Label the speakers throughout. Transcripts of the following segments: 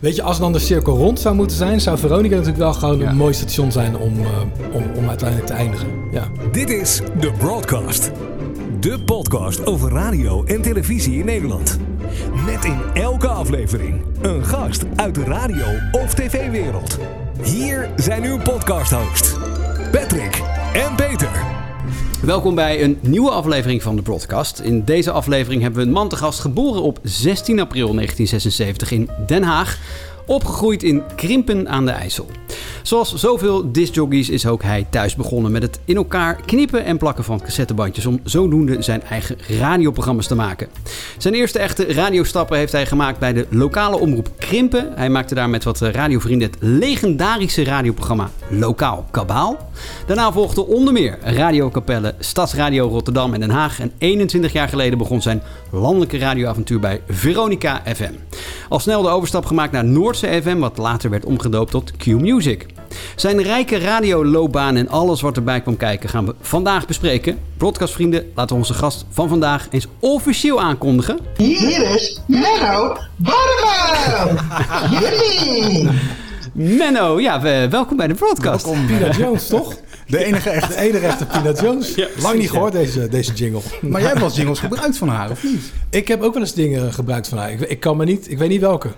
Speaker 1: Weet je, als dan de cirkel rond zou moeten zijn, zou Veronica natuurlijk wel gewoon een mooi station zijn om, eh, om, om uiteindelijk te eindigen. Ja.
Speaker 2: Dit is The Broadcast. De podcast over radio en televisie in Nederland. Met in elke aflevering een gast uit de radio- of tv-wereld. Hier zijn uw podcast-hosts, Patrick en Peter.
Speaker 3: Oh,
Speaker 4: Welkom bij een nieuwe aflevering van de broadcast. In deze aflevering hebben we een man te gast geboren op 16 april 1976 in Den Haag. Opgegroeid in Krimpen aan de IJssel. Zoals zoveel discjockeys is ook hij thuis begonnen met het in elkaar knippen en plakken van cassettebandjes om zodoende zijn eigen radioprogramma's te maken. Zijn eerste echte radiostappen heeft hij gemaakt bij de lokale omroep Krimpen. Hij maakte daar met wat radiovrienden het legendarische radioprogramma Lokaal Kabaal. Daarna volgde onder meer Radio Capelle, Stadsradio Rotterdam en Den Haag. En 21 jaar geleden begon zijn landelijke radioavontuur bij Veronica FM. Al snel de overstap gemaakt naar Noordse FM, wat later werd omgedoopt tot Q Music. Zijn rijke radioloopbaan en alles wat erbij kwam kijken gaan we vandaag bespreken. Broadcastvrienden, laten we onze gast van vandaag eens officieel aankondigen.
Speaker 5: Hier is Menno Barman! Jullie!
Speaker 4: Menno, ja, we- welkom bij de broadcast.
Speaker 3: Welkom.
Speaker 1: Pina Jones, toch?
Speaker 3: De enige echt.
Speaker 1: De enige echte Pina Jones. Lang niet gehoord, deze, deze jingle.
Speaker 3: Maar jij hebt wel eens jingles gebruikt van haar, of niet?
Speaker 1: Ik heb ook wel eens dingen gebruikt van haar. Ik, ik kan me niet, ik weet niet welke.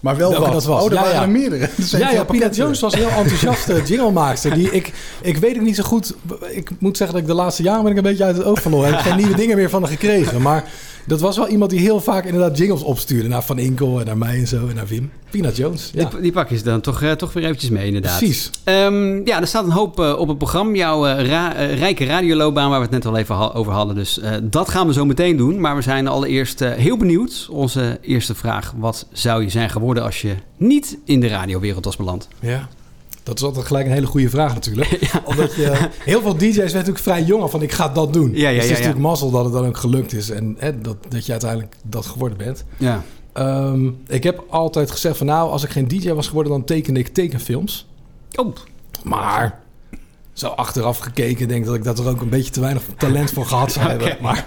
Speaker 3: Maar wel
Speaker 1: Welke
Speaker 3: wat.
Speaker 1: dat was.
Speaker 3: Oh, er
Speaker 1: Ja,
Speaker 3: waren
Speaker 1: ja.
Speaker 3: er meerdere. Dus
Speaker 1: Ja, ja, Pina Jones was een heel enthousiaste jinglemaakster. Die ik, ik weet het niet zo goed. Ik moet zeggen dat ik de laatste jaren ben ik een beetje uit het oog verloren. Ik heb geen nieuwe dingen meer van haar gekregen. Maar dat was wel iemand die heel vaak inderdaad jingles opstuurde. Naar Van Inkel en naar mij en zo en naar Wim. Pina Jones. Ja.
Speaker 4: Die, die pak je ze dan toch, eh, toch weer eventjes mee, inderdaad.
Speaker 1: Precies.
Speaker 4: Ehm, ja, er staat een hoop eh, op het programma. Jouw eh, ra- eh, rijke radioloopbaan, waar we het net al even ha- over hadden. Dus eh, dat gaan we zo meteen doen. Maar we zijn allereerst eh, heel benieuwd. Onze eerste vraag. Wat zou je zijn geworden als je niet in de radiowereld was beland?
Speaker 1: Ja. Dat is altijd gelijk een hele goede vraag natuurlijk. Omdat je, heel veel DJ's zijn natuurlijk vrij jong al van ik ga dat doen.
Speaker 4: Ja, ja,
Speaker 1: dus het is
Speaker 4: ja, ja.
Speaker 1: natuurlijk mazzel dat het dan ook gelukt is. En hè, dat, dat je uiteindelijk dat geworden bent.
Speaker 4: Ja.
Speaker 1: Ehm, ik heb altijd gezegd van nou, als ik geen DJ was geworden, dan tekende ik tekenfilms.
Speaker 4: Oh,
Speaker 1: Maar zo achteraf gekeken denk ik dat ik daar toch ook een beetje te weinig talent voor gehad zou hebben. Maar,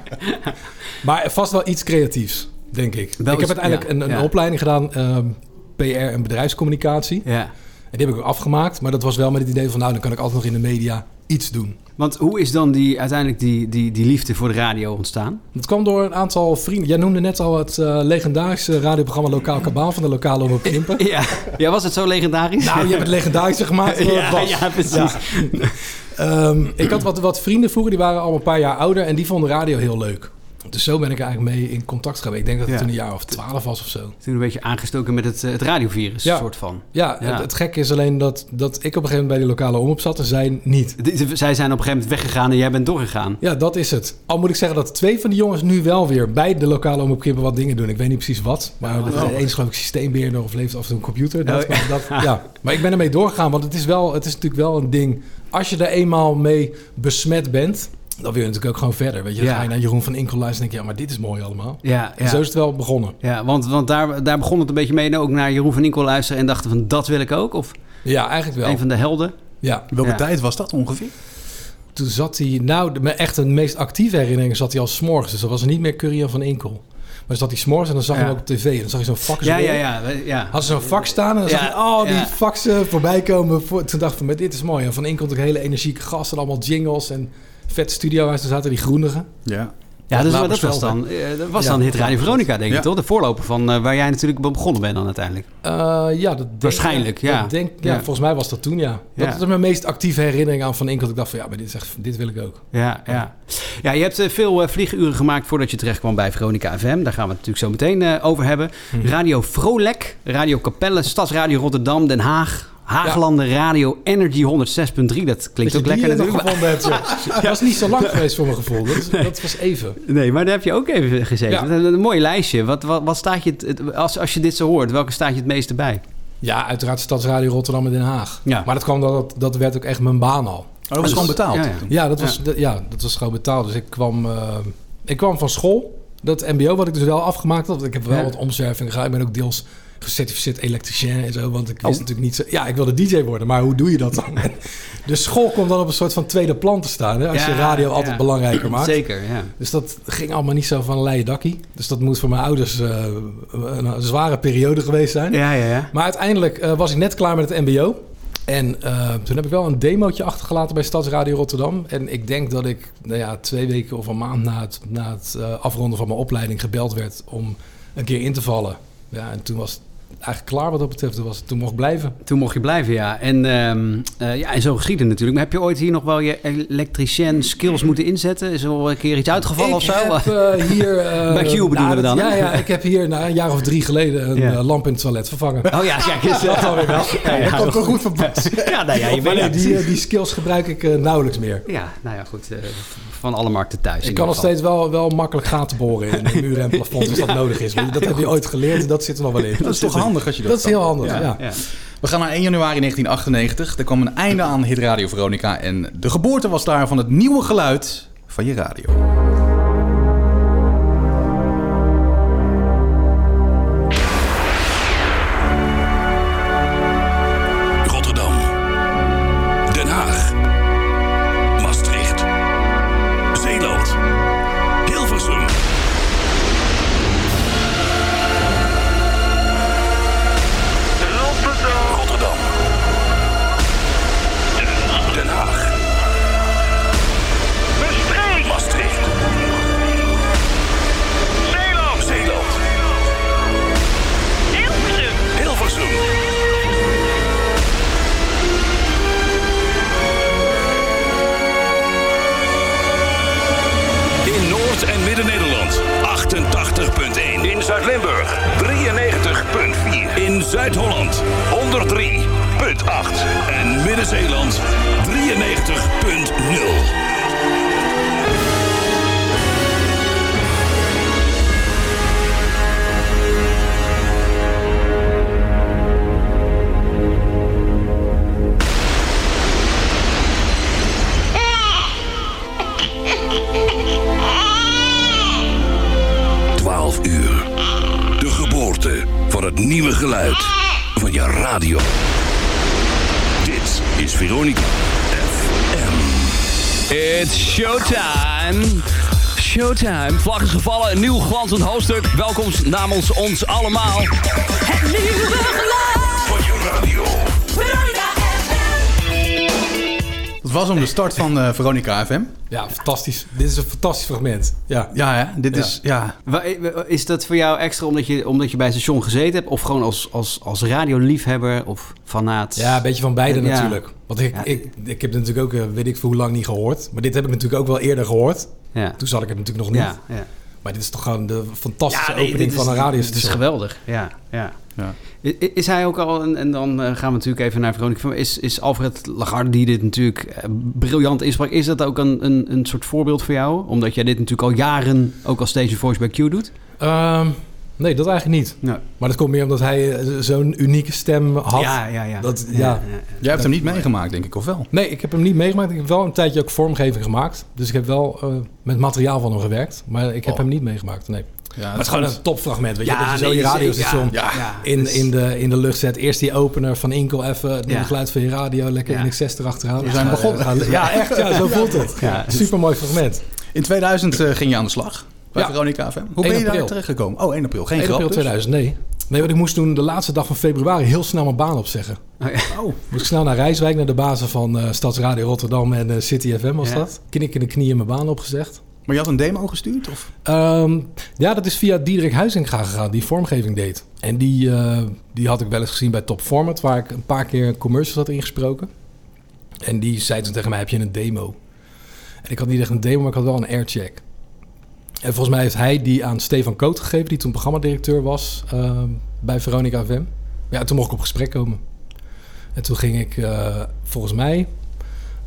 Speaker 1: maar vast wel iets creatiefs, denk ik.
Speaker 4: Wel
Speaker 1: ik heb
Speaker 4: iets-
Speaker 1: uiteindelijk
Speaker 4: ja,
Speaker 1: een, een
Speaker 4: ja.
Speaker 1: opleiding gedaan, ehm, PR en bedrijfscommunicatie.
Speaker 4: ja.
Speaker 1: En die heb ik ook afgemaakt. Maar dat was wel met het idee van nou, dan kan ik altijd nog in de media iets doen.
Speaker 4: Want hoe is dan die, uiteindelijk die, die, die liefde voor de radio ontstaan?
Speaker 1: Dat kwam door een aantal vrienden. Jij noemde net al het eh, legendarische radioprogramma Lokaal Kabaal van de lokale omroep Krimpen.
Speaker 4: Ja, ja was het zo legendarisch?
Speaker 1: Nou, je hebt het legendarische gemaakt. hoor,
Speaker 4: ja,
Speaker 1: Bas.
Speaker 4: ja, precies.
Speaker 1: Ehm, ik had wat, wat vrienden vroeger, die waren al een paar jaar ouder en die vonden radio heel leuk. Dus zo ben ik er eigenlijk mee in contact gekomen. Ik denk dat het
Speaker 4: Ja.
Speaker 1: toen een jaar of twaalf was of zo.
Speaker 4: Toen een beetje aangestoken met het, eh, het radiovirus,
Speaker 1: Ja.
Speaker 4: soort van.
Speaker 1: Ja,
Speaker 4: Ja.
Speaker 1: Het, het gekke is alleen dat, dat ik op een gegeven moment bij die lokale omroep zat en zij niet.
Speaker 4: D- Zij zijn op een gegeven moment weggegaan en jij bent doorgegaan.
Speaker 1: Ja, dat is het. Al moet ik zeggen dat twee van die jongens nu wel weer bij de lokale omroep Kippen wat dingen doen. Ik weet niet precies wat. Maar de ene is geloof ik systeembeheerder of leeft af en toe een computer. Dat,
Speaker 4: Oh,
Speaker 1: maar, dat, ja. maar ik ben ermee doorgegaan, want het is, wel, het is natuurlijk wel een ding. Als je er eenmaal mee besmet bent, dan wil je natuurlijk ook gewoon verder. Weet je, dan
Speaker 4: Ja.
Speaker 1: ga je naar Jeroen van Inkel luisteren en denk je, ja, maar dit is mooi allemaal.
Speaker 4: Ja,
Speaker 1: En zo is het wel begonnen.
Speaker 4: ja want, want daar, daar begon het een beetje mee. En ook naar Jeroen van Inkel luisteren en dachten van dat wil ik ook. Of
Speaker 1: Ja, eigenlijk wel.
Speaker 4: een van de helden.
Speaker 1: Ja.
Speaker 3: Welke
Speaker 4: Ja.
Speaker 3: tijd was dat ongeveer?
Speaker 1: Toen zat hij, nou, de, mijn echt een meest actieve herinnering zat hij al s'morgens. Dus dat was niet meer Curian van Inkel. Maar dan zat hij s'morgens en dan zag je
Speaker 4: Ja.
Speaker 1: hem ook op tv. Dan zag je zo'n fakkers
Speaker 4: Ja, ja,
Speaker 1: rollen.
Speaker 4: ja. we- ja.
Speaker 1: Had ze zo'n fax staan en dan zag je
Speaker 4: Ja,
Speaker 1: al die
Speaker 4: ja.
Speaker 1: faxen voorbij komen. Voor, toen dacht ik van, maar dit is mooi. En van in komt ook hele energieke gasten, allemaal jingles en vet studiohuis. Toen zaten die groenigen.
Speaker 3: Ja.
Speaker 4: ja
Speaker 1: laat
Speaker 4: dus dat
Speaker 1: me
Speaker 4: was
Speaker 1: zelf,
Speaker 4: dan, eh, dat was
Speaker 1: Ja.
Speaker 4: dan Hit Radio Veronica, denk ik,
Speaker 3: Ja.
Speaker 4: toch? De voorloper van eh, waar jij natuurlijk begonnen bent dan uiteindelijk.
Speaker 1: Eh, ja, dat denk,
Speaker 4: Waarschijnlijk, ja.
Speaker 1: dat denk, ja,
Speaker 4: Ja.
Speaker 1: Volgens mij was dat toen, ja.
Speaker 4: Ja.
Speaker 1: Dat is mijn meest actieve herinnering aan Van Inkel. Ik dacht van, ja, maar dit, is echt, dit wil ik ook.
Speaker 4: Ja, ja. ja je hebt eh, veel eh, vlieguren gemaakt voordat je terecht kwam bij Veronica FM. Daar gaan we het natuurlijk zo meteen eh, over hebben.
Speaker 1: Mhm.
Speaker 4: Radio Vrolek, Radio Capelle, Stadsradio Rotterdam, Den Haag. Haaglanden Radio Energy 106.3. Dat klinkt ook
Speaker 1: dat je die nog
Speaker 4: lekker natuurlijk.
Speaker 1: gevonden hebt, joh. Dat was niet zo lang geweest voor mijn gevoel. Dat, dat was even.
Speaker 4: Nee, maar daar heb je ook even gezeten.
Speaker 1: Ja.
Speaker 4: Dat is Een, mooi lijstje. Wat, wat, wat staat je het- het, als, als je dit zo hoort, welke staat je het meeste bij?
Speaker 1: Ja, uiteraard Stadsradio Rotterdam en Den Haag.
Speaker 4: Ja.
Speaker 1: Maar dat kwam dat, dat werd ook echt mijn baan al.
Speaker 3: Oh, dat was gewoon betaald.
Speaker 4: Ja, ja.
Speaker 1: Ja, dat was, dat- ja. dat was gewoon betaald. Dus ik kwam, eh, ik kwam van school. Dat mbo wat ik dus wel afgemaakt had. want Ik heb wel
Speaker 4: Ja.
Speaker 1: wat omzwervingen gedaan. Ik ben ook deels gecertificeerd elektricien en zo.
Speaker 4: Oh.
Speaker 1: Want ik wist natuurlijk niet... Zo, ja, ik wilde DJ worden, maar hoe doe je dat dan? de school komt dan op een soort van tweede plan te staan. Hè, als je
Speaker 4: Ja,
Speaker 1: radio altijd
Speaker 4: ja.
Speaker 1: belangrijker maakt.
Speaker 4: Zeker, ja.
Speaker 1: Dus dat ging allemaal niet zo van een leien dakkie. Dus dat moet voor mijn ouders eh, een zware periode geweest zijn.
Speaker 4: Ja, ja, ja.
Speaker 1: Maar uiteindelijk eh, was ik net klaar met het MBO. En eh, toen heb ik wel een demootje achtergelaten bij Stadsradio Rotterdam. En ik denk dat ik nou ja, twee weken of een maand na het, na het eh, afronden van mijn opleiding gebeld werd om een keer in te vallen. Ja, en toen was het eigenlijk klaar wat dat betreft. Toen, was, toen mocht ik blijven.
Speaker 4: Toen mocht je blijven, ja. En, ehm, eh, ja, en zo geschiedde het natuurlijk. Maar heb je ooit hier nog wel je elektricien skills moeten inzetten? Is er wel een keer iets uitgevallen of
Speaker 1: ik
Speaker 4: zo?
Speaker 1: heb eh, hier... eh,
Speaker 4: Bij Q bedoelen
Speaker 1: nou,
Speaker 4: we
Speaker 1: dat-
Speaker 4: dan, hè?
Speaker 1: Ja, ja, ik heb hier na een jaar of drie geleden een
Speaker 4: Ja.
Speaker 1: eh, lamp in het toilet vervangen.
Speaker 4: Oh ja, kijk eens. Dat alweer wel. Ja, ja,
Speaker 1: dat komt wel goed van pas.
Speaker 4: Ja, nou ja, je
Speaker 1: Maar
Speaker 4: bent
Speaker 1: nee, die, eh, die skills gebruik ik eh, nauwelijks meer.
Speaker 4: Ja, nou ja, goed. eh, van alle markten thuis. in
Speaker 1: Ik kan nog
Speaker 4: ieder geval.
Speaker 1: steeds wel, wel makkelijk gaten boren in de muren en plafonds als dat nodig is. Want dat heb je ooit geleerd, dat zit er nog wel in.
Speaker 3: Dat is toch handig als je dat
Speaker 1: Dat is
Speaker 3: kan.
Speaker 1: heel handig, ja.
Speaker 4: Ja.
Speaker 3: We gaan naar 1 januari 1998. Er kwam een einde aan Hit Radio Veronica. En de geboorte was daar van het nieuwe geluid van je radio.
Speaker 6: Rotterdam. Den Haag. Maastricht. Zeeland. Hilversum. Rotterdam. Den Haag. Maastricht. Zeeland. Hilversum. In Noord- en Midden-Nederland 88.1. In Zuid-Limburg 93.4. In Zuid-Holland 103.8. En Midden-Zeeland 93.0.
Speaker 7: Ah!
Speaker 6: 12 uur. De geboorte van het nieuwe geluid van je radio. Dit is Veronica FM.
Speaker 8: It's showtime. Showtime. Vlag is gevallen. Een nieuw glanzend hoofdstuk. Welkom namens ons allemaal.
Speaker 6: Van je radio.
Speaker 3: Dat was om de start van eh, Veronica FM.
Speaker 1: Ja, fantastisch. Dit is een fantastisch fragment. Ja.
Speaker 3: Ja, hè? dit is... Ja.
Speaker 4: Wa- Is dat voor jou extra omdat je, omdat je bij het station gezeten hebt? Of gewoon als, als, als radioliefhebber of fanaat?
Speaker 1: Ja, een beetje van beide
Speaker 4: Ja.
Speaker 1: natuurlijk. Want ik,
Speaker 4: Ja.
Speaker 1: ik, ik heb het natuurlijk ook, eh, weet ik voor hoe lang, niet gehoord. Maar dit heb ik natuurlijk ook wel eerder gehoord.
Speaker 4: Ja.
Speaker 1: Toen zat ik het natuurlijk nog niet.
Speaker 4: ja, ja.
Speaker 1: Maar dit is toch gewoon de fantastische
Speaker 4: Ja, nee,
Speaker 1: opening
Speaker 4: dit is-
Speaker 1: van een
Speaker 4: Het is
Speaker 1: radiostation.
Speaker 4: geweldig. Ja, ja.
Speaker 3: Ja.
Speaker 4: I- i- Is hij ook al, en- en dan eh, gaan we natuurlijk even naar Veronica, van- is, is Alfred Lagarde, die dit natuurlijk eh, briljant insprak, is dat ook een, een, een soort voorbeeld voor jou? Omdat jij dit natuurlijk al jaren ook als station voice bij Q doet?
Speaker 1: Ehm, nee, dat eigenlijk niet.
Speaker 4: Ja,
Speaker 1: Maar dat komt meer omdat hij eh, zo'n unieke stem had.
Speaker 4: ja, ja. ja.
Speaker 1: Dat, ja.
Speaker 3: Jij hebt hem niet meegemaakt, denk ik, of wel?
Speaker 1: Nee, ik heb hem niet meegemaakt. Ik heb wel een tijdje ook vormgeving gemaakt. Dus ik heb wel eh, met materiaal van hem gewerkt. Maar ik heb
Speaker 4: Oh.
Speaker 1: hem niet meegemaakt, nee.
Speaker 3: Ja,
Speaker 1: Maar het is gewoon een topfragment, weet je.
Speaker 4: Ja,
Speaker 1: dat je zo
Speaker 4: nee,
Speaker 1: je
Speaker 4: zeker.
Speaker 1: radiostation
Speaker 3: Ja,
Speaker 4: ja. Dus
Speaker 1: in, in, de, in de lucht zet. Eerst die opener van Inkel even. Het
Speaker 4: Ja.
Speaker 1: geluid van je radio. Lekker
Speaker 4: Ja.
Speaker 1: in X6 erachteraan. We
Speaker 3: zijn begonnen.
Speaker 1: ja, echt. Ja, zo voelt het.
Speaker 4: Ja.
Speaker 1: Supermooi fragment.
Speaker 3: In 2000 eh, ging je aan de slag bij
Speaker 1: Ja.
Speaker 3: Veronica FM. Hoe
Speaker 1: 1
Speaker 3: ben je daar
Speaker 1: april.
Speaker 3: terechtgekomen? Oh, 1 april. Geen
Speaker 1: 1
Speaker 3: grap
Speaker 1: april
Speaker 3: dus.
Speaker 1: 2000, nee. Nee, want ik moest toen de laatste dag van februari heel snel mijn baan opzeggen.
Speaker 4: Oh, ja.
Speaker 1: Moest ik snel naar Rijswijk, naar de bazen van eh, Stadsradio Rotterdam en eh, City FM was
Speaker 4: Ja.
Speaker 1: dat. Knik in de knieën mijn baan opgezegd.
Speaker 3: Maar je had een demo gestuurd? Of?
Speaker 1: Ehm, ja, dat is via Diederik Huizinga gegaan, die vormgeving deed. En die, eh, die had ik wel eens gezien bij Top Format, waar ik een paar keer commercials had ingesproken. En die zei toen tegen mij, heb je een demo? En ik had niet echt een demo, maar ik had wel een aircheck. En volgens mij heeft hij die aan Stefan Koot gegeven, die toen programmadirecteur was ehm, bij Veronica FM. Ja, toen mocht ik op gesprek komen. En toen ging ik eh, volgens mij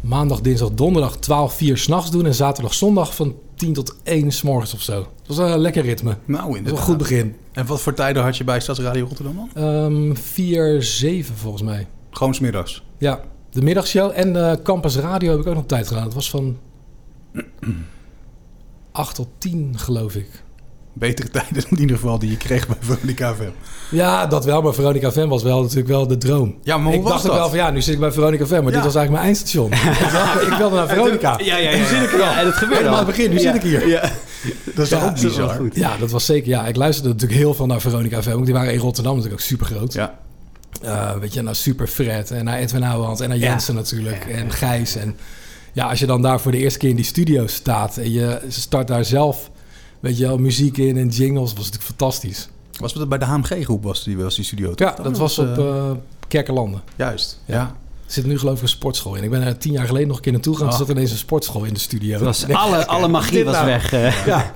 Speaker 1: maandag, dinsdag, donderdag 12, 4 s'nachts doen. En zaterdag, zondag van 10 tot 1 s morgens of zo. Dat was een lekker ritme.
Speaker 3: Nou,
Speaker 1: Dat was
Speaker 3: inderdaad.
Speaker 1: een goed begin.
Speaker 3: En wat voor tijden had je bij Stadsradio Rotterdam dan?
Speaker 1: Ehm 4, 7 volgens mij.
Speaker 3: Gewoon smiddags.
Speaker 1: Ja, de middagshow en eh, Campus Radio heb ik ook nog tijd gedaan. Het was van 8 tot 10 geloof ik.
Speaker 3: betere tijden dan in ieder geval die je kreeg bij Veronica FM.
Speaker 1: Ja, dat wel. Maar Veronica Fan was wel natuurlijk wel de droom.
Speaker 3: Ja, maar hoe
Speaker 1: ik
Speaker 3: was
Speaker 1: dacht
Speaker 3: dat?
Speaker 1: ook wel van ja, nu zit ik bij Veronica Fan, maar
Speaker 3: Ja.
Speaker 1: dit was eigenlijk mijn eindstation. ik, wilde, ik wilde naar Veronica.
Speaker 4: Ja, ja, ja. Nu zit ik er al. En dat gebeurde
Speaker 1: Helemaal
Speaker 4: al.
Speaker 1: aan het begin, nu zit ik hier.
Speaker 4: Ja.
Speaker 3: Dat is wel ook bizar.
Speaker 1: Ja, dat was zeker. Ja, ik luisterde natuurlijk heel veel naar Veronica FM. want Die waren in Rotterdam natuurlijk ook super groot.
Speaker 3: Ja.
Speaker 1: Eh, weet je, naar Super Fred en naar Edwin Houwehand en naar Jensen natuurlijk en Gijs. En ja, als je dan daar voor de eerste keer in die studio staat en je start daar zelf, weet je wel, muziek in en jingles, was natuurlijk fantastisch.
Speaker 3: Was het bij de HMG-groep was die, was die studio? toch?
Speaker 1: Ja, dat was op eh, Kerkenlanden.
Speaker 3: Juist, ja.
Speaker 1: Er zit nu geloof ik een sportschool in. Ik ben er tien jaar geleden nog een keer naartoe gegaan. Er zat ineens een sportschool in de studio.
Speaker 4: Oh. Dat was, alle, alle magie
Speaker 1: Dit
Speaker 4: was
Speaker 1: nou.
Speaker 4: weg. eh.
Speaker 1: Ja.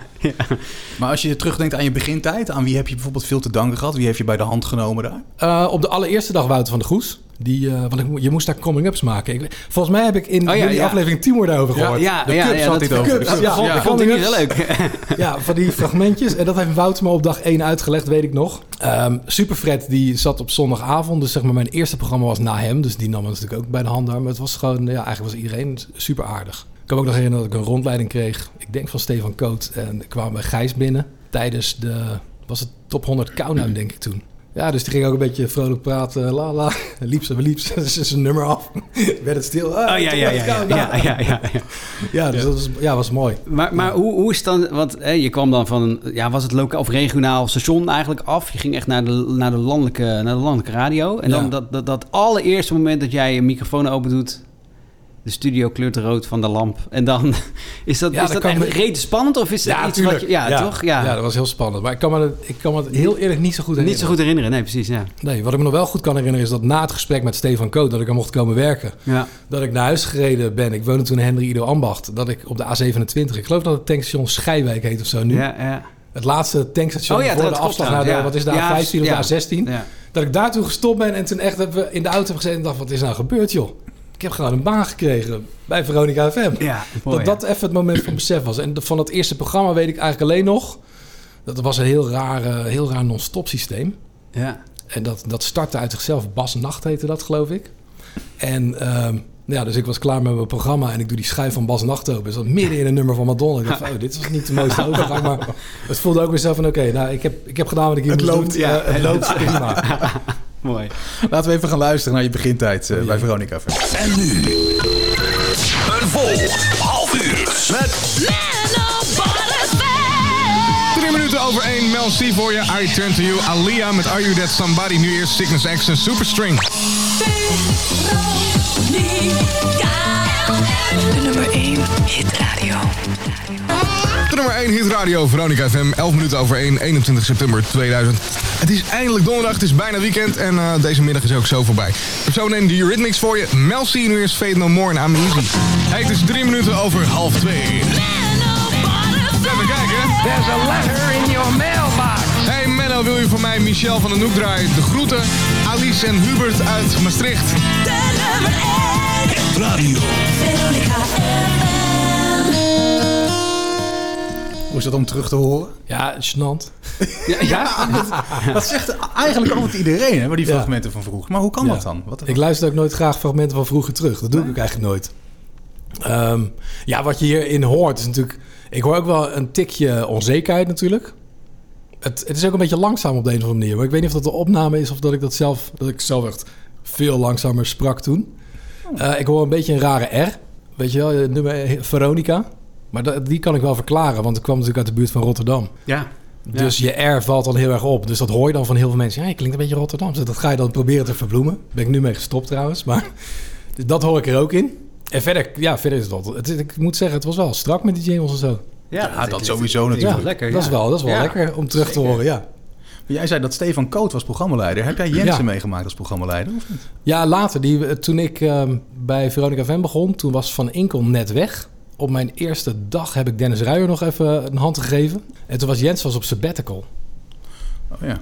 Speaker 3: Maar als je terugdenkt aan je begintijd, aan wie heb je bijvoorbeeld veel te danken gehad? Wie heeft je bij de hand genomen daar?
Speaker 1: Eh, op de allereerste dag Wouter van de Goes. Die, eh, want ik, mo- je moest daar coming-ups maken. Ik- volgens mij heb ik in
Speaker 4: Oh, ja,
Speaker 1: jullie
Speaker 4: ja.
Speaker 1: aflevering Timor daarover gehoord.
Speaker 4: Ja,
Speaker 3: De
Speaker 4: ja,
Speaker 3: cups
Speaker 4: ja,
Speaker 3: had
Speaker 4: dat-
Speaker 3: hij het over.
Speaker 1: cups,
Speaker 3: De
Speaker 1: ja.
Speaker 3: cups,
Speaker 1: Ja.
Speaker 4: Vond ik niet zo
Speaker 1: coming-ups.
Speaker 4: leuk.
Speaker 1: Ja, van die fragmentjes. En dat heeft Wouter me op dag 1 uitgelegd, weet ik nog. Ehm Superfred die zat op zondagavond. Dus zeg maar mijn eerste programma was na hem. Dus die nam ons natuurlijk ook bij de hand daar. Maar het was gewoon, ja, eigenlijk was iedereen super aardig. Ik kan me ook nog herinneren dat ik een rondleiding kreeg. Ik denk van Stefan Koot. En ik kwam bij Gijs binnen. Tijdens de, was het top 100 countdown denk ik toen. Ja, dus die ging ook een beetje vrolijk praten. La la. Liep ze, liep ze. Ze zijn nummer af. Werd het stil. Ah,
Speaker 4: Oh, ja, ja, ja, ja, ja, ja, ja, ja.
Speaker 1: Ja, dus dat was, ja, was mooi.
Speaker 4: Maar, maar hoe, hoe is het dan, want hè, je kwam dan van, een- ja, was het lokaal of regionaal station eigenlijk af? Je ging echt naar de, naar de, landelijke, naar de landelijke radio. En dan
Speaker 1: Ja.
Speaker 4: dat, dat, dat allereerste moment dat jij je microfoon open doet, de studio kleurt rood van de lamp. En dan, is
Speaker 1: Ja,
Speaker 4: dat, is
Speaker 1: dat
Speaker 4: dat
Speaker 1: kan
Speaker 4: echt
Speaker 1: me-
Speaker 4: rete spannend of is het iets wat je, ja, toch? Ja,
Speaker 1: dat was heel spannend. Maar ik kan me, dat- ik kan me het heel eerlijk niet zo goed herinneren.
Speaker 4: niet zo goed herinneren. Nee, precies, ja.
Speaker 1: Nee, wat ik me nog wel goed kan herinneren is dat na het gesprek met Stefan Koot... dat ik er mocht komen werken,
Speaker 4: Ja,
Speaker 1: dat ik naar huis gereden ben. Ik woonde toen in Henry Ido Ambacht. Dat ik op de A27, ik geloof dat het tankstation Schijwijk heet of zo nu.
Speaker 4: ja, ja.
Speaker 1: Het laatste tankstation
Speaker 4: Oh ja,
Speaker 1: voor
Speaker 4: dat
Speaker 1: de
Speaker 4: klopt,
Speaker 1: afslag
Speaker 4: ja.
Speaker 1: naar de,
Speaker 4: Ja.
Speaker 1: wat is de
Speaker 4: Ja,
Speaker 1: A15
Speaker 4: ja.
Speaker 1: of de A16.
Speaker 4: Ja.
Speaker 1: Dat ik daartoe gestopt ben en toen echt heb, eh, in de auto heb gezeten en dacht, wat is nou gebeurd joh? Ik heb gewoon een baan gekregen bij Veronica FM.
Speaker 4: ja mooi,
Speaker 1: Dat
Speaker 4: hè?
Speaker 1: dat even het moment van besef was. En de- van dat eerste programma weet ik eigenlijk alleen nog... dat was een heel raar, eh, heel raar non-stop systeem.
Speaker 4: ja.
Speaker 1: En dat, dat startte uit zichzelf. Bas Nacht heette dat, geloof ik. En ehm, ja, dus ik was klaar met mijn programma... en ik doe die schuif van Bas Nacht open. Dus dat midden in een nummer van Madonna. Ik dacht, van, oh, dit was niet de mooiste overgang. Maar het voelde ook weer zo van... oké, nou, ik heb, ik heb gedaan wat ik hier
Speaker 3: Het
Speaker 1: moest
Speaker 3: loopt,
Speaker 1: doen.
Speaker 3: ja.
Speaker 1: Eh, het loopt, prima.
Speaker 4: mooi.
Speaker 3: Laten we even gaan luisteren naar je begintijd eh, bij Veronica FM.
Speaker 6: En nu. Een vol half uur met
Speaker 7: Drie minuten over één, Mel C voor je, I Turn To You, Alia met Are You That Somebody, nu eerst Sickness X en Superstring.
Speaker 9: De nummer 1 hit radio.
Speaker 7: De nummer 1 hit radio, Veronica FM, 11 minuten over 1, 21 september 2000. Het is eindelijk donderdag, het is bijna weekend en eh, deze middag is ook zo voorbij. Persoon 1, de Eurythmics voor je, Mel C, nu eerst Fate No More en I'm Easy. Hey, het is drie minuten over half twee. Even kijken. There's a letter in your mailbox. Hey Menno, wil je voor mij Michel van den Hoek draaien? De groeten. Alice en Hubert uit Maastricht.
Speaker 6: Radio.
Speaker 3: Hoe is dat om terug te horen?
Speaker 1: Ja, gênant.
Speaker 4: Ja, ja?
Speaker 3: Dat zegt eigenlijk altijd iedereen, hè, maar die fragmenten van vroeger. Maar hoe kan dat
Speaker 1: Ja.
Speaker 3: dan? Wat,
Speaker 1: Ik luister ook nooit graag fragmenten van vroeger terug. Dat doe ik ook eigenlijk nooit. Ehm, ja, wat je hierin hoort is natuurlijk... Ik hoor ook wel een tikje onzekerheid natuurlijk. Het, het is ook een beetje langzaam op de een of andere manier. Maar ik weet niet of dat de opname is of dat ik dat zelf... Dat ik zelf echt veel langzamer sprak toen.
Speaker 3: Oh.
Speaker 1: Eh, ik hoor een beetje een rare R. Weet je wel, eh, nummer Veronica. Maar dat, die kan ik wel verklaren, want ik kwam natuurlijk uit de buurt van Rotterdam.
Speaker 4: ja.
Speaker 1: Dus je R valt dan heel erg op. Dus dat hoor je dan van heel veel mensen. Ja, je klinkt een beetje Rotterdamse. Dat ga je dan proberen te verbloemen. Daar ben ik nu mee gestopt trouwens. Maar dus dat hoor ik er ook in. En verder, ja, verder is het wel... Het, is- ik moet zeggen, het was wel strak met die jingles en zo.
Speaker 4: Ja,
Speaker 3: dat sowieso
Speaker 4: is wel
Speaker 3: natuurlijk.
Speaker 4: lekker,
Speaker 1: dat
Speaker 4: ja.
Speaker 1: is wel, dat is wel
Speaker 4: Ja.
Speaker 1: lekker om terug te horen, ja.
Speaker 3: Jij zei dat Stefan Koot was programmaleider. Heb jij Jensen
Speaker 1: Ja.
Speaker 3: meegemaakt als programmaleider? Of niet?
Speaker 1: Ja, later. Die, toen ik ehm, bij Veronica Van begon, toen was Van Inkel net weg. Op mijn eerste dag heb ik Dennis Ruijer nog even een hand gegeven. En toen was Jens was op sabbatical.
Speaker 3: Oh ja,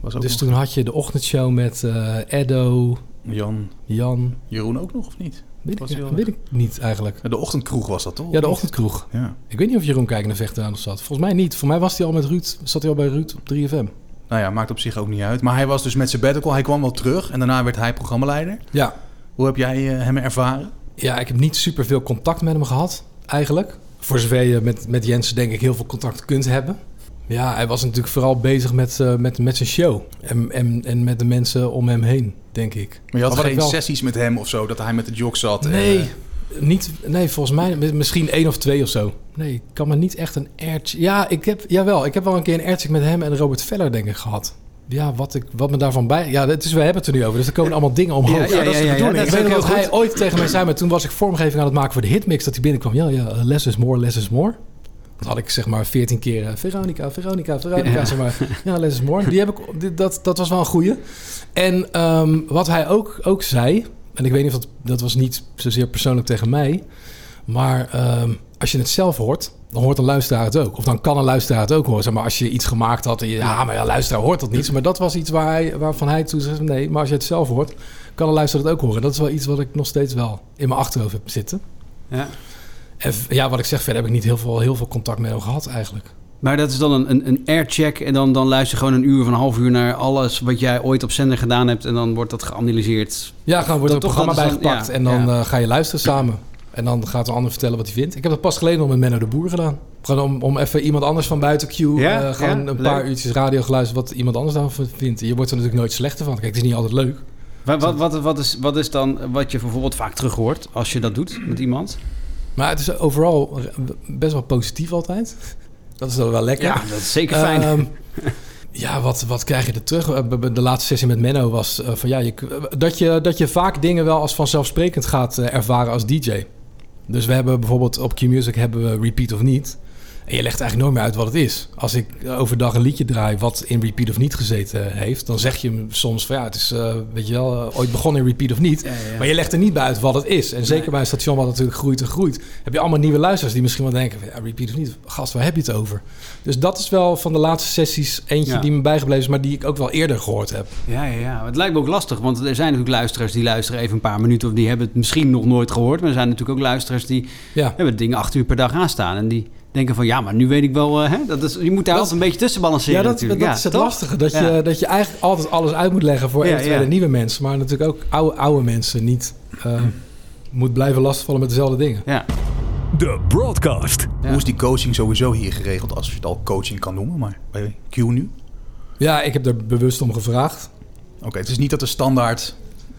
Speaker 3: was ook
Speaker 1: Dus
Speaker 3: nog.
Speaker 1: toen had je de ochtendshow met eh, Edo,
Speaker 3: Jan
Speaker 1: Jan...
Speaker 3: Jeroen ook nog, of niet?
Speaker 1: Weet
Speaker 3: Was Oh,
Speaker 1: ik,
Speaker 3: heel
Speaker 1: ja,
Speaker 3: erg.
Speaker 1: weet ik niet eigenlijk.
Speaker 3: De ochtendkroeg was dat toch?
Speaker 1: Ja, de ochtendkroeg.
Speaker 3: Ja.
Speaker 1: Ik weet niet of Jeroen Kijken naar vechten aan of zat. Volgens mij niet. Voor mij was hij al met Ruud. Zat hij al bij Ruud op 3FM.
Speaker 3: Nou ja, maakt op zich ook niet uit. Maar hij was dus met sabbatical. Hij kwam wel terug en daarna werd hij programmaleider.
Speaker 1: Ja.
Speaker 3: Hoe heb jij eh, hem ervaren?
Speaker 1: Ja, ik heb niet super veel contact met hem gehad, eigenlijk. Voor zover je met, met Jensen denk ik heel veel contact kunt hebben. Ja, hij was natuurlijk vooral bezig met, eh, met, met zijn show. En, en, en met de mensen om hem heen, denk ik.
Speaker 3: Maar je had
Speaker 1: Wat ik
Speaker 3: geen
Speaker 1: wel-
Speaker 3: sessies met hem of zo, dat hij met de jog zat. en,
Speaker 1: Nee,
Speaker 3: eh,
Speaker 1: niet, nee, volgens mij mi- misschien één of twee of zo. Nee, ik kan me niet echt een aircheck... Ja, ik heb, jawel, ik heb wel een keer een aircheck met hem en Robert Veller, denk ik, gehad. Ja, wat, ik, wat me daarvan bij... Ja, het is, we hebben het er nu over, dus er komen allemaal dingen omhoog.
Speaker 4: Ja, ja,
Speaker 1: dat is de
Speaker 4: ja, ja,
Speaker 1: bedoeling.
Speaker 4: ja,
Speaker 1: ik
Speaker 4: dat is
Speaker 1: weet nog
Speaker 4: ook
Speaker 1: dat
Speaker 4: heel
Speaker 1: hij ooit tegen mij zei, maar toen was ik vormgeving aan het maken voor de hitmix, dat hij binnenkwam. Ja, ja, eh, less is more, less is more. Dat had ik zeg maar veertien keer eh, Veronica, Veronica, Veronica,
Speaker 4: Ja.
Speaker 1: zeg maar. Ja, Les is Morn. Die heb ik, dit- dat, dat was wel een goeie. En ehm, wat hij ook, ook zei, en ik weet niet of dat, dat was niet zozeer persoonlijk tegen mij, maar ehm, als je het zelf hoort, dan hoort een luisteraar het ook. Of dan kan een luisteraar het ook horen. Zeg maar als je iets gemaakt had, en je, ja, maar ja, luisteraar hoort dat niet. Maar dat was iets waar hij, waarvan hij toen zei, nee, maar als je het zelf hoort, kan een luisteraar het ook horen. Dat is wel iets wat ik nog steeds wel in mijn achterhoofd heb zitten.
Speaker 4: Ja.
Speaker 1: En v- ja, wat ik zeg, verder heb ik niet heel veel, heel veel contact met hem gehad eigenlijk.
Speaker 4: Maar dat is dan een, een, een aircheck en dan, dan luister je gewoon een uur of een half uur naar alles wat jij ooit op zender gedaan hebt en dan wordt dat geanalyseerd.
Speaker 1: Ja, gewoon wordt
Speaker 4: Dat
Speaker 1: er een
Speaker 4: toch,
Speaker 1: programma
Speaker 4: dat is dan-
Speaker 1: bijgepakt
Speaker 4: ja,
Speaker 1: en dan
Speaker 4: ja.
Speaker 1: eh, ga je luisteren samen. En dan gaat de ander vertellen wat hij vindt. Ik heb dat pas geleden nog met Menno de Boer gedaan. Gewoon om, om even iemand anders van buiten Q...
Speaker 4: Ja,
Speaker 1: eh, gewoon
Speaker 4: ja,
Speaker 1: een paar
Speaker 4: leuk.
Speaker 1: uurtjes radio geluisterd wat iemand anders daarvan vindt. Je wordt er natuurlijk nooit slechter van. Kijk, het is niet altijd leuk.
Speaker 4: Wat, wat, wat, wat, is, wat is dan wat je bijvoorbeeld vaak terughoort als je dat doet met iemand?
Speaker 1: Maar het is overal best wel positief altijd. Dat is dan wel lekker.
Speaker 4: Ja, dat is zeker fijn.
Speaker 1: Ehm, ja, wat, wat krijg je er terug? Eh, b- b- De laatste sessie met Menno was eh, van ja, je, k- eh, dat, je, dat je vaak dingen wel als vanzelfsprekend gaat eh, ervaren als DJ. Dus we hebben bijvoorbeeld op Q-Music hebben we Repeat of Niet. En je legt eigenlijk nooit meer uit wat het is. Als ik eh, overdag een liedje draai wat in Repeat of Niet gezeten heeft, dan zeg je hem soms van ja, het is eh, weet je wel, eh, ooit begonnen in Repeat of Niet. Maar je legt er niet bij uit wat het is. En zeker bij een station wat natuurlijk groeit en groeit, heb je allemaal nieuwe luisteraars die misschien wel denken van ja, Repeat of Niet, gast, waar heb je het over? Dus dat is wel van de laatste sessies eentje
Speaker 4: Ja.
Speaker 1: die me bijgebleven is, maar die ik ook wel eerder gehoord heb.
Speaker 4: Ja, ja, ja. Het lijkt me ook lastig, want er zijn natuurlijk luisteraars die luisteren even een paar minuten of die hebben het misschien nog nooit gehoord. Maar er zijn natuurlijk ook luisteraars die
Speaker 1: Ja.
Speaker 4: hebben dingen acht uur per dag aanstaan en die denken van ja, maar nu weet ik wel. eh, hè? Dat is, je moet daar
Speaker 1: Dat-
Speaker 4: altijd een beetje tussen
Speaker 1: Ja,
Speaker 4: balanceren
Speaker 1: dat, dat
Speaker 4: natuurlijk.
Speaker 1: is het
Speaker 4: toch?
Speaker 1: lastige. Dat,
Speaker 4: Ja.
Speaker 1: je, dat je eigenlijk altijd alles uit moet leggen voor
Speaker 4: Ja,
Speaker 1: eventuele
Speaker 4: ja.
Speaker 1: nieuwe mensen. Maar natuurlijk ook oude, oude mensen niet eh,
Speaker 4: Hm.
Speaker 1: moet blijven lastvallen met dezelfde dingen.
Speaker 4: Ja.
Speaker 2: De broadcast.
Speaker 3: Hoe is die coaching sowieso hier geregeld, als je het al coaching kan noemen, maar bij Q nu?
Speaker 1: Ja, ik heb er bewust om gevraagd.
Speaker 3: Oké, het is niet dat de standaard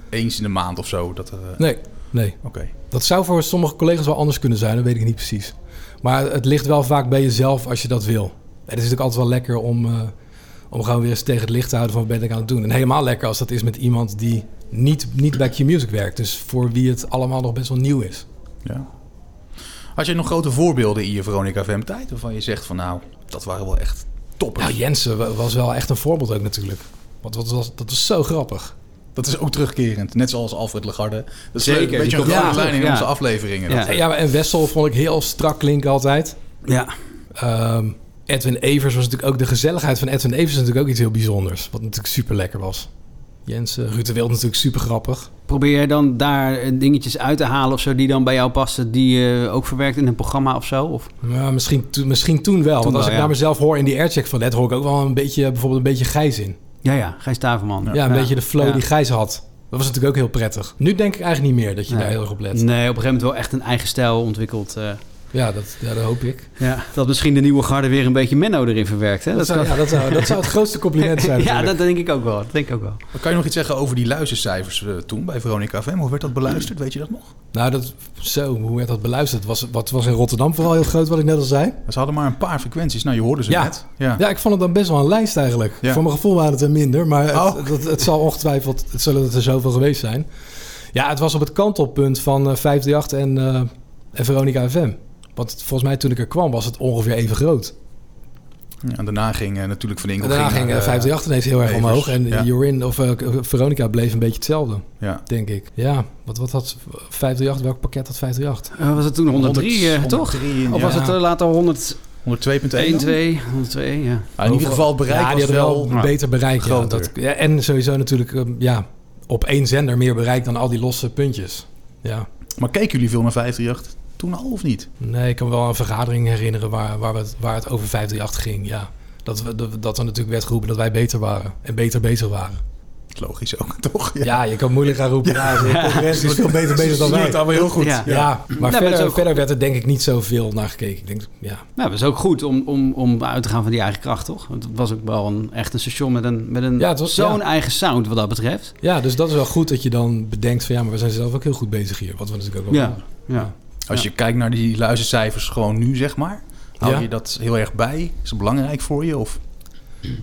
Speaker 3: eens in de maand of zo, dat er... eh,
Speaker 1: Nee, nee.
Speaker 3: Oké.
Speaker 1: Dat zou voor sommige collega's wel anders kunnen zijn, dat weet ik niet precies. Maar het ligt wel vaak bij jezelf als je dat wil. En het is natuurlijk altijd wel lekker om, eh, om gewoon weer eens tegen het licht te houden van wat ben ik aan het doen. En helemaal lekker als dat is met iemand die niet, niet bij Q-Music werkt. Dus voor wie het allemaal nog best wel nieuw is.
Speaker 3: Ja. Had je nog grote voorbeelden in je Veronica FM tijd waarvan je zegt van nou, dat waren wel echt toppers.
Speaker 1: Nou, Jensen wa- was wel echt een voorbeeld ook natuurlijk. Want dat was, dat was zo grappig.
Speaker 3: dat is ook terugkerend, net zoals Alfred Lagarde. Dat is
Speaker 4: Zeker,
Speaker 3: een
Speaker 4: die
Speaker 3: beetje een
Speaker 4: komt
Speaker 3: rode
Speaker 4: wel
Speaker 3: lijn in
Speaker 4: terug, ja.
Speaker 3: onze afleveringen.
Speaker 4: Ja.
Speaker 3: Dat,
Speaker 1: Ja, en Wessel vond ik heel strak klinken altijd.
Speaker 4: ja.
Speaker 1: Ehm, Edwin Evers was natuurlijk ook... De gezelligheid van Edwin Evers is natuurlijk ook iets heel bijzonders. Wat natuurlijk super lekker was. Jensen, Ruud de Wild natuurlijk super grappig.
Speaker 4: Probeer jij dan daar eh, dingetjes uit te halen of zo die dan bij jou passen, die je ook verwerkt in een programma of zo? Of?
Speaker 1: Ja, misschien, toen- misschien toen wel. want als
Speaker 4: wel,
Speaker 1: ik
Speaker 4: ja.
Speaker 1: naar mezelf hoor in die aircheck van net... hoor ik ook wel een beetje, bijvoorbeeld een beetje Gijs in.
Speaker 4: Ja, ja, Gijs Staverman.
Speaker 1: Ja, een beetje de flow
Speaker 4: Ja.
Speaker 1: die Gijs had. Dat was natuurlijk ook heel prettig. Nu denk ik eigenlijk niet meer dat je
Speaker 4: Nee.
Speaker 1: daar heel erg op let.
Speaker 4: Nee, op een gegeven moment wel echt een eigen stijl ontwikkeld. eh,
Speaker 1: Ja, dat, ja, dat hoop ik.
Speaker 4: ja. Dat misschien de nieuwe garde weer een beetje Menno erin verwerkt. Hè?
Speaker 1: Dat, zou, ja, dat, zou, dat zou het grootste compliment zijn.
Speaker 4: ja,
Speaker 1: natuurlijk.
Speaker 4: dat denk ik ook wel. Dat denk ik ook wel.
Speaker 3: Maar kan je nog iets zeggen over die luistercijfers eh, toen bij Veronica FM? Hoe werd dat beluisterd? Weet je dat nog?
Speaker 1: Nou, dat, zo, hoe werd dat beluisterd? Was, wat was in Rotterdam vooral heel groot, wat ik net al zei?
Speaker 3: Ze hadden maar een paar frequenties. Nou, je hoorde ze net.
Speaker 1: ja. ik vond het dan best wel een lijst eigenlijk.
Speaker 3: Ja.
Speaker 1: Voor mijn gevoel waren het er minder, maar het,
Speaker 3: Oh.
Speaker 1: het, het zal ongetwijfeld, het zullen het er zoveel geweest zijn. Ja, het was op het kantelpunt van eh, 538 en, eh, en Veronica FM. Want het- volgens mij toen ik er kwam was het ongeveer even groot.
Speaker 3: Ja, En daarna ging eh, natuurlijk Van Inkel...
Speaker 1: En daarna ging
Speaker 3: naar,
Speaker 1: eh,
Speaker 3: eh,
Speaker 1: 538 ineens heel erg
Speaker 3: Evers,
Speaker 1: omhoog en
Speaker 3: ja.
Speaker 1: eh, Jorin of eh, Veronica bleef een beetje hetzelfde,
Speaker 3: Ja.
Speaker 1: denk ik. Ja, wat, wat had 538, welk pakket had 538?
Speaker 4: Eh, was het toen 103, eh,
Speaker 3: 100,
Speaker 4: toch?
Speaker 3: 103, ja.
Speaker 4: Of was het eh, later 101,
Speaker 3: 102.1 dan?
Speaker 4: 2, 102, ja.
Speaker 3: Ah, in ieder geval bereik
Speaker 1: ja, die
Speaker 3: was
Speaker 1: hadden
Speaker 3: wel...
Speaker 1: wel beter bereik. Ja,
Speaker 3: groter.
Speaker 1: dat, ja, en sowieso natuurlijk ehm, ja, op één zender meer bereik dan al die losse puntjes. Ja.
Speaker 3: Maar keken jullie veel naar 538 toen al of niet?
Speaker 1: Nee, ik kan me wel een vergadering herinneren waar, waar, we het, waar het over 538 ging. Ja. Dat, we, dat, dat er natuurlijk werd geroepen dat wij beter waren en beter bezig waren.
Speaker 3: is logisch ook, toch?
Speaker 1: Ja, je kan moeilijk gaan roepen. Ja, de concurrentie is veel beter bezig dan
Speaker 3: Dat
Speaker 1: wij.
Speaker 3: is allemaal heel goed.
Speaker 4: Ja.
Speaker 1: Ja, maar
Speaker 4: maar het is
Speaker 1: verder,
Speaker 4: ook-
Speaker 1: verder werd er denk ik niet zoveel naar gekeken. Ik denk, ja.
Speaker 4: Nou, dat is ook goed om, om, om uit te gaan van die eigen kracht, toch? Want het was ook wel een, echt een station met, een, met een,
Speaker 1: Ja, het was-
Speaker 4: zo'n
Speaker 1: ja.
Speaker 4: eigen sound wat dat betreft.
Speaker 1: ja, dus dat is wel goed dat je dan bedenkt van ja, maar we zijn zelf ook heel goed bezig hier. Wat we natuurlijk ook wel
Speaker 4: Ja,
Speaker 1: doen.
Speaker 4: ja.
Speaker 3: Als je kijkt naar die luistercijfers gewoon nu, zeg maar. Hou
Speaker 1: Ja.
Speaker 3: je dat heel erg bij? Is het belangrijk voor je? Of?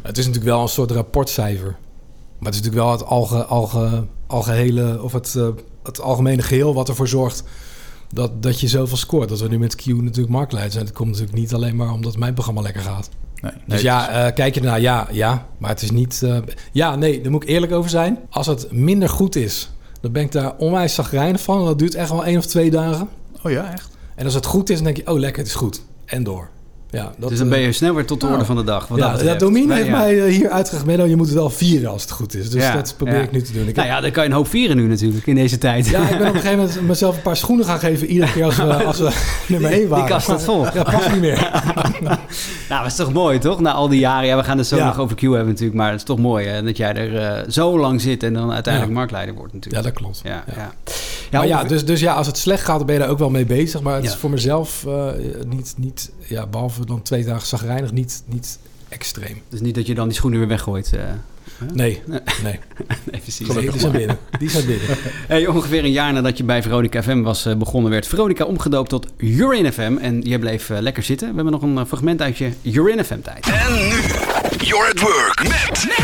Speaker 1: Het is natuurlijk wel een soort rapportcijfer. Maar het is natuurlijk wel het alge, alge, algehele of het, eh, het algemene geheel wat ervoor zorgt dat, dat je zoveel scoort. Dat we nu met Q natuurlijk marktleider zijn. Dat komt natuurlijk niet alleen maar omdat mijn programma lekker gaat.
Speaker 3: Nee, nee,
Speaker 1: Dus ja, eh, kijk je ernaar, ja, ja. Maar het is niet... eh, ja, nee, daar moet ik eerlijk over zijn. Als het minder goed is, dan ben ik daar onwijs zagrijnig van. En dat duurt echt wel één of twee dagen.
Speaker 3: Oh ja, echt?
Speaker 1: En als het goed is, dan denk je, oh lekker, het is goed. En door. Ja, dat,
Speaker 4: Dus dan
Speaker 1: eh,
Speaker 4: ben je snel weer tot de orde van de dag. Wat dat
Speaker 1: ja, ja,
Speaker 4: betreft.
Speaker 1: Domien
Speaker 4: Maar
Speaker 1: heeft
Speaker 4: ja.
Speaker 1: mij eh, hier uitgelegd, Menno, je moet het wel vieren als het goed is. Dus
Speaker 4: Ja,
Speaker 1: dat probeer
Speaker 4: ja.
Speaker 1: ik nu te doen. Ik
Speaker 4: Nou
Speaker 1: heb-
Speaker 4: ja, dan kan je een hoop vieren nu natuurlijk in deze tijd.
Speaker 1: ja. ik ben op een gegeven moment mezelf een paar schoenen gaan geven iedere keer als we, als we nummer 1 waren.
Speaker 4: kast staat vol.
Speaker 1: Ja, past niet meer.
Speaker 4: Nou, dat is toch mooi, toch? Na al die jaren. Ja, we gaan het zo
Speaker 1: Ja.
Speaker 4: nog over Q hebben natuurlijk. Maar het is toch mooi hè, dat jij er eh, zo lang zit en dan uiteindelijk
Speaker 1: Ja.
Speaker 4: marktleider wordt
Speaker 1: Ja,
Speaker 4: natuurlijk.
Speaker 1: dat klopt.
Speaker 4: Ja, ja. ja.
Speaker 1: maar ja,
Speaker 4: ongeveer-
Speaker 1: dus, dus ja, als het slecht gaat, dan ben je daar ook wel mee bezig. Maar het
Speaker 4: Ja.
Speaker 1: is voor mezelf eh, niet, niet, ja, behalve dan twee dagen zagrijnig, niet, niet extreem.
Speaker 4: dus niet dat je dan die schoenen weer weggooit. eh.
Speaker 1: Nee, nee.
Speaker 4: Nee.
Speaker 1: nee.
Speaker 4: nee, precies.
Speaker 1: die zijn binnen. Die zijn binnen.
Speaker 4: Hey, ongeveer een jaar nadat je bij Veronica FM was eh, begonnen, werd Veronica omgedoopt tot Urine FM. En jij bleef eh, lekker zitten. We hebben nog een eh, fragment uit je Urine FM tijd.
Speaker 6: En nu, You're at Work met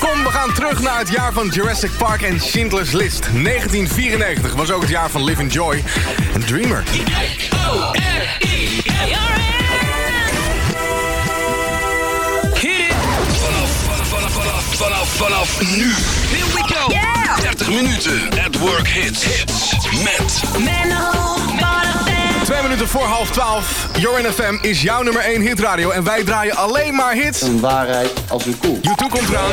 Speaker 7: Kom, we gaan terug naar het jaar van Jurassic Park en Schindler's List. 1994 was ook het jaar van Live and Joy en Dreamer.
Speaker 6: Hit It. Vanaf, vanaf, vanaf, vanaf, vanaf nu. Here we go. 30 minuten at Work Hits. Hits met
Speaker 7: Twee minuten voor half twaalf. Jorin FM is jouw nummer 1 hitradio. En wij draaien alleen maar hits. Een waarheid als een koe. YouTube komt eraan.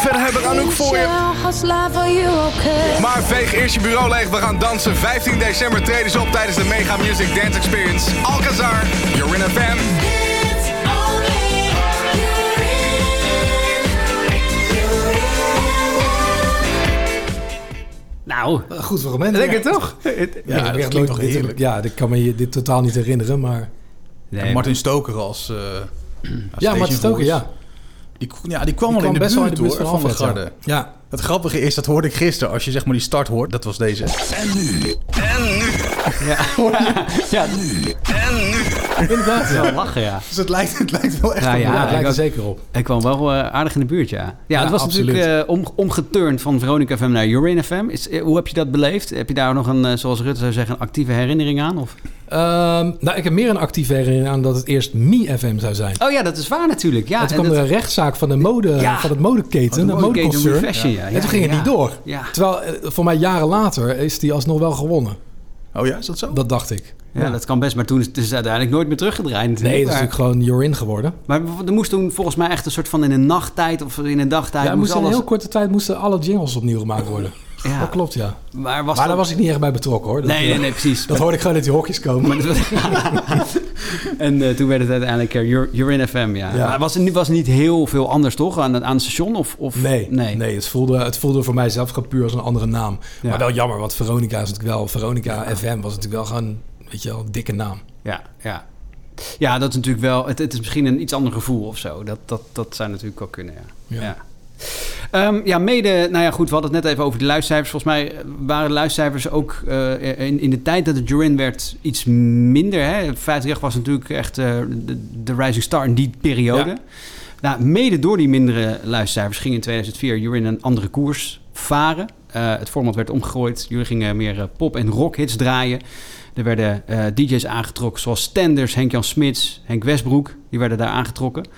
Speaker 7: Verder heb ik Anouk voor je. Maar veeg eerst je bureau leeg. We gaan dansen. 15 december treden ze op tijdens de Mega Music Dance Experience. Alcazar, Jorin FM.
Speaker 4: Nou,
Speaker 1: Goed voor hem.
Speaker 4: lekker toch?
Speaker 1: Ja, ik heb echt nooit- dit- Ja, ik kan me hier dit totaal niet herinneren, maar...
Speaker 4: Nee,
Speaker 3: Martin Stoker als. eh, als
Speaker 1: Ja,
Speaker 3: station
Speaker 1: maar het is ook,
Speaker 3: voice.
Speaker 1: ja.
Speaker 3: Die, ja, die kwam
Speaker 1: Die
Speaker 3: al in
Speaker 1: kwam
Speaker 3: de
Speaker 1: best
Speaker 3: best
Speaker 1: wel
Speaker 3: buurt,
Speaker 1: in de buurt
Speaker 3: hoor,
Speaker 1: van
Speaker 3: van de
Speaker 1: Alfred, ja.
Speaker 3: Garde.
Speaker 1: Ja.
Speaker 3: Het grappige is, dat hoorde ik gisteren. Als je zeg maar die start hoort, dat was deze.
Speaker 6: en nu. En nu.
Speaker 4: ja, dat
Speaker 6: En nu.
Speaker 1: Inderdaad,
Speaker 4: is
Speaker 1: ja.
Speaker 4: wel lachen, ja.
Speaker 3: Dus het lijkt, het lijkt wel echt
Speaker 4: Nou
Speaker 3: op-
Speaker 1: Ja, het
Speaker 4: ja, ik
Speaker 1: lijkt er
Speaker 4: ook-
Speaker 1: zeker op.
Speaker 4: Hij kwam wel eh, aardig in de buurt, ja. Ja, het was
Speaker 1: absoluut.
Speaker 4: natuurlijk eh, om, omgeturnd van Veronica FM naar Urine FM. Is, eh, hoe heb je dat beleefd? Heb je daar nog een, eh, zoals Rutte zou zeggen, een actieve herinnering aan? Of?
Speaker 1: Ehm, nou, ik heb meer een actieve herinnering aan dat het eerst Mi-FM zou zijn.
Speaker 4: Oh ja, dat is waar natuurlijk. Ja,
Speaker 1: en toen kwam er een rechtszaak van, de mode,
Speaker 4: Ja.
Speaker 1: van het modeketen,
Speaker 4: Van de
Speaker 1: het
Speaker 4: modeketen,
Speaker 1: modeconcern.
Speaker 4: Fashion, ja.
Speaker 1: en
Speaker 4: Ja,
Speaker 1: toen ging het
Speaker 4: ja.
Speaker 1: niet door.
Speaker 4: Ja.
Speaker 1: Terwijl, eh, voor mij jaren later, is die alsnog wel gewonnen.
Speaker 3: Oh ja, is dat zo?
Speaker 1: Dat dacht ik.
Speaker 4: ja, dat kan best, maar toen is het is uiteindelijk nooit meer teruggedraaid. natuurlijk.
Speaker 1: Nee, dat is
Speaker 4: Maar-
Speaker 1: natuurlijk gewoon Jorin geworden.
Speaker 4: Maar er moest toen volgens mij echt een soort van in een nachttijd of in een dagtijd.
Speaker 1: ja,
Speaker 4: moest
Speaker 1: moest in een
Speaker 4: alles...
Speaker 1: heel korte tijd moesten alle jingles opnieuw gemaakt worden.
Speaker 4: Ja.
Speaker 1: Dat klopt, ja.
Speaker 4: Maar, was
Speaker 1: Maar
Speaker 4: dat-
Speaker 1: daar was ik niet echt bij betrokken, hoor. Dat,
Speaker 4: Nee, nee, nee, precies.
Speaker 1: dat hoorde ik gewoon uit die hokjes komen.
Speaker 4: en eh, toen werd het uiteindelijk eh, Ur- Urine FM, ja.
Speaker 1: Ja.
Speaker 4: Maar was er niet- was niet heel veel anders, toch? Aan, het- aan het station? Of, of...
Speaker 1: Nee, nee. het, voelde, het voelde voor mijzelf gewoon puur als een andere naam.
Speaker 4: Ja.
Speaker 1: Maar wel jammer, want Veronica is natuurlijk wel... Veronica FM was natuurlijk wel gewoon, weet je wel, een dikke naam.
Speaker 4: Ja, ja. Ja, dat is natuurlijk wel... Het, het is misschien een iets ander gevoel of zo. Dat, dat, dat zou natuurlijk wel kunnen, ja.
Speaker 1: Ja.
Speaker 4: ja. Ehm, ja, mede... Nou ja, goed, we hadden het net even over de luistercijfers. Volgens mij waren de luistercijfers ook eh, in, in de tijd dat het Jorin werd iets minder. Hè? 50 was natuurlijk echt eh, de, de rising star in die periode. Nou, mede door die mindere luistercijfers ging in 2004 Jorin een andere koers varen. Eh, het format werd omgegooid. Jullie gingen meer eh, pop- en rockhits draaien. Er werden eh, DJ's aangetrokken zoals Stenders, Henk-Jan Smits, Henk Westbroek. Die werden daar aangetrokken.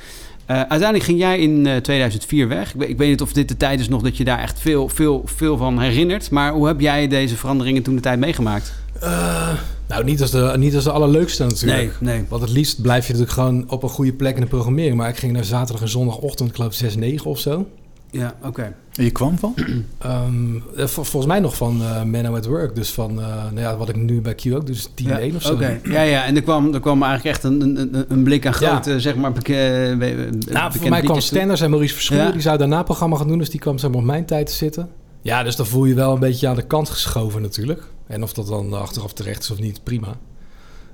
Speaker 4: Eh, uiteindelijk ging jij in eh, 2004 weg. Ik, weet- ik weet niet of dit de tijd is nog dat je daar echt veel, veel, veel van herinnert. Maar hoe heb jij deze veranderingen toen de tijd meegemaakt?
Speaker 1: Eh, nou, niet als, de, niet als de allerleukste natuurlijk.
Speaker 4: Nee, nee.
Speaker 1: Want het liefst blijf je natuurlijk gewoon op een goede plek in de programmering. Maar ik ging naar zaterdag en zondagochtend, ik geloof 6, 9 of zo.
Speaker 4: Ja, oké.
Speaker 3: En je kwam van?
Speaker 1: Ehm, eh, vol- volgens mij nog van eh Menno at Work. Dus van eh, nou ja, wat ik nu bij Q ook doe, dus 10-1
Speaker 4: ja,
Speaker 1: of zo.
Speaker 4: oké. Ja, ja, en er kwam, er kwam eigenlijk echt een, een, een- een blik aan
Speaker 1: Ja.
Speaker 4: grote, zeg maar, beke, be-
Speaker 1: Nou,
Speaker 4: bekende
Speaker 1: voor mij kwam
Speaker 4: liedjes toe.
Speaker 1: Stenders en Maurice Verschuur.
Speaker 4: Ja.
Speaker 1: Die zou daarna programma gaan doen, dus die kwam zeg maar op mijn tijd te zitten. Ja, dus dan voel je wel een beetje aan de kant geschoven natuurlijk. En of dat dan achteraf terecht is of niet, prima.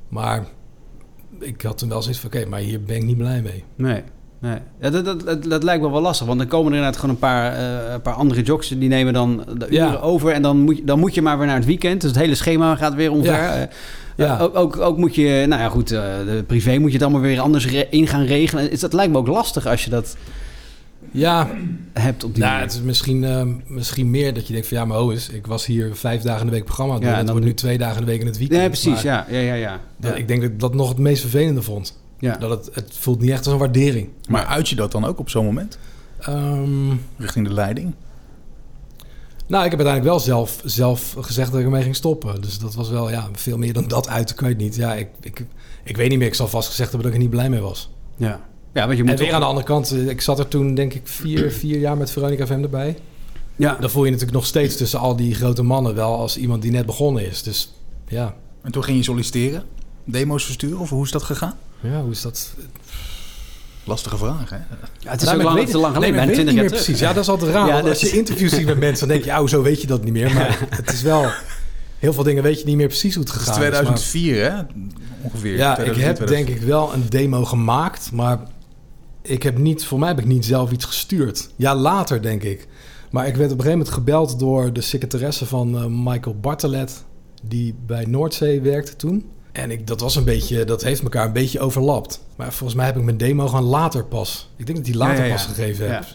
Speaker 1: Maar ik had toen wel zoiets van, oké, maar hier ben ik niet blij mee.
Speaker 4: Nee. nee. Ja, dat, dat, dat, dat lijkt me wel lastig, want dan komen er inderdaad gewoon een paar, eh, een paar andere jocks. Die nemen dan de
Speaker 1: Ja.
Speaker 4: uren over en dan moet, je, dan moet je maar weer naar het weekend. Dus het hele schema gaat weer omver.
Speaker 1: Ja.
Speaker 4: Eh, eh,
Speaker 1: Ja.
Speaker 4: ook, ook, ook moet je, nou ja goed, eh, de privé moet je het allemaal weer anders re- in gaan regelen. Is- Dat lijkt me ook lastig als je dat
Speaker 1: Ja,
Speaker 4: hebt op die
Speaker 1: nou,
Speaker 4: manier.
Speaker 1: het is misschien, eh, misschien meer dat je denkt van, ja, maar ho eens. Ik was hier vijf dagen in de week programma aan het
Speaker 4: Ja,
Speaker 1: doen.
Speaker 4: en
Speaker 1: Het
Speaker 4: dan-
Speaker 1: wordt nu twee dagen in de week in het weekend.
Speaker 4: Nee, precies,
Speaker 1: Maar
Speaker 4: ja. Ja, ja, ja.
Speaker 1: dat-
Speaker 4: ja.
Speaker 1: Ik denk dat ik dat nog het meest vervelende vond.
Speaker 4: Ja.
Speaker 1: Dat het, het voelt niet echt als een waardering.
Speaker 3: Maar uit je dat dan ook op zo'n moment?
Speaker 1: Ehm,
Speaker 3: Richting de leiding?
Speaker 1: Nou, ik heb uiteindelijk wel zelf, zelf gezegd dat ik ermee ging stoppen. Dus dat was wel, ja, veel meer dan dat uit, kan je het niet. Ja, ik, ik, ik weet niet meer, ik zal vast gezegd hebben dat ik er niet blij mee was.
Speaker 4: ja. ja, want je
Speaker 1: En
Speaker 4: moet
Speaker 1: weer
Speaker 4: toch-
Speaker 1: aan de andere kant, eh, ik zat er toen denk ik vier, vier jaar met Veronica FM erbij.
Speaker 4: ja.
Speaker 1: Dan voel je natuurlijk nog steeds tussen al die grote mannen wel als iemand die net begonnen is. Dus ja,
Speaker 3: En toen ging je solliciteren? Demo's versturen? Of hoe is dat gegaan?
Speaker 1: ja hoe is dat?
Speaker 3: Lastige vraag, hè?
Speaker 4: Ja, het is
Speaker 1: Nou,
Speaker 4: ook
Speaker 1: maar
Speaker 4: lang,
Speaker 1: ik weet-
Speaker 4: te lang
Speaker 1: nee,
Speaker 4: geleden,
Speaker 1: maar ik
Speaker 4: bijna
Speaker 1: weet
Speaker 4: 20
Speaker 1: niet
Speaker 4: jaar
Speaker 1: meer
Speaker 4: terug.
Speaker 1: precies. Ja, dat is altijd raar.
Speaker 4: Ja,
Speaker 1: want
Speaker 4: dat
Speaker 1: als je
Speaker 4: is-
Speaker 1: interviews ziet met mensen, dan denk je, ja, zo weet je dat niet meer. Maar het is wel, heel veel dingen weet je niet meer precies hoe het
Speaker 3: Dat
Speaker 1: gegaan
Speaker 3: is
Speaker 1: is. maar-
Speaker 3: 2004, hè? Ongeveer.
Speaker 1: Ja, ik heb denk ik wel een demo gemaakt, maar ik heb niet, voor mij heb ik niet zelf iets gestuurd. Ja, later denk ik. Maar ik werd op een gegeven moment gebeld door de secretaresse van eh, Michael Bartelet, die bij Noordzee werkte toen. En ik, dat was een beetje, dat heeft elkaar een beetje overlapt. Maar volgens mij heb ik mijn demo gewoon later pas. Ik denk dat die later
Speaker 4: Ja, ja, ja.
Speaker 1: pas gegeven heb.
Speaker 4: Ja.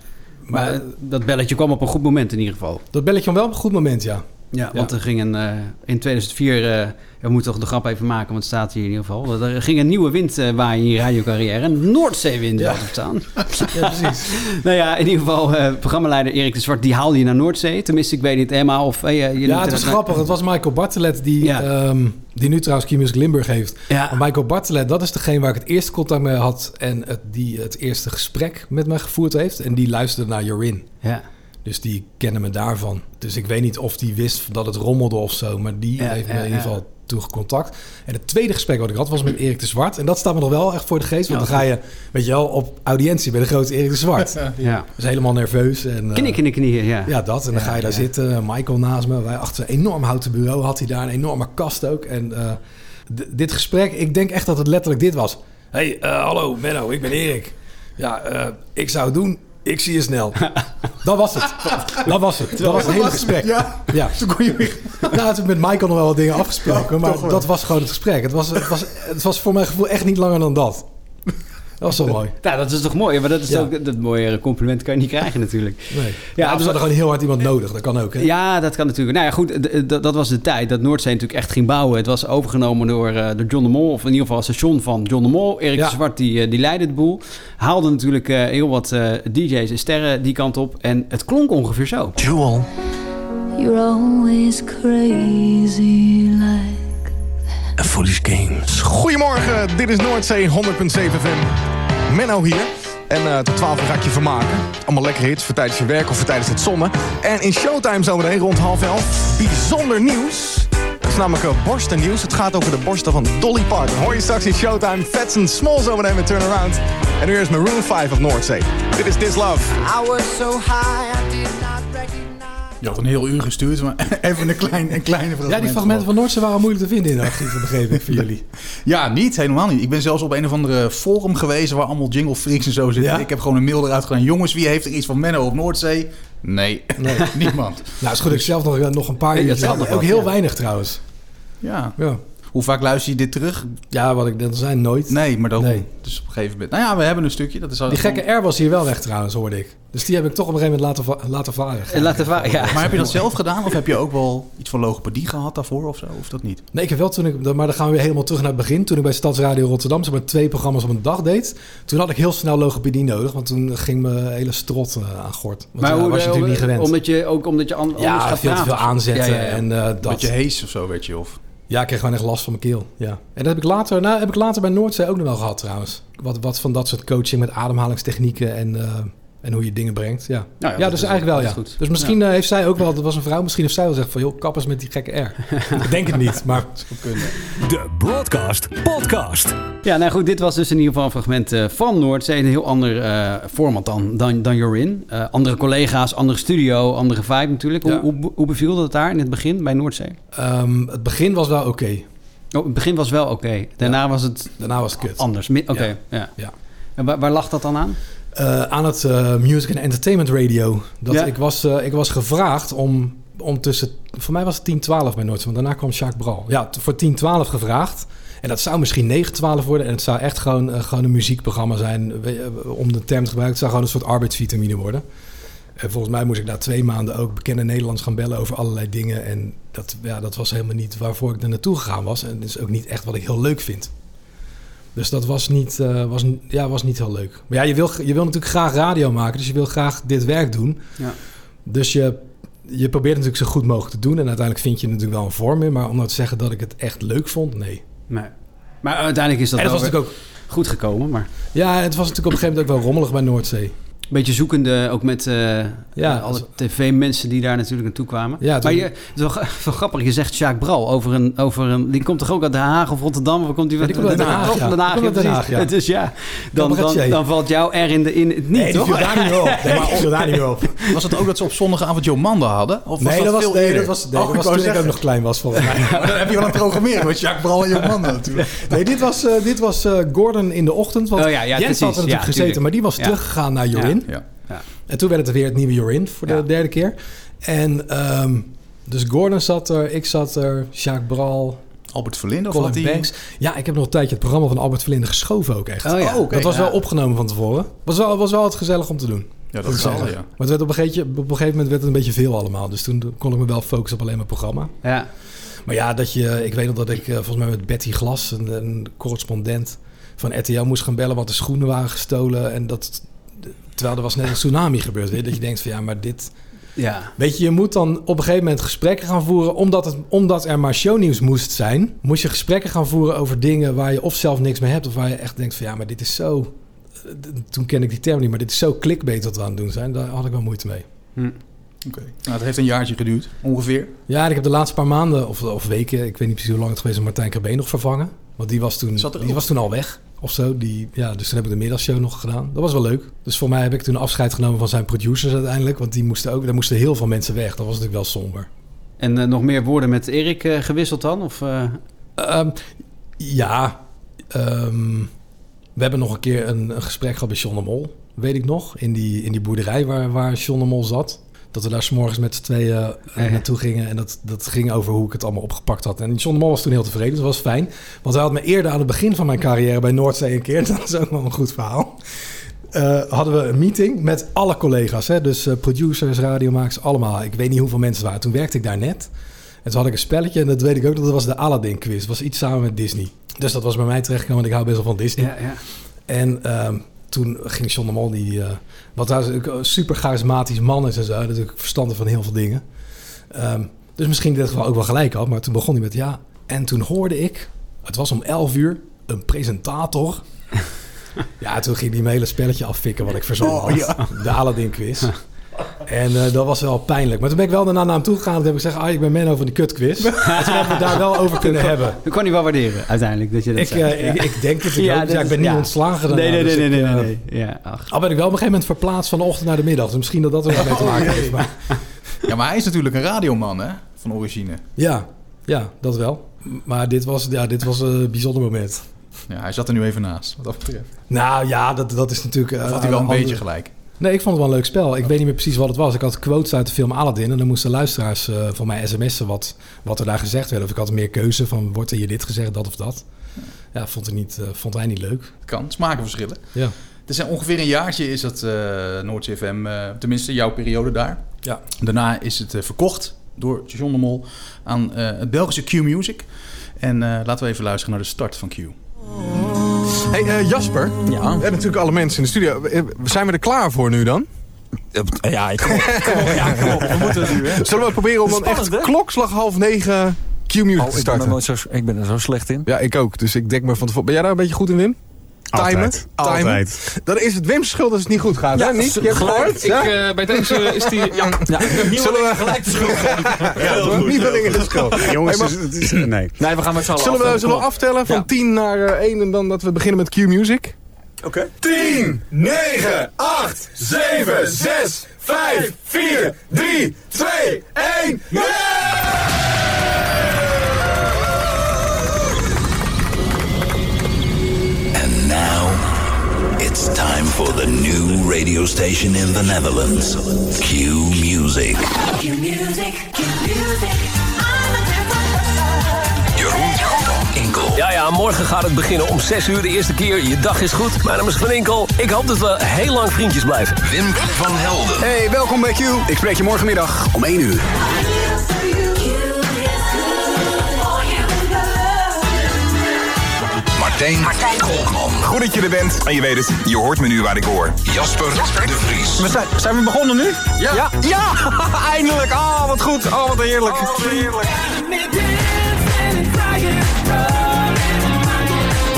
Speaker 1: Maar,
Speaker 4: Maar eh, dat belletje kwam op een goed moment in ieder geval.
Speaker 1: dat belletje kwam wel op een goed moment, ja.
Speaker 4: Ja, want er ging een, eh, in 2004, eh we moeten toch de grap even maken, want het staat hier in ieder geval. dat Er ging een nieuwe wind eh, waaien in je radiocarrière. Een Noordzeewind had op staan.
Speaker 1: Ja, precies.
Speaker 4: nou ja, in ieder geval, eh programmaleider Erik de Zwart, die haalde je naar Noordzee. Tenminste, ik weet niet, Emma of... eh, je
Speaker 1: Ja, het was grappig. Het was Michael Bartelet die,
Speaker 4: Ja.
Speaker 1: ehm, die nu trouwens Kimus Limburg heeft.
Speaker 4: Ja.
Speaker 1: Maar Michael Bartelet, dat is degene waar ik het eerste contact mee had en het, die het eerste gesprek met mij gevoerd heeft. En die luisterde naar Jorin.
Speaker 4: Ja.
Speaker 1: Dus die kennen me daarvan. Dus ik weet niet of die wist dat het rommelde of zo. Maar die
Speaker 4: Ja,
Speaker 1: heeft me
Speaker 4: ja,
Speaker 1: in ieder
Speaker 4: ja.
Speaker 1: geval toegecontact. En het tweede gesprek wat ik had was met Erik de Zwart. En dat staat me nog wel echt voor de geest. Want
Speaker 4: Ja,
Speaker 1: dan ga je, weet je wel, op audiëntie bij de grote Erik de Zwart. Dat
Speaker 4: ja.
Speaker 1: is helemaal nerveus. En, eh,
Speaker 4: Knik in de knieën, ja.
Speaker 1: ja, dat. En dan ga je daar zitten. Michael naast me. Wij achter een enorm houten bureau had hij daar een enorme kast ook. En eh, d- dit gesprek, ik denk echt dat het letterlijk dit was. hey, eh, hallo, Menno, ik ben Erik. Ja, eh, ik zou het doen. Ik zie je snel. Dat was het. Dat was het. Dat was het hele gesprek. Ja. ja. Toen kon je weer... Nou, toen met Michael nog wel wat dingen afgesproken. Maar dat was gewoon het gesprek. Het was, het, was, het was voor mijn gevoel echt niet langer dan dat. Dat was zo mooi.
Speaker 4: Nou, dat is toch mooi, maar dat is
Speaker 1: Ja.
Speaker 4: ook, dat mooiere compliment kan je niet krijgen natuurlijk.
Speaker 1: Nee.
Speaker 4: Ja,
Speaker 1: Ja, we
Speaker 4: dus-
Speaker 1: hadden gewoon heel hard iemand nodig. Dat kan ook. Hè?
Speaker 4: Ja, dat kan natuurlijk. Nou ja, goed, d- d- dat was de tijd dat Noordzee natuurlijk echt ging bouwen. Het was overgenomen door, eh, door John de Mol, of in ieder geval het station van John de Mol. Erik
Speaker 1: Ja.
Speaker 4: de Zwart, die, eh, die leidde het boel. Haalde natuurlijk eh, heel wat eh, DJ's en sterren die kant op. En het klonk ongeveer zo.
Speaker 6: Jewel.
Speaker 9: You're always crazy like
Speaker 6: En Foolish Games.
Speaker 7: Goedemorgen, dit is Noordzee 100.7 FM. Menno hier. En eh, tot 12 uur ga ik je vermaken. Allemaal lekkere hits voor tijdens je werk of voor tijdens het zonnen. En in Showtime zometeen rond half elf bijzonder nieuws. Dat is namelijk eh, borstennieuws. Het gaat over de borsten van Dolly Parton. Hoor je straks in Showtime. Fats and Small zometeen met Turnaround. En nu is Maroon 5 op Noordzee. Dit is This Love.
Speaker 3: Je had een heel uur gestuurd, maar even een, klein, een kleine vraag.
Speaker 1: Ja, die fragmenten van Noordse waren moeilijk te vinden in de archieven, begreep ik, voor jullie.
Speaker 3: Ja, niet, helemaal niet. Ik ben zelfs op een of andere forum geweest waar allemaal jingle freaks en zo zitten.
Speaker 1: Ja?
Speaker 3: Ik heb gewoon een mail eruit gedaan. Jongens, wie heeft er iets van Menno op Noordzee? Nee, nee. niemand.
Speaker 1: Nou, is goed, ik zelf nog, nog een paar uur.
Speaker 4: het zal nog
Speaker 1: ook
Speaker 4: wat,
Speaker 1: heel
Speaker 4: ja.
Speaker 1: weinig trouwens.
Speaker 3: Ja.
Speaker 1: Ja.
Speaker 3: Hoe vaak luister je dit terug?
Speaker 1: ja, wat ik net al zei, nooit.
Speaker 3: Nee, maar dat
Speaker 1: Nee.
Speaker 3: dus op een gegeven moment. Nou ja, we hebben een stukje. Dat is al-
Speaker 1: Die gekke R was hier wel weg trouwens, hoorde ik. Dus die heb ik toch op een gegeven moment laten, va- laten varen.
Speaker 4: En laten we, ja.
Speaker 3: Maar heb je dat zelf gedaan? Of heb je ook wel iets van logopedie gehad daarvoor of zo? Of dat niet?
Speaker 1: Nee, ik heb wel toen ik, maar dan gaan we weer helemaal terug naar het begin. Toen ik bij Stadsradio Rotterdam zeg maar, twee programma's op een dag deed, toen had ik heel snel logopedie nodig, want toen ging mijn hele strot eh, aan gort. Want
Speaker 4: Maar
Speaker 1: toen
Speaker 4: hoe-
Speaker 1: was je
Speaker 4: eh,
Speaker 1: natuurlijk niet gewend.
Speaker 4: Omdat je, ook omdat je an- anders
Speaker 1: ja,
Speaker 4: gaat
Speaker 1: veel te
Speaker 4: praten.
Speaker 1: veel aanzetten
Speaker 4: Ja, ja, ja.
Speaker 1: en eh, dat.
Speaker 3: Dat je hees of zo, weet je. Of...
Speaker 1: Ja, ik kreeg gewoon echt last van mijn keel. Ja. En dat heb ik later, nou, heb ik later bij Noordzee ook nog wel gehad trouwens. Wat, wat van dat soort coaching met ademhalingstechnieken en eh, En hoe je dingen brengt. Ja, ja,
Speaker 4: ja, dat
Speaker 1: dus
Speaker 4: is-
Speaker 1: eigenlijk wel,
Speaker 4: dat
Speaker 1: ja.
Speaker 4: is goed.
Speaker 1: Dus misschien eh, heeft zij ook wel, dat was een vrouw, misschien heeft zij wel gezegd van... joh, kappers met die gekke R. Ik denk het niet, maar het zou kunnen.
Speaker 2: De Broadcast Podcast.
Speaker 4: Ja, nou goed, dit was dus in ieder geval een fragment eh, van Noordzee. Een heel ander eh, format dan, dan, dan You're In. Eh, andere collega's, andere studio, andere vibe natuurlijk. Hoe,
Speaker 1: Ja.
Speaker 4: hoe, be- hoe beviel dat daar in het begin bij Noordzee?
Speaker 1: Ehm, het begin was wel oké.
Speaker 4: Oh, het begin was wel oké. Daarna was het
Speaker 1: Daarna was het kut.
Speaker 4: anders. Mi- Oké, ja.
Speaker 1: Ja.
Speaker 4: En waar, waar lag dat dan aan?
Speaker 1: Eh, aan het eh, Music and Entertainment Radio. Dat
Speaker 4: Ja.
Speaker 1: ik, was, eh, ik was gevraagd om, om tussen... Voor mij was het 10-12 bij Noord, want daarna kwam Jacques Bral. Ja, t- voor 10-12 gevraagd. En dat zou misschien 9-12 worden. En het zou echt gewoon, eh, gewoon een muziekprogramma zijn. we- eh, Om de term te gebruiken. Het zou gewoon een soort arbeidsvitamine worden. En volgens mij moest ik na twee maanden ook bekende Nederlands gaan bellen over allerlei dingen. En dat, ja, dat was helemaal niet waarvoor ik er naartoe gegaan was. En dat is ook niet echt wat ik heel leuk vind. Dus dat was niet, eh, was, n- ja, was niet heel leuk. Maar ja, je wil, je wil natuurlijk graag radio maken. Dus je wil graag dit werk doen.
Speaker 4: Ja.
Speaker 1: Dus je, je probeert natuurlijk zo goed mogelijk te doen. En uiteindelijk vind je er natuurlijk wel een vorm in. Maar om nou te zeggen dat ik het echt leuk vond, nee.
Speaker 4: Nee. Maar uiteindelijk is dat,
Speaker 1: En dat
Speaker 4: wel
Speaker 1: was
Speaker 4: weer
Speaker 1: natuurlijk ook...
Speaker 4: goed gekomen. Maar
Speaker 1: Ja, het was natuurlijk op een gegeven moment ook wel rommelig bij Noordzee.
Speaker 4: een beetje zoekende, ook met eh,
Speaker 1: Ja,
Speaker 4: eh, alle
Speaker 1: dat
Speaker 4: tv-mensen die daar natuurlijk naartoe kwamen.
Speaker 1: Ja, toen-
Speaker 4: Maar je, het is wel, gra- wel grappig, je zegt Jacques Bral over een, over een... Die komt toch ook uit Den Haag of Rotterdam? Waar komt die,
Speaker 1: die komt uit Den Haag,
Speaker 4: Of
Speaker 1: ja.
Speaker 4: Den Haag,
Speaker 1: Die komt uit Den
Speaker 4: precies.
Speaker 1: Haag, ja.
Speaker 4: Dus ja, dan, dan,
Speaker 1: Cabaretier.
Speaker 4: dan valt jou er in, de, in het niet,
Speaker 1: nee, die
Speaker 4: toch?
Speaker 1: viel daar niet meer op. Nee, die viel daar niet meer op.
Speaker 3: Was het ook dat ze op zondagavond Jomanda hadden? Of was
Speaker 1: Nee, dat was,
Speaker 3: veel
Speaker 1: nee,
Speaker 3: eerder?
Speaker 1: dat was, nee,
Speaker 3: Oh,
Speaker 1: dat
Speaker 3: ik
Speaker 1: was
Speaker 3: wou
Speaker 1: toen ik ook
Speaker 3: zeggen.
Speaker 1: nog klein was. Volgens mij.
Speaker 3: Maar dan heb je wel een programmeren met Jacques Bral en Jomanda natuurlijk.
Speaker 1: Nee, dit was, eh, dit was eh, Gordon in de ochtend. Want
Speaker 4: Oh ja, ja,
Speaker 1: Jens
Speaker 4: precies.
Speaker 1: had er natuurlijk
Speaker 4: Ja,
Speaker 1: gezeten,
Speaker 4: tuurlijk.
Speaker 1: maar die was
Speaker 4: Ja.
Speaker 1: teruggegaan naar Jorin.
Speaker 3: Ja.
Speaker 1: En toen werd het weer het nieuwe Jorin voor de
Speaker 4: Ja.
Speaker 1: derde keer. En ehm, dus Gordon zat er, ik zat er, Jacques Bral,
Speaker 3: Albert Verlinde of had
Speaker 1: Colin
Speaker 3: hij...
Speaker 1: Banks. Ja, ik heb nog een tijdje het programma van Albert Verlinde geschoven ook echt.
Speaker 4: Oh ja.
Speaker 3: Oh, oké.
Speaker 1: dat was
Speaker 3: Ja.
Speaker 1: wel opgenomen van tevoren. Was wel, was wel het gezellig om te doen.
Speaker 3: Ja,
Speaker 1: Moet
Speaker 3: dat
Speaker 1: ik
Speaker 3: zal
Speaker 1: zeggen.
Speaker 3: ja.
Speaker 1: Maar het werd op, een gegeven, op een gegeven moment werd het een beetje veel allemaal. Dus toen kon ik me wel focussen op alleen mijn programma.
Speaker 4: Ja.
Speaker 1: Maar ja, dat je, ik weet nog dat ik eh, volgens mij met Betty Glas, een, een correspondent van RTL, moest gaan bellen, want de schoenen waren gestolen. En dat, terwijl er was net een tsunami gebeurd. Weet je, dat je denkt van ja, maar dit.
Speaker 4: ja.
Speaker 1: Weet je, je moet dan op een gegeven moment gesprekken gaan voeren. Omdat, het, omdat er maar shownieuws moest zijn, moest je gesprekken gaan voeren over dingen waar je of zelf niks mee hebt, of waar je echt denkt van ja, maar dit is zo. eh, Toen ken ik die term niet, maar dit is zo clickbait wat we aan het doen zijn. Daar had ik wel moeite mee.
Speaker 3: Oké. Nou, het heeft een jaartje geduurd, ongeveer.
Speaker 1: Ja, en ik heb de laatste paar maanden of, of weken, ik weet niet precies hoe lang het geweest is, Martijn Krabbe nog vervangen. Want die was toen,
Speaker 3: Zat er
Speaker 1: die
Speaker 3: ook?
Speaker 1: was toen al weg of zo. Die, ja, dus toen heb ik de middagshow nog gedaan. Dat was wel leuk. Dus voor mij heb ik toen afscheid genomen van zijn producers uiteindelijk. Want die moesten ook, daar moesten heel veel mensen weg. Dat was natuurlijk wel somber.
Speaker 4: En eh, nog meer woorden met Erik eh, gewisseld dan? Of, eh,
Speaker 1: Ehm, ja, ehm, we hebben nog een keer een, een gesprek gehad bij John de Mol, weet ik nog. In die, in die boerderij waar, waar John de Mol zat. Dat we daar s'morgens met z'n tweeën eh,
Speaker 4: Ja, ja.
Speaker 1: naartoe gingen. En dat, dat ging over hoe ik het allemaal opgepakt had. En John de Mol was toen heel tevreden, dus dat was fijn. Want hij had me eerder aan het begin van mijn carrière bij Noordzee een keer... dat is ook wel een goed verhaal. eh, hadden we een meeting met alle collega's. Hè? Dus eh, producers, radiomakers, allemaal. Ik weet niet hoeveel mensen het waren. Toen werkte ik daar net. En toen had ik een spelletje, en dat weet ik ook, dat was de Aladdin quiz. Het was iets samen met Disney. Dus dat was bij mij terechtgekomen, want ik hou best wel van Disney.
Speaker 4: ja, ja.
Speaker 1: En ehm, toen ging John de Mol, die, eh, wat daar natuurlijk een super charismatisch man is en zo, natuurlijk verstandig van heel veel dingen. Ehm, dus misschien in dit geval ook wel gelijk had, maar toen begon hij met ja. En toen hoorde ik, het was om 11 uur, een presentator. ja, toen ging hij mijn hele spelletje affikken wat ik verzonnen
Speaker 4: Oh,
Speaker 1: had. De Aladdin quiz. En eh, dat was wel pijnlijk. Maar toen ben ik wel daarna naar hem toe gegaan. Toen heb ik gezegd, ah, ik ben Menno van die kutquiz. Dus we hebben het daar wel over kunnen hebben.
Speaker 4: Dat kon hij wel waarderen uiteindelijk, dat je dat
Speaker 1: Ik,
Speaker 4: zei.
Speaker 1: eh,
Speaker 4: Ja.
Speaker 1: ik, ik denk het. Ik,
Speaker 4: Ja,
Speaker 1: hoop-
Speaker 4: dat
Speaker 1: ja, ik
Speaker 4: is-
Speaker 1: ben niet
Speaker 4: ja.
Speaker 1: ontslagen daarna.
Speaker 4: Nee, nee,
Speaker 1: dus
Speaker 4: nee, nee,
Speaker 1: ik,
Speaker 4: nee,
Speaker 1: eh,
Speaker 4: nee. Ja, ach.
Speaker 1: Al ben ik wel op een gegeven moment verplaatst van de ochtend naar de middag. Dus misschien dat dat er wel mee te maken
Speaker 4: Oh,
Speaker 1: heeft. Maar
Speaker 3: Ja, maar hij is natuurlijk een radioman, hè? Van origine.
Speaker 1: ja, ja, dat wel. Maar dit was, ja, dit was een bijzonder moment.
Speaker 3: Ja, hij zat er nu even naast, wat dat betreft.
Speaker 1: Nou ja, dat, dat is natuurlijk... eh,
Speaker 3: Had hij wel een
Speaker 1: andere-
Speaker 3: beetje gelijk.
Speaker 1: Nee, ik vond het wel een leuk spel. Ik weet niet meer precies wat het was. Ik had quotes uit de film Aladdin. En dan moesten luisteraars eh, van mij sms'en wat, wat er daar gezegd werd. Of ik had meer keuze van wordt er hier dit gezegd, dat of dat. Ja, vond, hij niet, eh, vond hij niet leuk.
Speaker 3: Het kan, smaken verschillen.
Speaker 1: Ja.
Speaker 3: Het is ongeveer een jaartje is dat eh Noordje FM, eh, tenminste jouw periode daar.
Speaker 1: Ja.
Speaker 3: Daarna is het eh, verkocht door John de Mol aan eh, het Belgische Q Music. En eh, laten we even luisteren naar de start van Q.
Speaker 7: Hey eh, Jasper, we hebben natuurlijk alle mensen in de studio. Eh, Zijn we er klaar voor nu dan?
Speaker 8: Ja, ik kom
Speaker 3: We moeten het nu, hè?
Speaker 7: Zullen we proberen om dan
Speaker 8: Spannend,
Speaker 7: echt
Speaker 8: hè?
Speaker 7: klokslag half negen Q-music
Speaker 8: Oh, ik, ben
Speaker 7: te
Speaker 8: er
Speaker 7: starten?
Speaker 8: nooit zo, ik ben er zo slecht in.
Speaker 7: Ja, ik ook. Dus ik denk maar van tevoren. Ben jij daar een beetje goed in, Wim? Timen.
Speaker 10: Altijd.
Speaker 7: timen.
Speaker 10: Altijd.
Speaker 7: Dan is het Wim's schuld als het niet goed gaat. hè? Niet? Je hebt gehoord.
Speaker 8: Ik,
Speaker 7: ja?
Speaker 8: eh, bij deze is die... Ja, ja.
Speaker 7: Zullen we gelijk
Speaker 10: Heel
Speaker 7: de Nieuwelingen de schuld?
Speaker 10: Jongens,
Speaker 7: Hey,
Speaker 10: het is- het is- nee.
Speaker 8: Nee, we gaan met z'n allen
Speaker 7: Zullen we,
Speaker 8: af.
Speaker 7: zullen we aftellen van 10 naar 1 en dan dat we beginnen met Q-Music?
Speaker 10: Oké. 10, 9, 8, 7, 6, 5, 4, 3, 2, 1.
Speaker 6: And now it's time for the new radio station in the Netherlands, Q Music. Jeroen van Inkel.
Speaker 8: Ja, ja, morgen gaat het beginnen om 6 uur de eerste keer. Je dag is goed. Mijn naam is Van Inkel. Ik hoop dat we heel lang vriendjes blijven.
Speaker 6: Wim van Helden.
Speaker 10: Hey, welkom bij Q. Ik spreek je morgenmiddag om 1 uur.
Speaker 6: Martijn, Martijn Koolman.
Speaker 11: Goed dat je er bent. En je weet het, je hoort me nu waar ik hoor.
Speaker 6: Jasper, de Vries.
Speaker 11: We zijn, zijn we begonnen nu? Ja. Ja, eindelijk. Oh, wat goed. Oh, wat heerlijk.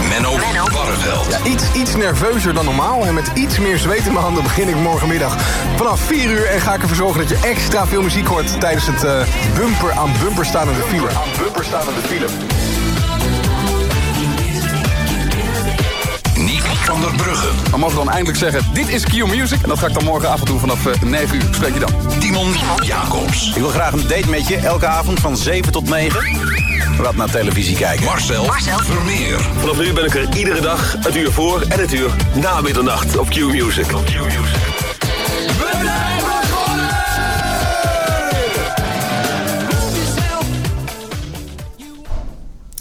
Speaker 6: Menno, Barreveld.
Speaker 7: Iets, iets nerveuzer dan normaal en met iets meer zweet in mijn handen begin ik morgenmiddag vanaf 4 uur. En ga ik ervoor zorgen dat je extra veel muziek hoort tijdens het eh, bumper aan bumper staan aan de file. Aan bumper staan aan de file.
Speaker 6: Niek van der Brugge.
Speaker 11: Dan mogen we dan eindelijk zeggen, dit is Q Music. En dat ga ik dan morgenavond doen vanaf eh, 9 uur. Spreek je dan.
Speaker 6: Timon Jacobs.
Speaker 11: Ik wil graag een date met je. Elke avond van 7 tot 9. Wat naar televisie kijken.
Speaker 6: Marcel, Vermeer.
Speaker 8: Vanaf nu ben ik er iedere dag, het uur voor en het uur na middernacht op Q-Music.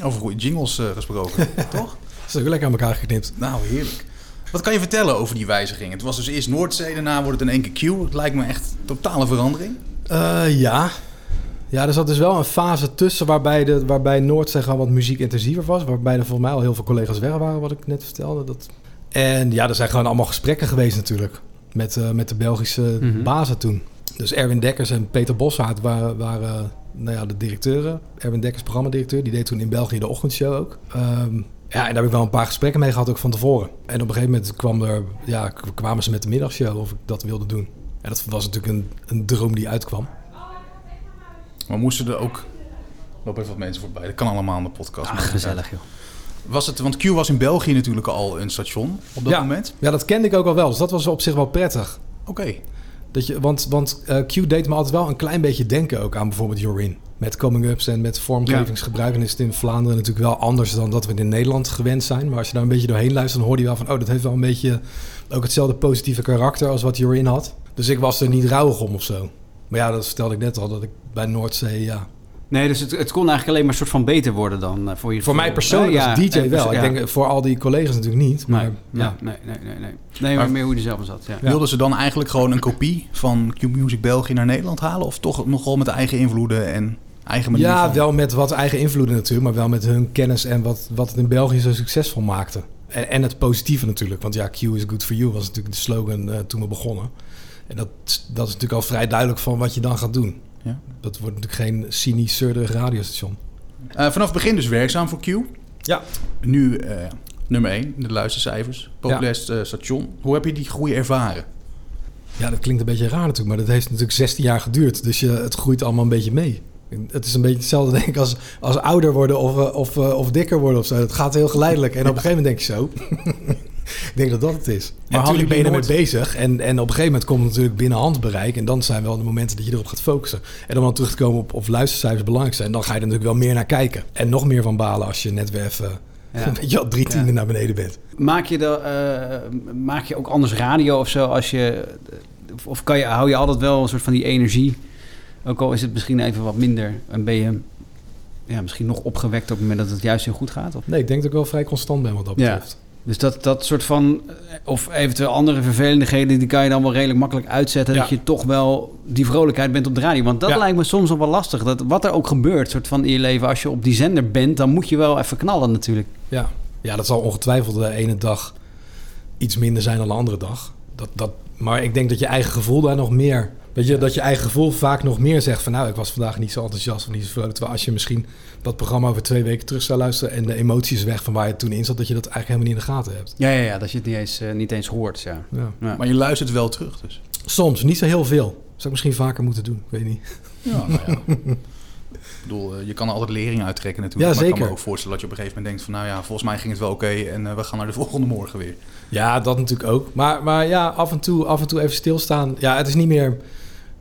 Speaker 3: Over goede jingles eh, gesproken, toch?
Speaker 1: is ook lekker aan elkaar geknipt.
Speaker 3: Nou, heerlijk. Wat kan je vertellen over die wijziging? Het was dus eerst Noordzee, daarna wordt het in één keer Q. Het lijkt me echt totale verandering.
Speaker 1: Eh, ja. Ja, er zat dus wel een fase tussen waarbij, de, waarbij Noord zeg maar, wat muziek intensiever was. Waarbij er volgens mij al heel veel collega's weg waren, wat ik net vertelde. Dat... En ja, er zijn gewoon allemaal gesprekken geweest natuurlijk. Met, eh, met de Belgische bazen toen. Dus Erwin Dekkers en Peter Bossaert waren, waren nou ja, de directeuren. Erwin Dekkers, programmadirecteur. Die deed toen in België de ochtendshow ook. Ehm, ja, en daar heb ik wel een paar gesprekken mee gehad ook van tevoren. En op een gegeven moment kwam er, ja, k- kwamen ze met de middagshow of ik dat wilde doen. En dat was natuurlijk een, een droom die uitkwam.
Speaker 3: Maar moesten er ook... Er lopen even wat mensen voorbij. Dat kan allemaal aan de podcast. maar-
Speaker 4: Gezellig, joh.
Speaker 3: Was het, want Q was in België natuurlijk al een station op dat
Speaker 1: ja.
Speaker 3: moment.
Speaker 1: Ja, dat kende ik ook al wel. Dus dat was op zich wel prettig.
Speaker 3: Oké.
Speaker 1: Dat je, want want eh, Q deed me altijd wel een klein beetje denken ook aan bijvoorbeeld Jorin. Met coming-ups en met vormgevingsgebruik. En is het in Vlaanderen natuurlijk wel anders dan dat we het in Nederland gewend zijn. Maar als je daar een beetje doorheen luistert, dan hoor je wel van... oh, dat heeft wel een beetje ook hetzelfde positieve karakter als wat Jorin had. Dus ik was er niet rauwig om of zo. Maar ja, dat vertelde ik net al, dat ik bij Noordzee... Ja.
Speaker 4: Nee, dus het, het kon eigenlijk alleen maar soort van beter worden dan eh, voor je
Speaker 1: Voor mij
Speaker 4: gevoel.
Speaker 1: persoonlijk
Speaker 4: Eh, ja,
Speaker 1: als DJ
Speaker 4: en
Speaker 1: wel.
Speaker 4: perso-
Speaker 1: Ik
Speaker 4: ja.
Speaker 1: denk eh, voor al die collega's natuurlijk niet. Maar
Speaker 4: Nee,
Speaker 1: ja.
Speaker 4: ja, nee, nee, nee, nee. Nee, maar
Speaker 3: Maar-
Speaker 4: meer hoe hij zelf in zat. Ja.
Speaker 3: Wilden ze dan eigenlijk gewoon een kopie van Q Music België naar Nederland halen? Of toch nogal met eigen invloeden en eigen manier
Speaker 1: Ja,
Speaker 3: van-
Speaker 1: wel met wat eigen invloeden natuurlijk, maar wel met hun kennis en wat, wat het in België zo succesvol maakte. En, en het positieve natuurlijk, want ja, Q is good for you was natuurlijk de slogan eh, toen we begonnen. En dat, dat is natuurlijk al vrij duidelijk van wat je dan gaat doen.
Speaker 3: Ja.
Speaker 1: Dat wordt natuurlijk geen cynisch, zeurderig radiostation.
Speaker 3: Eh, vanaf het begin dus werkzaam voor Q.
Speaker 1: Ja.
Speaker 3: Nu eh, nummer 1, de luistercijfers. Populairste eh, station. Hoe heb je die groei ervaren?
Speaker 1: Ja, dat klinkt een beetje raar natuurlijk, maar dat heeft natuurlijk 16 jaar geduurd. Dus je, het groeit allemaal een beetje mee. Het is een beetje hetzelfde, denk ik, als, als ouder worden of, eh, of, eh, of dikker worden of zo. Het gaat heel geleidelijk. En op een gegeven moment denk je zo. ik denk dat dat het is. Maar
Speaker 3: hadden
Speaker 1: natuurlijk ben je
Speaker 3: jullie
Speaker 1: ermee bezig. En, en op een gegeven moment komt het natuurlijk binnen handbereik. En dan zijn wel de momenten dat je erop gaat focussen. En om dan terug te komen op of luistercijfers belangrijk zijn. Dan ga je er natuurlijk wel meer naar kijken. En nog meer van balen als je net weer even...
Speaker 4: Ja.
Speaker 1: Een beetje al drie tienden naar beneden bent.
Speaker 4: Maak, je de, eh, maak je ook anders radio of zo als je... Of, of kan je, hou je altijd wel een soort van die energie? Ook al is het misschien even wat minder. En ben je ja, misschien nog opgewekt op het moment dat het juist heel goed gaat? Of?
Speaker 1: Nee, ik denk dat ik wel vrij constant ben wat dat
Speaker 4: Ja.
Speaker 1: betreft.
Speaker 4: Dus dat, dat soort van... eh, Of eventueel andere vervelendigheden... die kan je dan wel redelijk makkelijk uitzetten.
Speaker 1: Ja.
Speaker 4: Dat je toch wel die vrolijkheid bent op de radio. Want dat
Speaker 1: Ja.
Speaker 4: lijkt me soms nog wel lastig. Dat, wat er ook gebeurt soort van in je leven... als je op die zender bent... dan moet je wel even knallen natuurlijk.
Speaker 1: Ja, ja dat zal ongetwijfeld de ene dag iets minder zijn dan de andere dag. Dat, dat, Maar ik denk dat je eigen gevoel daar nog meer... Weet je, dat je eigen gevoel vaak nog meer zegt van... nou, ik was vandaag niet zo enthousiast of niet zo vrolijk. Terwijl als je misschien dat programma over twee weken terug zou luisteren... en de emoties weg van waar je toen in zat... dat je dat eigenlijk helemaal niet in de gaten hebt.
Speaker 4: Ja, ja, ja dat je het niet eens, eh, niet eens hoort. Ja.
Speaker 1: Ja.
Speaker 3: Maar je luistert wel terug dus.
Speaker 1: Soms, niet zo heel veel. Zou ik misschien vaker moeten doen, ik weet niet.
Speaker 3: Ja, nou ja. Ik bedoel, eh, je kan er altijd lering uittrekken
Speaker 1: Ja,
Speaker 3: natuurlijk. maar ik kan
Speaker 1: zeker.
Speaker 3: me ook voorstellen dat je op een gegeven moment denkt van... nou ja, volgens mij ging het wel oké en eh, we gaan naar de volgende morgen weer.
Speaker 1: Ja, dat natuurlijk ook. Maar, maar ja, af en, toe, af en toe even stilstaan. Ja, het is niet meer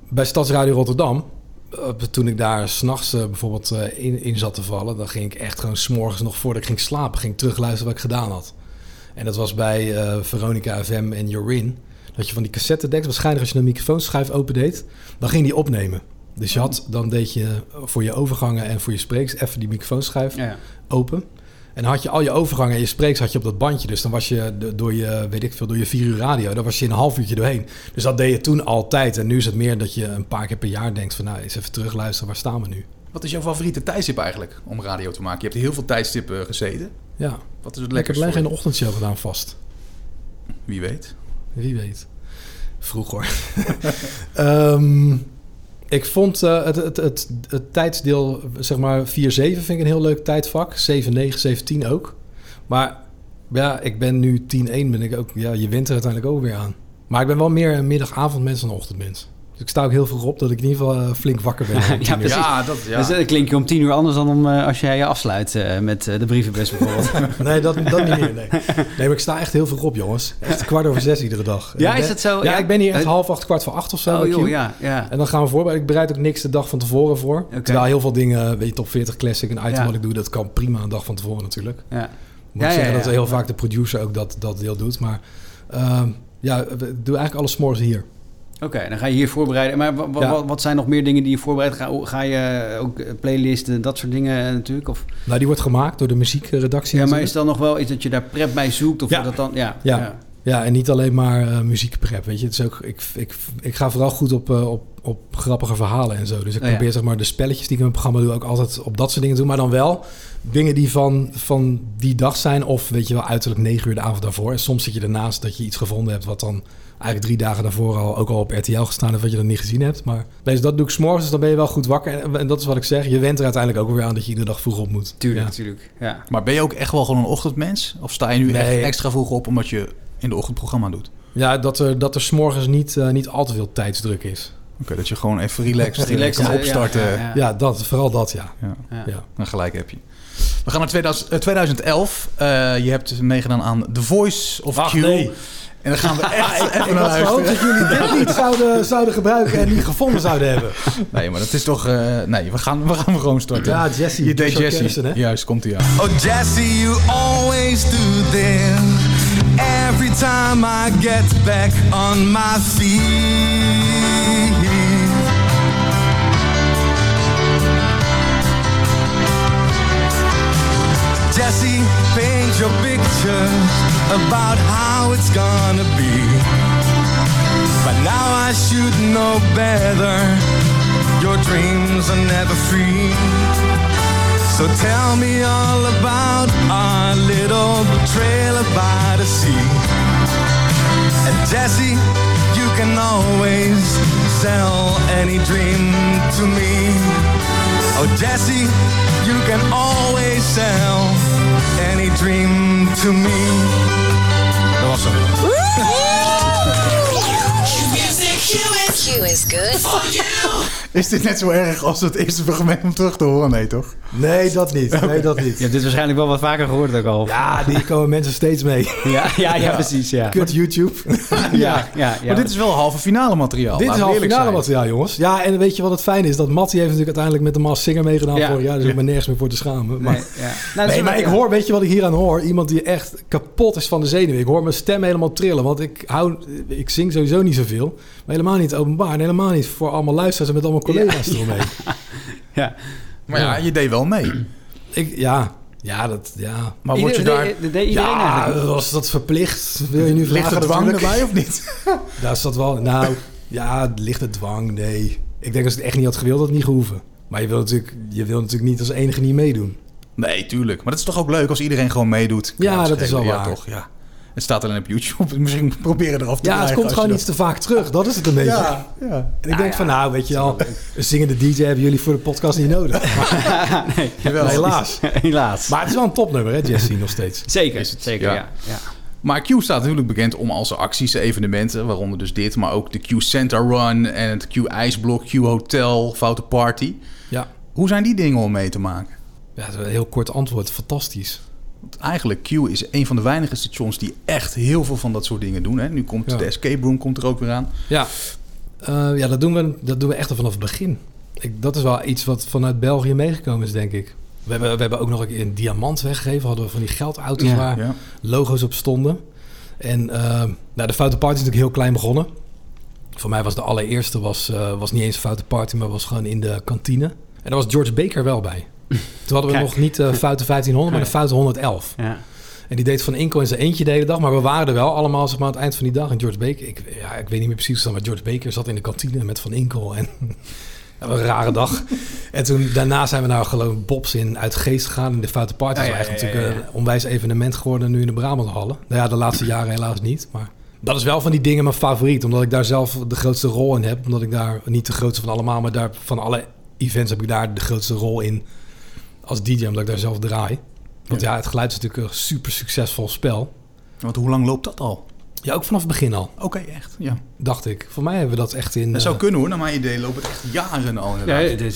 Speaker 1: bij Stadsradio Rotterdam. eh, Toen ik daar s'nachts bijvoorbeeld eh, in, in zat te vallen, dan ging ik echt gewoon s'morgens nog voordat ik ging slapen, ging ik terugluisteren wat ik gedaan had. En dat was bij eh, Veronica FM en Jorin. Dat je van die cassettedeks, waarschijnlijk als je een microfoonschuif opendeed, dan ging die opnemen. Dus je had, dan deed je voor je overgangen en voor je spreeks even die microfoonschuif open. En dan had je al je overgangen en je spreeks had je op dat bandje. Dus dan was je de- door je, weet ik veel, door je vier uur radio, daar was je in een half uurtje doorheen. Dus dat deed je toen altijd. En nu is het meer dat je een paar keer per jaar denkt van, nou, eens even terugluisteren, waar staan we nu?
Speaker 3: Wat is jouw favoriete tijdstip eigenlijk om radio te maken? Je hebt heel veel tijdstippen eh, gezeten.
Speaker 1: Ja.
Speaker 3: Wat is het
Speaker 1: Ik heb
Speaker 3: lekkerste
Speaker 1: alleen
Speaker 3: voor
Speaker 1: geen
Speaker 3: je?
Speaker 1: ochtendshow gedaan vast.
Speaker 3: Wie weet.
Speaker 1: Wie weet. Vroeger. Ehm, ik vond eh, het, het, het, het tijdsdeel, zeg maar 4-7, vind ik een heel leuk tijdvak. 7-9, 7-10 ook. Maar ja, ik ben nu 10-1, ben ik ook, ja, je wint er uiteindelijk ook weer aan. Maar ik ben wel meer een middagavondmens dan een ochtendmens. Dus ik sta ook heel vroeg op dat ik in ieder geval eh, flink wakker ben. om tien
Speaker 4: Ja,
Speaker 1: uur.
Speaker 4: precies. Dus, eh, klinkt je om tien uur anders dan om, eh, als jij je afsluit eh, met eh, de brievenbus bijvoorbeeld.
Speaker 1: nee, dat, dat niet meer. Nee. nee, maar ik sta echt heel veel op, jongens. Echt kwart over zes iedere dag. En
Speaker 4: Ja,
Speaker 1: ik
Speaker 4: is
Speaker 1: ben-
Speaker 4: dat zo?
Speaker 1: Ja,
Speaker 4: Ja.
Speaker 1: ik ben hier echt
Speaker 4: Eh,
Speaker 1: half acht, kwart voor acht of zo.
Speaker 4: Oh,
Speaker 1: bij
Speaker 4: joh,
Speaker 1: Q.
Speaker 4: ja, ja.
Speaker 1: En dan gaan we voorbereiden. Ik bereid ook niks de dag van tevoren voor. Terwijl heel veel dingen, weet je, top 40 classic, een item
Speaker 4: Ja.
Speaker 1: wat ik doe, dat kan prima een dag van tevoren natuurlijk.
Speaker 4: Ja.
Speaker 1: Moet
Speaker 4: Ja,
Speaker 1: ik
Speaker 4: ja,
Speaker 1: zeggen
Speaker 4: ja.
Speaker 1: dat heel vaak de producer ook dat, dat deel doet. Maar ehm, ja, ik doe eigenlijk alles 's morgens hier.
Speaker 4: Oké, dan ga je hier voorbereiden. Maar wa- wa-
Speaker 1: Ja.
Speaker 4: wa- wat zijn nog meer dingen die je voorbereidt? Ga, ga je ook eh, playlisten, dat soort dingen eh, natuurlijk? Of,
Speaker 1: Nou, die wordt gemaakt door de muziekredactie.
Speaker 4: ja, maar
Speaker 1: natuurlijk.
Speaker 4: is dan nog wel iets dat je daar prep bij zoekt? Of dat dan, ja,
Speaker 1: Ja. ja. en niet alleen maar eh, muziekprep. Weet je, het is ook, ik, ik, ik ga vooral goed op, eh, op, op grappige verhalen en zo. Dus ik
Speaker 4: Oh ja.
Speaker 1: probeer zeg maar de spelletjes die ik in mijn programma doe ook altijd op dat soort dingen te doen. Maar dan wel dingen die van, van die dag zijn. Of weet je wel, uiterlijk negen uur de avond daarvoor. En soms zit je ernaast dat je iets gevonden hebt wat dan eigenlijk drie dagen daarvoor al ook al op RTL gestaan heeft, wat je dan niet gezien hebt. Maar nee, dus dat doe ik s'morgens, dus dan ben je wel goed wakker. En, en dat is wat ik zeg. Je went er uiteindelijk ook weer aan dat je iedere dag vroeg op moet.
Speaker 4: Tuurlijk,
Speaker 1: Ja.
Speaker 4: natuurlijk. Ja.
Speaker 3: Maar ben je ook echt wel gewoon een ochtendmens? Of sta je nu
Speaker 1: Nee.
Speaker 3: echt extra vroeg op omdat je in de ochtend programma doet?
Speaker 1: Ja, dat er, dat er s'morgens niet, eh, niet al te veel tijdsdruk is.
Speaker 3: Oké, dat je gewoon even relaxed, eh,
Speaker 1: Relaxed,
Speaker 3: kan
Speaker 1: ja,
Speaker 3: opstarten.
Speaker 1: ja, ja, ja. Ja, dat, vooral dat, ja.
Speaker 3: Ja.
Speaker 1: Ja.
Speaker 3: Dan gelijk heb je. We gaan naar 2000, eh, 2011. Eh, je hebt meegedaan aan The Voice of Q. En dan gaan we echt
Speaker 1: ik
Speaker 3: even naar
Speaker 1: had gehoopt dat
Speaker 3: luisteren.
Speaker 1: jullie dit niet zouden, zouden gebruiken en niet gevonden zouden hebben.
Speaker 3: Nee, maar dat is toch... eh, nee, we gaan, we gaan gewoon starten.
Speaker 1: Ja, Jesse,
Speaker 3: Je deed
Speaker 1: Joshua
Speaker 3: Jesse.
Speaker 1: Kennison, hè?
Speaker 3: Juist, komt hij aan.
Speaker 12: Oh, Jesse, you always do this. Every time I get back on my feet. Jesse, paint your pictures about how it's gonna be. But now I should know better. Your dreams are never free. So tell me all about our little trailer by the sea. And Jesse, you can always sell any dream to me. Oh, Jesse, you can always sell any dream to me. Dat was hem.
Speaker 13: Q is good for you.
Speaker 3: Is dit net zo erg als het eerste fragment om terug te horen? Nee, toch?
Speaker 1: Nee, dat niet. Nee, dat niet.
Speaker 4: Je hebt dit waarschijnlijk wel wat vaker gehoord ook al.
Speaker 1: Ja, die komen mensen steeds mee.
Speaker 4: Ja, ja, ja, precies, ja. Nou,
Speaker 1: Kut YouTube.
Speaker 4: Ja, ja, ja.
Speaker 3: Maar dit is wel halve finale materiaal.
Speaker 1: Dit is
Speaker 3: laten we
Speaker 1: al
Speaker 3: eerlijk
Speaker 1: finale
Speaker 3: zijn.
Speaker 1: materiaal, jongens. Ja, en weet je wat het fijn is? Dat Matty heeft natuurlijk uiteindelijk met de Maas Singer meegedaan
Speaker 4: Ja.
Speaker 1: vorig jaar. Dus ik ben nergens meer voor te schamen. Maar,
Speaker 4: Nee, ja. Nou, dat is
Speaker 1: nee, maar
Speaker 4: wel-
Speaker 1: ik hoor, weet je wat ik hier aan hoor? Iemand die echt kapot is van de zenuwen. Ik hoor mijn stem helemaal trillen. Want ik, hou, ik zing sowieso niet zoveel. Maar helemaal niet openbaar. En helemaal niet voor allemaal luisteraars en met allemaal collega's eromheen.
Speaker 4: Ja.
Speaker 3: Maar ja, je deed wel mee.
Speaker 1: Ik, ja. Ja, dat, ja.
Speaker 3: Maar word je
Speaker 1: Ieder-
Speaker 3: daar-
Speaker 1: de- de-
Speaker 4: deed iedereen
Speaker 1: ja,
Speaker 4: eigenlijk wel?
Speaker 1: was dat verplicht? Wil je nu
Speaker 3: Ligt
Speaker 1: vragen
Speaker 3: er dwang
Speaker 1: natuurlijk?
Speaker 3: erbij of niet?
Speaker 1: Daar zat wel... Nou, ja, ligt het dwang? Nee. Ik denk als ik het echt niet had gewild, had het niet gehoeven. Maar je wil natuurlijk, je wil natuurlijk niet als enige niet meedoen.
Speaker 3: Nee, tuurlijk. Maar dat is toch ook leuk als iedereen gewoon meedoet. Kan
Speaker 1: Ja,
Speaker 3: het
Speaker 1: dat is
Speaker 3: schelen.
Speaker 1: wel
Speaker 3: Ja,
Speaker 1: waar.
Speaker 3: toch, ja. Het staat alleen op YouTube. Misschien proberen eraf te
Speaker 1: Ja, het
Speaker 3: krijgen
Speaker 1: komt
Speaker 3: als je
Speaker 1: gewoon
Speaker 3: dat-
Speaker 1: iets te vaak terug. Dat is het een beetje.
Speaker 3: Ja, ja.
Speaker 1: En ik denk van, nou, weet je al, een zingende DJ hebben jullie voor de podcast niet nodig.
Speaker 4: nee,
Speaker 1: Jawel, helaas.
Speaker 4: helaas.
Speaker 1: Maar het is wel een topnummer, hè, Jesse, nog steeds.
Speaker 4: Zeker, zeker, ja. ja.
Speaker 3: Maar Q staat natuurlijk bekend om al zijn acties en evenementen, waaronder dus dit, maar ook de Q Center Run en het Q IJsblok, Q Hotel, Foute Party.
Speaker 1: Ja.
Speaker 3: Hoe zijn die dingen om mee te maken?
Speaker 1: Ja, dat is een heel kort antwoord. Fantastisch.
Speaker 3: Want eigenlijk, Q is een van de weinige stations die echt heel veel van dat soort dingen doen. Hè? Nu komt
Speaker 1: Ja.
Speaker 3: de escape room komt er ook weer aan.
Speaker 1: Ja, Eh, ja dat, doen we, dat doen we echt al vanaf het begin. Ik, dat is wel iets wat vanuit België meegekomen is, denk ik. We hebben, we hebben ook nog een keer een diamant weggegeven. Hadden we van die geldauto's
Speaker 3: Ja,
Speaker 1: waar
Speaker 3: ja.
Speaker 1: logo's op stonden. En eh, nou, de Foute Party is natuurlijk heel klein begonnen. Voor mij was de allereerste was, eh, was niet eens een Foute Party, maar was gewoon in de kantine. En daar was George Baker wel bij. Toen hadden we
Speaker 4: Kijk.
Speaker 1: nog niet de Foute 1500, maar de Foute 111. En die deed van Inco in zijn eentje de hele dag. Maar we waren er wel allemaal zeg maar, aan het eind van die dag. En George Baker, ik, ja, ik weet niet meer precies wat, maar George Baker zat in de kantine met Van Inkel. En dat was een rare dag. En toen, daarna zijn we nou geloof Bobs in uit Geest gegaan. In de Foute Party
Speaker 3: Ja,
Speaker 1: is
Speaker 3: ja,
Speaker 1: eigenlijk
Speaker 3: ja, ja,
Speaker 1: natuurlijk een onwijs evenement geworden nu in de Brabanthallen. Nou ja, de laatste jaren helaas niet. Maar dat is wel van die dingen mijn favoriet. Omdat ik daar zelf de grootste rol in heb. Omdat ik daar niet de grootste van allemaal, maar daar, van alle events heb ik daar de grootste rol in als DJ. Omdat ik daar zelf draai. Want ja, het geluid is natuurlijk een super succesvol spel.
Speaker 3: Want hoe lang loopt dat al?
Speaker 1: Ja, ook vanaf het begin al.
Speaker 3: Oké, echt. Ja.
Speaker 1: Dacht ik. Voor mij hebben we dat echt in.
Speaker 3: Dat zou
Speaker 1: eh,
Speaker 3: kunnen hoor, naar mijn idee loopt het echt jaren al. inderdaad.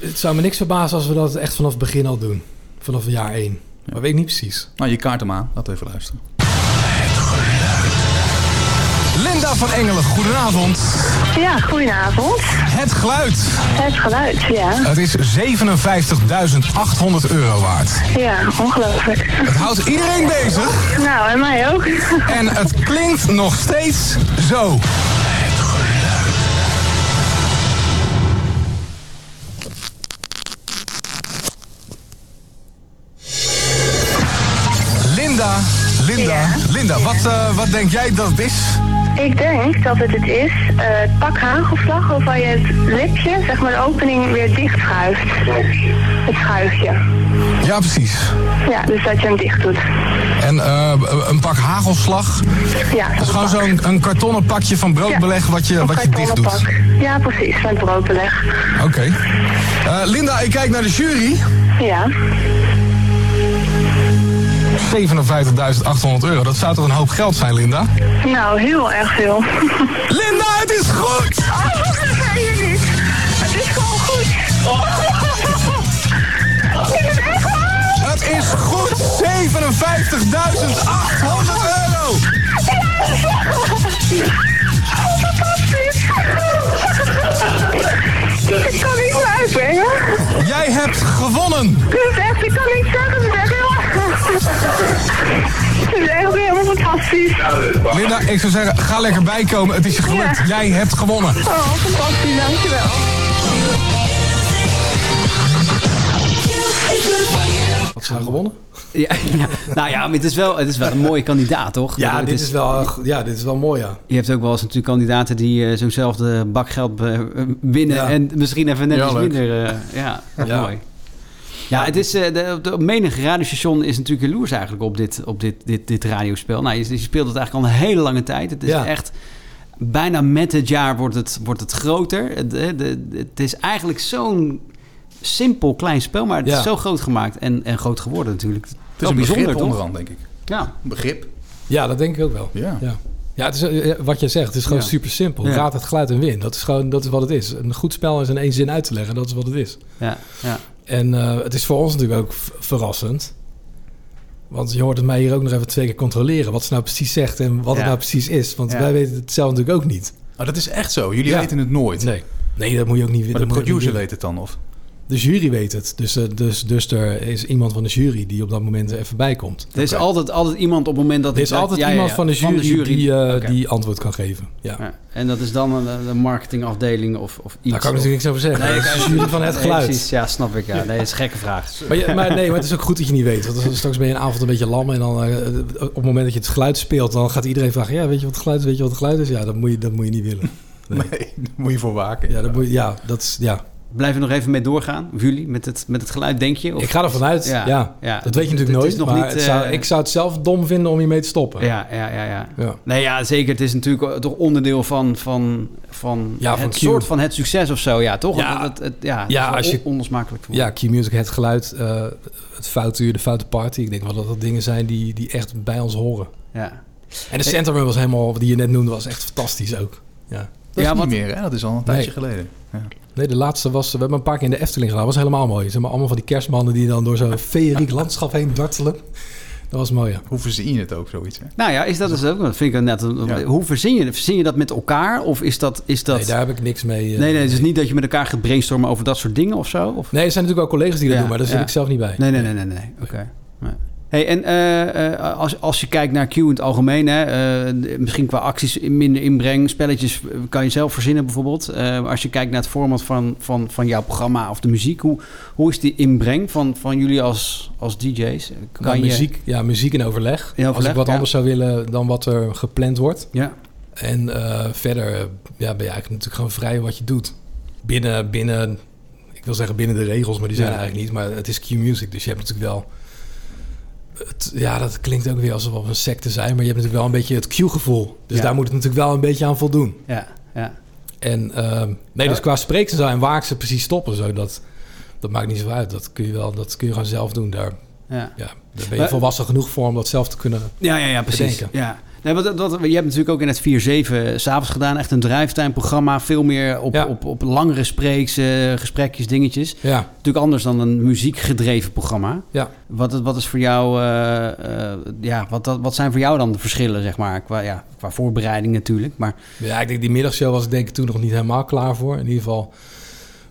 Speaker 1: Het zou me niks verbazen als we dat echt vanaf het begin al doen. Vanaf jaar 1. Maar weet ik niet precies.
Speaker 3: Nou, je kaart hem aan. Laten we even luisteren.
Speaker 7: Linda van Engelen, goedenavond.
Speaker 14: Ja, goedenavond.
Speaker 7: Het geluid.
Speaker 14: Het geluid, ja.
Speaker 7: Het is 57.800 euro waard.
Speaker 14: Ja, ongelooflijk.
Speaker 7: Het houdt iedereen bezig.
Speaker 14: Nou, en mij ook.
Speaker 7: En het klinkt nog steeds zo. Linda, Linda, Linda, wat, eh, wat denk jij dat het is?
Speaker 14: Ik denk dat het het is, eh, het pak hagelslag, waarvan je het lipje, zeg maar de opening, weer dicht schuift. Het schuifje.
Speaker 7: Ja, precies.
Speaker 14: Ja, dus dat je hem dicht doet.
Speaker 7: En eh, een pak hagelslag.
Speaker 14: Ja,
Speaker 7: dat is gewoon zo'n een kartonnen pakje van broodbeleg wat je, wat je dicht doet. Oké.
Speaker 14: Ja, precies, met broodbeleg.
Speaker 7: Eh, Linda, ik kijk naar de jury.
Speaker 14: Ja.
Speaker 7: 57.800 euro. Dat zou toch een hoop geld zijn, Linda?
Speaker 14: Nou, heel erg veel.
Speaker 7: Linda, het is goed!
Speaker 14: Oh, wacht even, hier niet. Het is gewoon goed.
Speaker 7: Het is goed! 57.800 euro!
Speaker 14: Ik kan niet meer uitbrengen.
Speaker 7: Jij hebt gewonnen!
Speaker 14: Dit is echt, ik kan niet zeggen, het is echt heel Het is echt helemaal fantastisch.
Speaker 7: Linda, ik zou zeggen, ga lekker bijkomen. Het is je gelukt. Jij hebt gewonnen.
Speaker 14: Oh, fantastisch, dankjewel.
Speaker 1: Wat zijn we gewonnen?
Speaker 4: Ja, ja. Nou ja, maar het is wel, het is wel een mooie kandidaat, toch? Ik
Speaker 1: Ja,
Speaker 4: bedoel,
Speaker 1: dit
Speaker 4: het
Speaker 1: is... wel, eh, ja, dit is wel mooi, ja.
Speaker 4: Je hebt ook wel eens natuurlijk kandidaten die eh, zo'nzelfde bak geld eh, winnen.
Speaker 1: Ja.
Speaker 4: En misschien even net
Speaker 1: Ja,
Speaker 4: iets
Speaker 1: leuk.
Speaker 4: minder. eh, ja,
Speaker 1: Ja.
Speaker 4: mooi. Ja, het is, eh, de, op de, op menig radiostation is natuurlijk jaloers eigenlijk op dit, op dit, dit, dit radiospel. Nou, je, je speelt het eigenlijk al een hele lange tijd. Het is
Speaker 1: Ja.
Speaker 4: echt... Bijna met het jaar wordt het, wordt het groter. Het, eh, de- de- het is eigenlijk zo'n simpel klein spel, maar het
Speaker 1: Ja.
Speaker 4: is zo groot gemaakt en, en groot geworden natuurlijk. Het
Speaker 3: Het is
Speaker 1: Oh,
Speaker 3: een begrip onderhand, denk ik.
Speaker 4: Ja.
Speaker 3: Begrip.
Speaker 1: Ja, dat denk ik ook wel.
Speaker 3: Ja.
Speaker 1: Ja, ja het is, eh, eh, wat jij zegt, het is gewoon
Speaker 4: Ja.
Speaker 1: super simpel.
Speaker 4: Ja.
Speaker 1: Raad het geluid en win. Dat is gewoon dat is wat het is. Een goed spel is in één zin uit te leggen. Dat is wat het is.
Speaker 4: Ja, ja.
Speaker 1: En eh, het is voor ons natuurlijk ook v- verrassend. Want je hoort het mij hier ook nog even twee keer controleren. Wat ze nou precies zegt en wat
Speaker 3: Ja.
Speaker 1: het nou precies is. Want
Speaker 3: Ja.
Speaker 1: wij weten het zelf natuurlijk ook niet.
Speaker 3: Maar Oh, dat is echt zo. Jullie
Speaker 1: Ja.
Speaker 3: weten het nooit.
Speaker 1: Nee. Nee, dat moet je ook niet
Speaker 3: Maar de
Speaker 1: dat moet je ook niet
Speaker 3: producer
Speaker 1: doen.
Speaker 3: weet het dan, of?
Speaker 1: De jury weet het. Dus, eh, dus, dus er is iemand van de jury die op dat moment even bij komt.
Speaker 4: Er is altijd, altijd iemand op het moment dat...
Speaker 1: Er is
Speaker 4: dat-
Speaker 1: altijd
Speaker 4: ja, ja,
Speaker 1: iemand
Speaker 4: ja,
Speaker 1: van de jury, Die, eh,
Speaker 4: Oké.
Speaker 1: die antwoord kan geven. Ja.
Speaker 4: Ja, En dat is dan een, een marketingafdeling of, of iets.
Speaker 1: Daar kan ik natuurlijk niks over zeggen.
Speaker 4: Nee,
Speaker 1: Dat
Speaker 4: kan
Speaker 1: is
Speaker 4: je-
Speaker 1: de jury van het
Speaker 4: Nee,
Speaker 1: geluid.
Speaker 4: precies, ja, snap ik. Ja. Nee, dat is een gekke vraag.
Speaker 1: Maar, je- maar nee, maar het is ook goed dat je niet weet. Want dan- straks ben je een avond een beetje lam. En dan eh, op het moment dat je het geluid speelt, dan gaat iedereen vragen: Ja, weet je wat het geluid is? Weet je wat het geluid is? Ja, dat moet je, dat moet je niet willen.
Speaker 3: Nee, daar moet je voor waken.
Speaker 1: Ja, dat moet je, ja, dat is, ja.
Speaker 4: Blijven we nog even mee doorgaan? Of jullie, met het, met het geluid, denk je? Of-
Speaker 1: Ik ga ervan uit. Ja, dat weet je natuurlijk
Speaker 4: Het
Speaker 1: nooit.
Speaker 4: is nog
Speaker 1: maar
Speaker 4: niet,
Speaker 1: het zou,
Speaker 4: eh,
Speaker 1: ik zou het zelf dom vinden om hiermee te stoppen.
Speaker 4: Ja, ja, ja, ja. Nee, ja, zeker. Het is natuurlijk toch onderdeel van, van, van,
Speaker 1: Ja, van
Speaker 4: het
Speaker 1: Q.
Speaker 4: soort van het succes of zo. Ja, toch?
Speaker 1: Ja.
Speaker 4: Dat het, het- ja,
Speaker 1: Ja,
Speaker 4: als
Speaker 1: als
Speaker 4: je
Speaker 1: je-
Speaker 4: onlosmakelijk voor.
Speaker 1: Ja, Key Music, het geluid, eh, het foute uur, de foute party. Ik denk wel dat dat dingen zijn die, die echt bij ons horen.
Speaker 4: Ja.
Speaker 1: En de Centrum was helemaal, die je net noemde, was echt fantastisch ook. Ja.
Speaker 3: Dat is niet meer, hè? Dat is al een tijdje
Speaker 1: Nee.
Speaker 3: geleden. Ja.
Speaker 1: Nee, de laatste was, we hebben een paar keer in de Efteling gedaan. was helemaal mooi. Zeg maar allemaal van die kerstmannen die dan door zo'n feeriek landschap heen dartelen. Dat was mooi, ja.
Speaker 3: Hoe verzin je het ook, zoiets? Hè?
Speaker 4: Nou ja, is dat dus ook? Dat vind ik net. een-
Speaker 3: Ja.
Speaker 4: Hoe verzin je, dat? verzin je dat met elkaar? Of is dat. Is dat
Speaker 1: Nee, daar heb ik niks mee. eh.
Speaker 4: nee, nee, het is niet dat je met elkaar gaat brainstormen over dat soort dingen of zo? Of?
Speaker 1: Nee, er zijn natuurlijk wel collega's die dat
Speaker 4: Ja,
Speaker 1: doen, maar daar zit
Speaker 4: ja.
Speaker 1: ik zelf niet bij.
Speaker 4: Nee, nee, nee, nee, nee. Oké. Nee. Hey, en eh, eh, als, als je kijkt naar Q in het algemeen, hè, eh, misschien qua acties minder inbreng, spelletjes eh, kan je zelf verzinnen bijvoorbeeld. Eh, als je kijkt naar het format van, van, van jouw programma of de muziek, hoe, hoe is die inbreng van, van jullie als, als DJ's? Kan
Speaker 1: Maar
Speaker 4: je-
Speaker 1: muziek, ja, muziek in overleg.
Speaker 4: In overleg,
Speaker 1: Als ik wat
Speaker 4: ja.
Speaker 1: anders zou willen dan wat er gepland wordt.
Speaker 4: Ja.
Speaker 1: En eh, verder eh, ja, ben je eigenlijk natuurlijk gewoon vrij wat je doet. Binnen, binnen, ik wil zeggen binnen de regels, maar die zijn
Speaker 4: Ja.
Speaker 1: er eigenlijk niet. Maar het is Q-music, dus je hebt natuurlijk wel... Het, ja, dat klinkt ook weer alsof we op een secte zijn, maar je hebt natuurlijk wel een beetje het Q-gevoel. Dus
Speaker 4: Ja.
Speaker 1: daar moet het natuurlijk wel een beetje aan voldoen.
Speaker 4: Ja, ja.
Speaker 1: En ehm, nee, dus
Speaker 4: Ja.
Speaker 1: qua spreeksen zou en waar ik ze precies stoppen, zo, dat, dat maakt niet zo uit. Dat kun je wel, dat kun je gewoon zelf doen. Daar,
Speaker 4: Ja.
Speaker 1: daar ben je
Speaker 4: Maar-
Speaker 1: volwassen genoeg voor om dat zelf te kunnen
Speaker 4: Ja, ja, ja precies.
Speaker 1: bedenken.
Speaker 4: Ja. Nee, wat, wat, je hebt natuurlijk ook in het 4-7 s'avonds gedaan. Echt een drive-time programma. Veel meer op, op, op langere spreeks, eh, gesprekjes, dingetjes.
Speaker 1: Ja.
Speaker 4: Natuurlijk anders dan een muziekgedreven programma.
Speaker 1: Ja.
Speaker 4: Wat, wat, is voor jou, eh, eh, ja, wat, dat- wat zijn voor jou dan de verschillen, zeg maar? Qua, ja, qua voorbereiding natuurlijk. Maar
Speaker 1: Ja, ik denk die middagshow was ik denk ik toen nog niet helemaal klaar voor. In ieder geval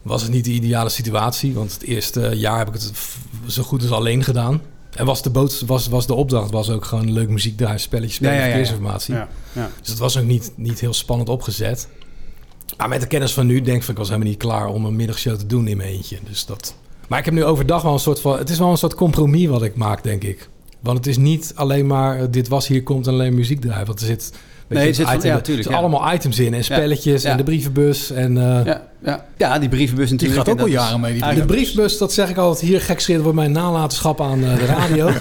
Speaker 1: was het niet de ideale situatie. Want het eerste jaar heb ik het f- zo goed als alleen gedaan. En was de, boodschap, was, was de opdracht was ook gewoon leuk muziek draaien, spelletjes spelen,
Speaker 4: Ja, ja, ja, ja.
Speaker 1: verkeersinformatie.
Speaker 4: Ja, ja.
Speaker 1: Dus dat was ook niet, niet heel spannend opgezet. Maar met de kennis van nu denk ik, van, ik was helemaal niet klaar om een middagshow te doen in mijn eentje. Dus dat... Maar ik heb nu overdag wel een soort van... Het is wel een soort compromis wat ik maak, denk ik. Want het is niet alleen maar eh, dit was, hier komt en alleen muziek draaien. Want er zit... weet
Speaker 4: Nee,
Speaker 1: je,
Speaker 4: er zit van-
Speaker 1: item-
Speaker 4: ja, tuurlijk,
Speaker 1: er
Speaker 4: ja.
Speaker 1: zitten allemaal items in en spelletjes
Speaker 4: Ja.
Speaker 1: en de brievenbus. En,
Speaker 4: ja, ja. ja, die brievenbus
Speaker 1: Die
Speaker 4: natuurlijk.
Speaker 1: gaat ook
Speaker 4: En
Speaker 1: al
Speaker 4: dat is-
Speaker 1: jaren mee. Die de brievenbus, dat zeg ik altijd hier gek schreeuwen wordt mijn nalatenschap aan eh, de radio.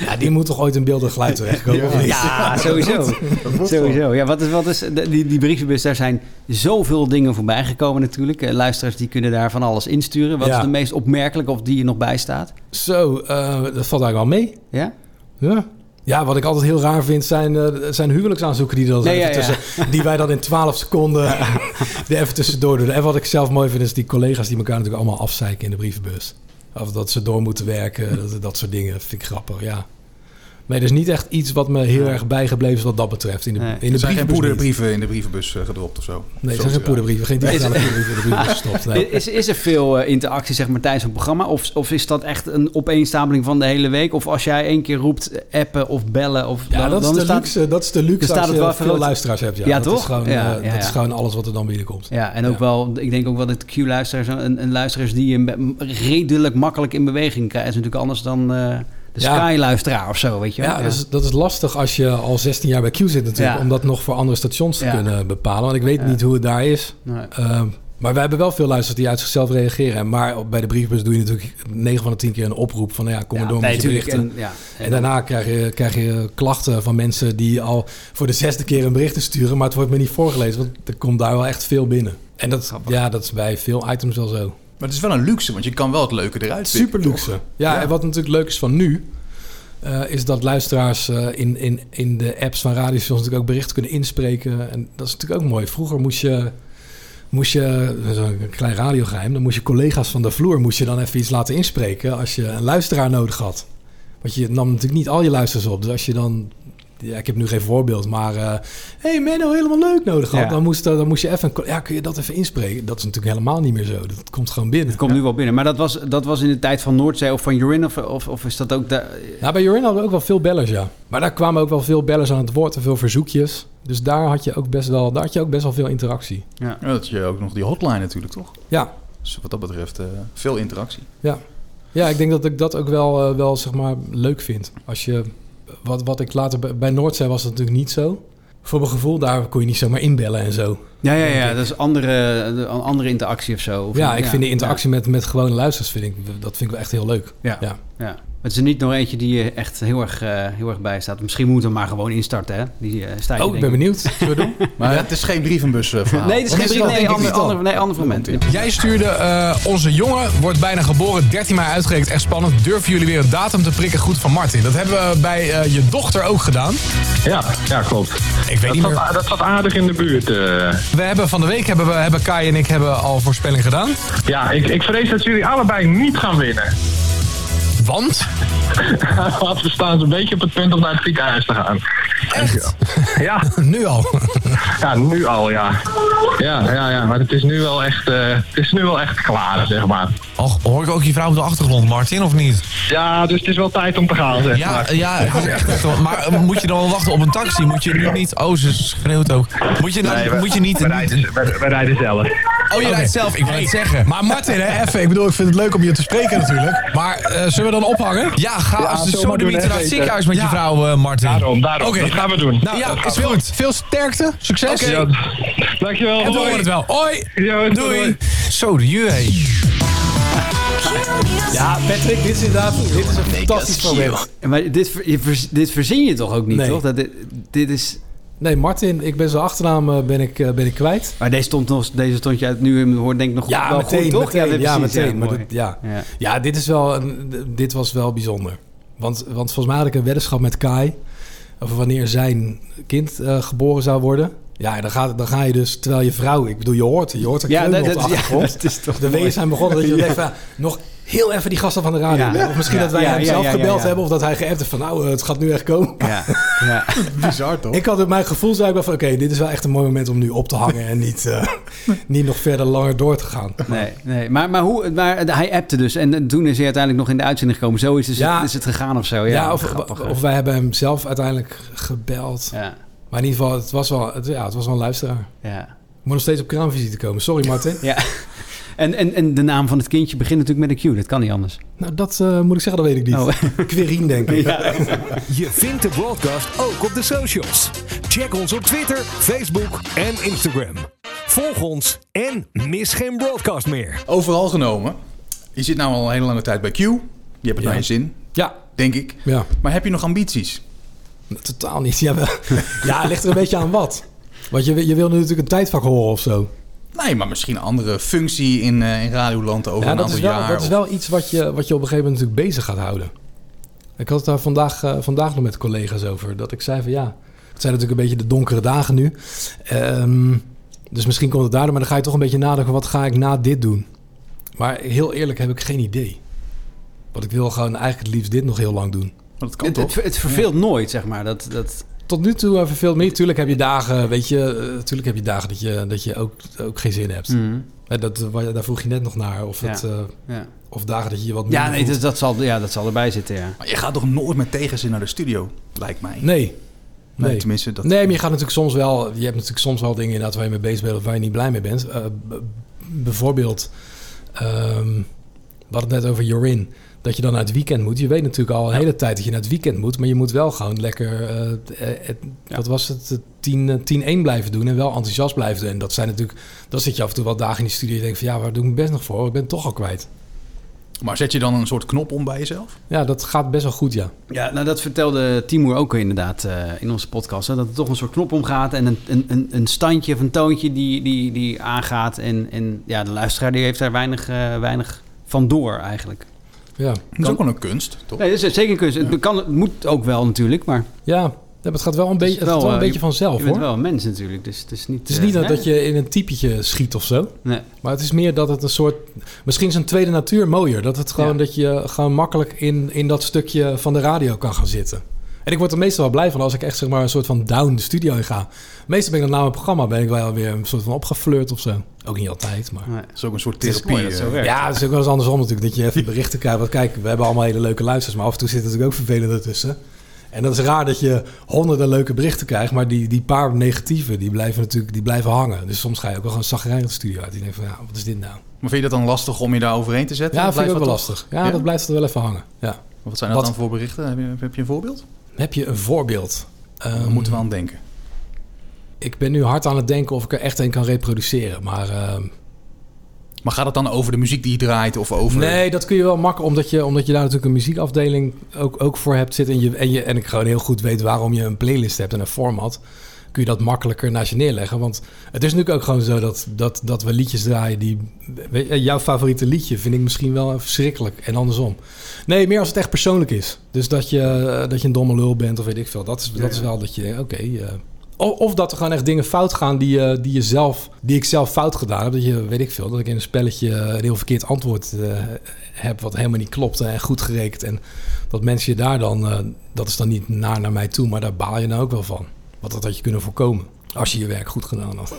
Speaker 1: ja, die moet toch ooit in beeld en geluid terechtkomen? of niet?
Speaker 4: Ja, sowieso. sowieso. Ja, wat is, wat is, de- die, die brievenbus, daar zijn zoveel dingen voorbij gekomen natuurlijk. Eh, Luisteraars die kunnen daar van alles insturen. Wat
Speaker 1: Ja.
Speaker 4: is de meest opmerkelijke of die je nog bij staat?
Speaker 1: Zo, eh, dat valt eigenlijk wel mee.
Speaker 4: Ja?
Speaker 1: Ja. Ja, wat ik altijd heel raar vind zijn, eh, zijn huwelijksaanzoeken die, er dan
Speaker 4: Nee,
Speaker 1: even
Speaker 4: ja, ja.
Speaker 1: tussen- die wij dan in 12 seconden er even tussendoor doen. En wat ik zelf mooi vind is die collega's die elkaar natuurlijk allemaal afzeiken in de brievenbus. Of dat ze door moeten werken, dat, dat soort dingen vind ik grappig, ja. Nee, dat is niet echt iets wat me heel erg bijgebleven is wat dat betreft. In de, in de
Speaker 3: er zijn geen
Speaker 1: brievenbus niet.
Speaker 3: poederbrieven in de brievenbus eh, gedropt of zo.
Speaker 1: Nee, er
Speaker 3: Zoiets,
Speaker 1: zijn geen
Speaker 3: ja.
Speaker 1: poederbrieven. Geen digitale poederbrieven in de brievenbus gestopt. nee.
Speaker 4: Is, is er veel eh, interactie zeg maar, tijdens een programma? Of, of is dat echt een opeenstapeling van de hele week? Of als jij één keer roept eh, appen of bellen? Of,
Speaker 1: Ja, dat, is de
Speaker 4: staat-
Speaker 1: luxe, dat is de luxe
Speaker 4: dan staat
Speaker 1: als
Speaker 4: het
Speaker 1: je
Speaker 4: wel
Speaker 1: veel
Speaker 4: vergroot.
Speaker 1: luisteraars hebt. Ja,
Speaker 4: Ja,
Speaker 1: dat
Speaker 4: toch?
Speaker 1: Is gewoon,
Speaker 4: Ja,
Speaker 1: eh,
Speaker 4: ja,
Speaker 1: dat is
Speaker 4: ja.
Speaker 1: gewoon alles wat er dan binnenkomt.
Speaker 4: Ja, en ook wel, ik denk ook wel dat Q-luisteraars en, en luisteraars die je be- redelijk makkelijk in beweging krijgt. is natuurlijk anders dan eh, de
Speaker 1: Ja.
Speaker 4: Sky-luisteraar of zo, weet je
Speaker 1: Ja,
Speaker 4: wel.
Speaker 1: Dat, is, dat is lastig als je al 16 jaar bij Q zit natuurlijk...
Speaker 4: Ja.
Speaker 1: om dat nog voor andere stations te
Speaker 4: Ja.
Speaker 1: kunnen bepalen. Want ik weet niet hoe het daar is.
Speaker 4: Nee.
Speaker 1: Ehm, maar wij hebben wel veel luisteraars die uit zichzelf reageren. Maar op- bij de briefbus doe je natuurlijk 9 van de 10 keer een oproep... van nou ja, kom
Speaker 4: Ja,
Speaker 1: maar door
Speaker 4: nee,
Speaker 1: met je
Speaker 4: tuurlijk.
Speaker 1: berichten.
Speaker 4: En- ja.
Speaker 1: En daarna krijg je, krijg je klachten van mensen die al voor de zesde keer een bericht sturen... maar het wordt me niet voorgelezen, want er komt daar wel echt veel binnen. En dat, ja, dat is bij veel items wel zo.
Speaker 3: Maar het is wel een luxe, want je kan wel het leuke eruit pikken.
Speaker 1: Super luxe. Ja, en wat natuurlijk leuk is van nu... eh, is dat luisteraars eh, in, in, in de apps van radiostations natuurlijk ook berichten kunnen inspreken. En dat is natuurlijk ook mooi. Vroeger moest je... Moest je, dat is een klein radiogeheim, dan moest je collega's van de vloer moest je dan even iets laten inspreken als je een luisteraar nodig had. Want je nam natuurlijk niet al je luisteraars op. Dus als je dan, ja, ik heb nu geen voorbeeld, maar eh hey Menno, helemaal leuk nodig had.
Speaker 4: Ja.
Speaker 1: Dan, moest, eh, dan moest je even, een co- ja kun je dat even inspreken? Dat is natuurlijk helemaal niet meer zo. Dat komt gewoon binnen.
Speaker 4: Het komt nu wel binnen. Maar dat was, dat was in de tijd van Noordzee of van Jorin Of, of, of is dat ook... De,
Speaker 1: Nou, bij Jorin hadden we ook wel veel bellers, ja. Maar daar kwamen ook wel veel bellers aan het woord en veel verzoekjes. Dus daar had je ook best wel, daar had je ook best wel veel interactie.
Speaker 4: Ja.
Speaker 3: dat je ook nog die hotline natuurlijk, toch?
Speaker 1: Ja.
Speaker 3: Dus wat dat betreft eh, veel interactie.
Speaker 1: Ja, ja ik denk dat ik dat ook wel, eh, wel zeg maar, leuk vind. Als je, wat, wat ik later bij, bij Noordzee was dat natuurlijk niet zo. Voor mijn gevoel, daar kon je niet zomaar inbellen en zo.
Speaker 4: Ja, ja, ja. Dat is andere, een andere interactie of zo. Of-
Speaker 1: ja, ik vind de interactie met, met gewone luisteraars, vind ik, dat vind ik wel echt heel leuk.
Speaker 4: Ja. Ja. Het is er niet nog eentje die je echt heel erg, eh, heel erg bij staat. Misschien moeten we hem maar gewoon instarten, hè? Die, eh, sta je
Speaker 1: Oh, ik ben benieuwd. Zullen we doen?
Speaker 3: Maar het is geen brievenbus eh, verhaal.
Speaker 4: Nee, het is geen brief. Nee, ander, ander, nee, ander moment.
Speaker 7: Jij stuurde eh, onze jongen wordt bijna geboren, 13 mei uitgereikt. Echt spannend. Durven jullie weer een datum te prikken? Goed van Martin. Dat hebben we bij eh, je dochter ook gedaan.
Speaker 15: Ja, ja klopt.
Speaker 7: Ik weet
Speaker 15: dat,
Speaker 7: niet
Speaker 15: zat,
Speaker 7: meer-
Speaker 15: a- dat zat aardig in de buurt. eh.
Speaker 7: We hebben van de week hebben, we, hebben Kai en ik hebben al voorspelling gedaan.
Speaker 15: Ja, ik, ik vrees dat jullie allebei niet gaan winnen.
Speaker 7: Want?
Speaker 15: Want we staan een beetje op het punt om naar het ziekenhuis te gaan.
Speaker 7: Echt?
Speaker 15: Ja.
Speaker 7: nu al?
Speaker 15: Ja, nu al, ja. Ja, ja, ja. Maar het is nu wel echt, eh, het is nu wel echt klaar, zeg maar.
Speaker 7: Och, hoor ik ook je vrouw op de achtergrond, Martin, of niet?
Speaker 15: Ja, dus het is wel tijd om te gaan, zeg
Speaker 7: Ja, eh,
Speaker 15: maar.
Speaker 7: ja, het is echt zo. maar eh, moet je dan wel wachten op een taxi? Moet je nu niet... Oh, ze schreeuwt ook. Moet je, nou,
Speaker 15: Nee, we-
Speaker 7: moet je niet...
Speaker 15: we rijden- we- we rijden zelf.
Speaker 7: Oh, je
Speaker 15: Oké.
Speaker 7: rijdt zelf, ik wil het zeggen. Maar Martin, hè, even. Ik bedoel, ik vind het leuk om je te spreken natuurlijk. Maar eh, zullen we dan ophangen? Ja, ga
Speaker 15: Ja,
Speaker 7: als de
Speaker 15: zullen we maar doen,
Speaker 7: sodemieter
Speaker 15: hè,
Speaker 7: naar het
Speaker 15: Peter.
Speaker 7: ziekenhuis met je
Speaker 15: Ja.
Speaker 7: vrouw, eh, Martin.
Speaker 15: Daarom, daarom.
Speaker 7: Oké.
Speaker 15: Dat gaan we doen.
Speaker 7: Nou,
Speaker 15: Ja, dat
Speaker 7: is
Speaker 15: gaan we
Speaker 7: goed. Veel sterkte, succes.
Speaker 15: Oké. Ja. Dankjewel.
Speaker 7: En we
Speaker 15: Hoi.
Speaker 7: horen het wel. Hoi.
Speaker 15: Ja,
Speaker 7: Doei. Zo, de jeu, hé.
Speaker 1: Ja, Ah, Patrick, dit is inderdaad dit is een fantastisch moment.
Speaker 4: Maar dit, ver- je vers- dit verzin je toch ook niet,
Speaker 1: Nee.
Speaker 4: toch? Dat dit, dit is...
Speaker 1: Nee, Martin, ik ben zijn achternaam eh, ben ik, eh, ben ik kwijt.
Speaker 4: Maar deze stond, nog, deze stond je uit nu in hoort denk ik nog
Speaker 1: Ja,
Speaker 4: wel
Speaker 1: meteen,
Speaker 4: goed, toch?
Speaker 1: meteen,
Speaker 4: dit-
Speaker 1: ja,
Speaker 4: precies,
Speaker 1: meteen. maar
Speaker 4: mooi.
Speaker 1: dit, ja. Ja. dit is wel, een, dit was wel bijzonder. Want, want volgens mij had ik een weddenschap met Kai over wanneer zijn kind eh, geboren zou worden. Ja, en dan, gaat, dan ga je dus, terwijl je vrouw, ik bedoel, je hoort, je hoort een
Speaker 4: Ja,
Speaker 1: kreun
Speaker 4: dat-
Speaker 1: op
Speaker 4: dat-
Speaker 1: de
Speaker 4: ja,
Speaker 1: achtergrond.
Speaker 4: dat is toch
Speaker 1: de
Speaker 4: mooi.
Speaker 1: wegen zijn begonnen dat je
Speaker 4: Ja.
Speaker 1: denkt van, nog heel even die gasten van de radio.
Speaker 4: Ja.
Speaker 1: bellen. Of misschien
Speaker 4: Ja,
Speaker 1: dat wij
Speaker 4: ja,
Speaker 1: hem
Speaker 4: ja,
Speaker 1: zelf
Speaker 4: ja, ja,
Speaker 1: gebeld
Speaker 4: ja.
Speaker 1: hebben of dat hij geappt heeft van, nou, eh, het gaat nu echt komen.
Speaker 4: Ja, ja.
Speaker 1: Bizar toch? Ik had in mijn gevoel, zei ik wel van, oké, dit is wel echt een mooi moment om nu op te hangen en niet, eh, niet nog verder langer door te gaan.
Speaker 4: Nee, nee. Maar, maar, hoe, maar hij appte dus. En toen is hij uiteindelijk nog in de uitzending gekomen. Zo is het,
Speaker 1: Ja.
Speaker 4: is het gegaan of zo. Ja,
Speaker 1: Ja, of,
Speaker 4: grappig, hè.
Speaker 1: of wij hebben hem zelf uiteindelijk gebeld. Maar in ieder geval, het was wel, het, ja, het was wel een luisteraar.
Speaker 4: Ja.
Speaker 1: Moet nog steeds op kraamvisite komen. Sorry, Martin.
Speaker 4: Ja. En, en, en de naam van het kindje begint natuurlijk met een Q. Dat kan niet anders.
Speaker 1: Nou, dat eh, moet ik zeggen, dat weet ik niet.
Speaker 4: Oh.
Speaker 1: Querien, denk ik.
Speaker 2: Je vindt de broadcast ook op de socials. Check ons op Twitter, Facebook en Instagram. Volg ons en mis geen broadcast meer.
Speaker 3: Overal genomen. Je zit nou al een hele lange tijd bij Q. Je hebt het naar je zin.
Speaker 1: Ja.
Speaker 3: Denk ik.
Speaker 1: Ja.
Speaker 3: Maar heb je nog ambities?
Speaker 1: Totaal niet. Ja, wel. ja, het ligt er een beetje aan wat. Want je, wil- je wil nu natuurlijk een tijdvak horen of zo.
Speaker 3: Nee, maar misschien een andere functie in, eh in Radioland over
Speaker 1: ja,
Speaker 3: een
Speaker 1: dat
Speaker 3: aantal
Speaker 1: is wel,
Speaker 3: jaar.
Speaker 1: dat is
Speaker 3: of-
Speaker 1: wel iets wat je, wat je op een gegeven moment natuurlijk bezig gaat houden. Ik had het daar vandaag, eh, vandaag nog met collega's over. Dat ik zei van ja, het zijn natuurlijk een beetje de donkere dagen nu. Ehm, dus misschien komt het daardoor. Maar dan ga je toch een beetje nadenken, wat ga ik na dit doen? Maar heel eerlijk heb ik geen idee. Want ik wil gewoon eigenlijk het liefst dit nog heel lang doen.
Speaker 3: Dat
Speaker 4: Het, het, het verveelt nooit, zeg maar. Dat, dat,
Speaker 1: Tot nu toe eh, verveelt me niet. Tuurlijk heb je dagen, weet je, eh, tuurlijk heb je dagen dat je, dat je ook, ook geen zin hebt.
Speaker 4: Mhm.
Speaker 1: Eh, Dat, eh, waar- daar vroeg je net nog naar. Of,
Speaker 4: Ja.
Speaker 1: het, eh,
Speaker 4: Ja.
Speaker 1: of dagen dat je je wat minder
Speaker 4: ja, nee,
Speaker 1: voelt.
Speaker 4: dat, dat zal, ja, dat zal erbij zitten, ja.
Speaker 3: Maar je gaat toch nooit met tegenzin naar de studio, lijkt mij.
Speaker 1: Nee.
Speaker 3: Nee, tenminste, dat-
Speaker 1: nee, maar je gaat natuurlijk soms wel. Je hebt natuurlijk soms wel dingen inderdaad waar je mee bezig bent of waar je niet blij mee bent. Eh, b- bijvoorbeeld, ehm, we hadden het net over Jorin. Dat je dan naar het weekend moet. Je weet natuurlijk al een hele tijd dat je naar het weekend moet. Maar je moet wel gewoon lekker. eh, eh, eh, Wat was het? eh, 10, eh, 10-1 blijven doen. En wel enthousiast blijven doen. En dat zijn natuurlijk. Dan zit je af en toe wel dagen in die studio. En je denkt van ja, waar doe ik mijn best nog voor? Ik ben het toch al kwijt.
Speaker 3: Maar zet je dan een soort knop om bij jezelf?
Speaker 1: Ja, dat gaat best wel goed, ja.
Speaker 4: Ja, nou dat vertelde Timur ook inderdaad eh, in onze podcast. Hè, dat er toch een soort knop omgaat en een, een- een, een standje of een toontje die, die, die aangaat. En, en ja, de luisteraar die heeft daar weinig, eh, weinig van door eigenlijk.
Speaker 1: ja.
Speaker 3: Dat is ook wel een kunst, toch?
Speaker 4: Nee, dat is zeker een kunst. Het, kan, het moet ook wel natuurlijk, maar...
Speaker 1: Ja, het gaat wel een beetje, het gaat wel een beetje vanzelf
Speaker 4: eh, je
Speaker 1: hoor.
Speaker 4: bent wel een mens natuurlijk, dus het is niet...
Speaker 1: Het is
Speaker 4: eh,
Speaker 1: niet dat,
Speaker 4: hè?
Speaker 1: dat je in een typetje schiet of zo.
Speaker 4: Nee.
Speaker 1: Maar het is meer dat het een soort... Misschien is een tweede natuur mooier. Dat, het gewoon, dat je gewoon makkelijk in, in dat stukje van de radio kan gaan zitten. En ik word er meestal wel blij van als ik echt zeg maar, een soort van down de studio in ga. Meestal ben ik dan na mijn programma ben ik wel weer een soort van opgeflirt of zo. Ook niet altijd, maar...
Speaker 3: Dat is ook een soort
Speaker 1: Het is
Speaker 3: therapie.
Speaker 1: mooi dat het
Speaker 3: eh.
Speaker 1: zo werkt. Ja, het is ook wel eens andersom natuurlijk. Dat je even berichten krijgt. Want kijk, we hebben allemaal hele leuke luisters. Maar af en toe zitten natuurlijk ook vervelende tussen. En dat is raar dat je honderden leuke berichten krijgt. Maar die, die paar negatieve, die blijven natuurlijk die blijven hangen. Dus soms ga je ook wel gewoon zagrijnig de studio uit. Die denkt van, ja, wat is dit nou?
Speaker 3: Maar vind je dat dan lastig om je daar overheen te zetten?
Speaker 1: Ja,
Speaker 3: Dat
Speaker 1: vind ik ook wel
Speaker 3: blijft
Speaker 1: lastig.
Speaker 3: toch-
Speaker 1: Ja, dat blijft er wel even hangen. Ja.
Speaker 3: Wat zijn dat
Speaker 1: Wat-
Speaker 3: dan voor berichten? Heb je, heb je een voorbeeld?
Speaker 1: Heb je een voorbeeld?
Speaker 3: Daar moeten we aan denken.
Speaker 1: ik ben nu hard aan het denken of ik er echt een kan reproduceren. Maar, ehm,
Speaker 3: maar gaat het dan over de muziek die je draait of over...
Speaker 1: Nee, dat kun je wel makkelijk, omdat je, omdat je daar natuurlijk een muziekafdeling ook, ook voor hebt zitten. En, je, en, je, en ik gewoon heel goed weet waarom je een playlist hebt en een format. Kun je dat makkelijker naast je neerleggen. Want het is natuurlijk ook gewoon zo dat, dat, dat we liedjes draaien die. weet je, Jouw favoriete liedje vind ik misschien wel verschrikkelijk. En andersom. Nee, meer als het echt persoonlijk is. Dus dat je, eh, dat je een domme lul bent of weet ik veel. Dat is, dat is wel dat je. denkt, Oké. eh, o- of dat er gewoon echt dingen fout gaan die, je- die, je zelf, die ik zelf fout gedaan heb. Dat je, weet ik veel, dat ik in een spelletje een heel verkeerd antwoord eh, heb wat helemaal niet klopt en goed gerekend. En dat mensen je daar dan, eh, dat is dan niet naar naar mij toe, maar daar baal je nou ook wel van. Want dat had je kunnen voorkomen als je je werk goed gedaan had.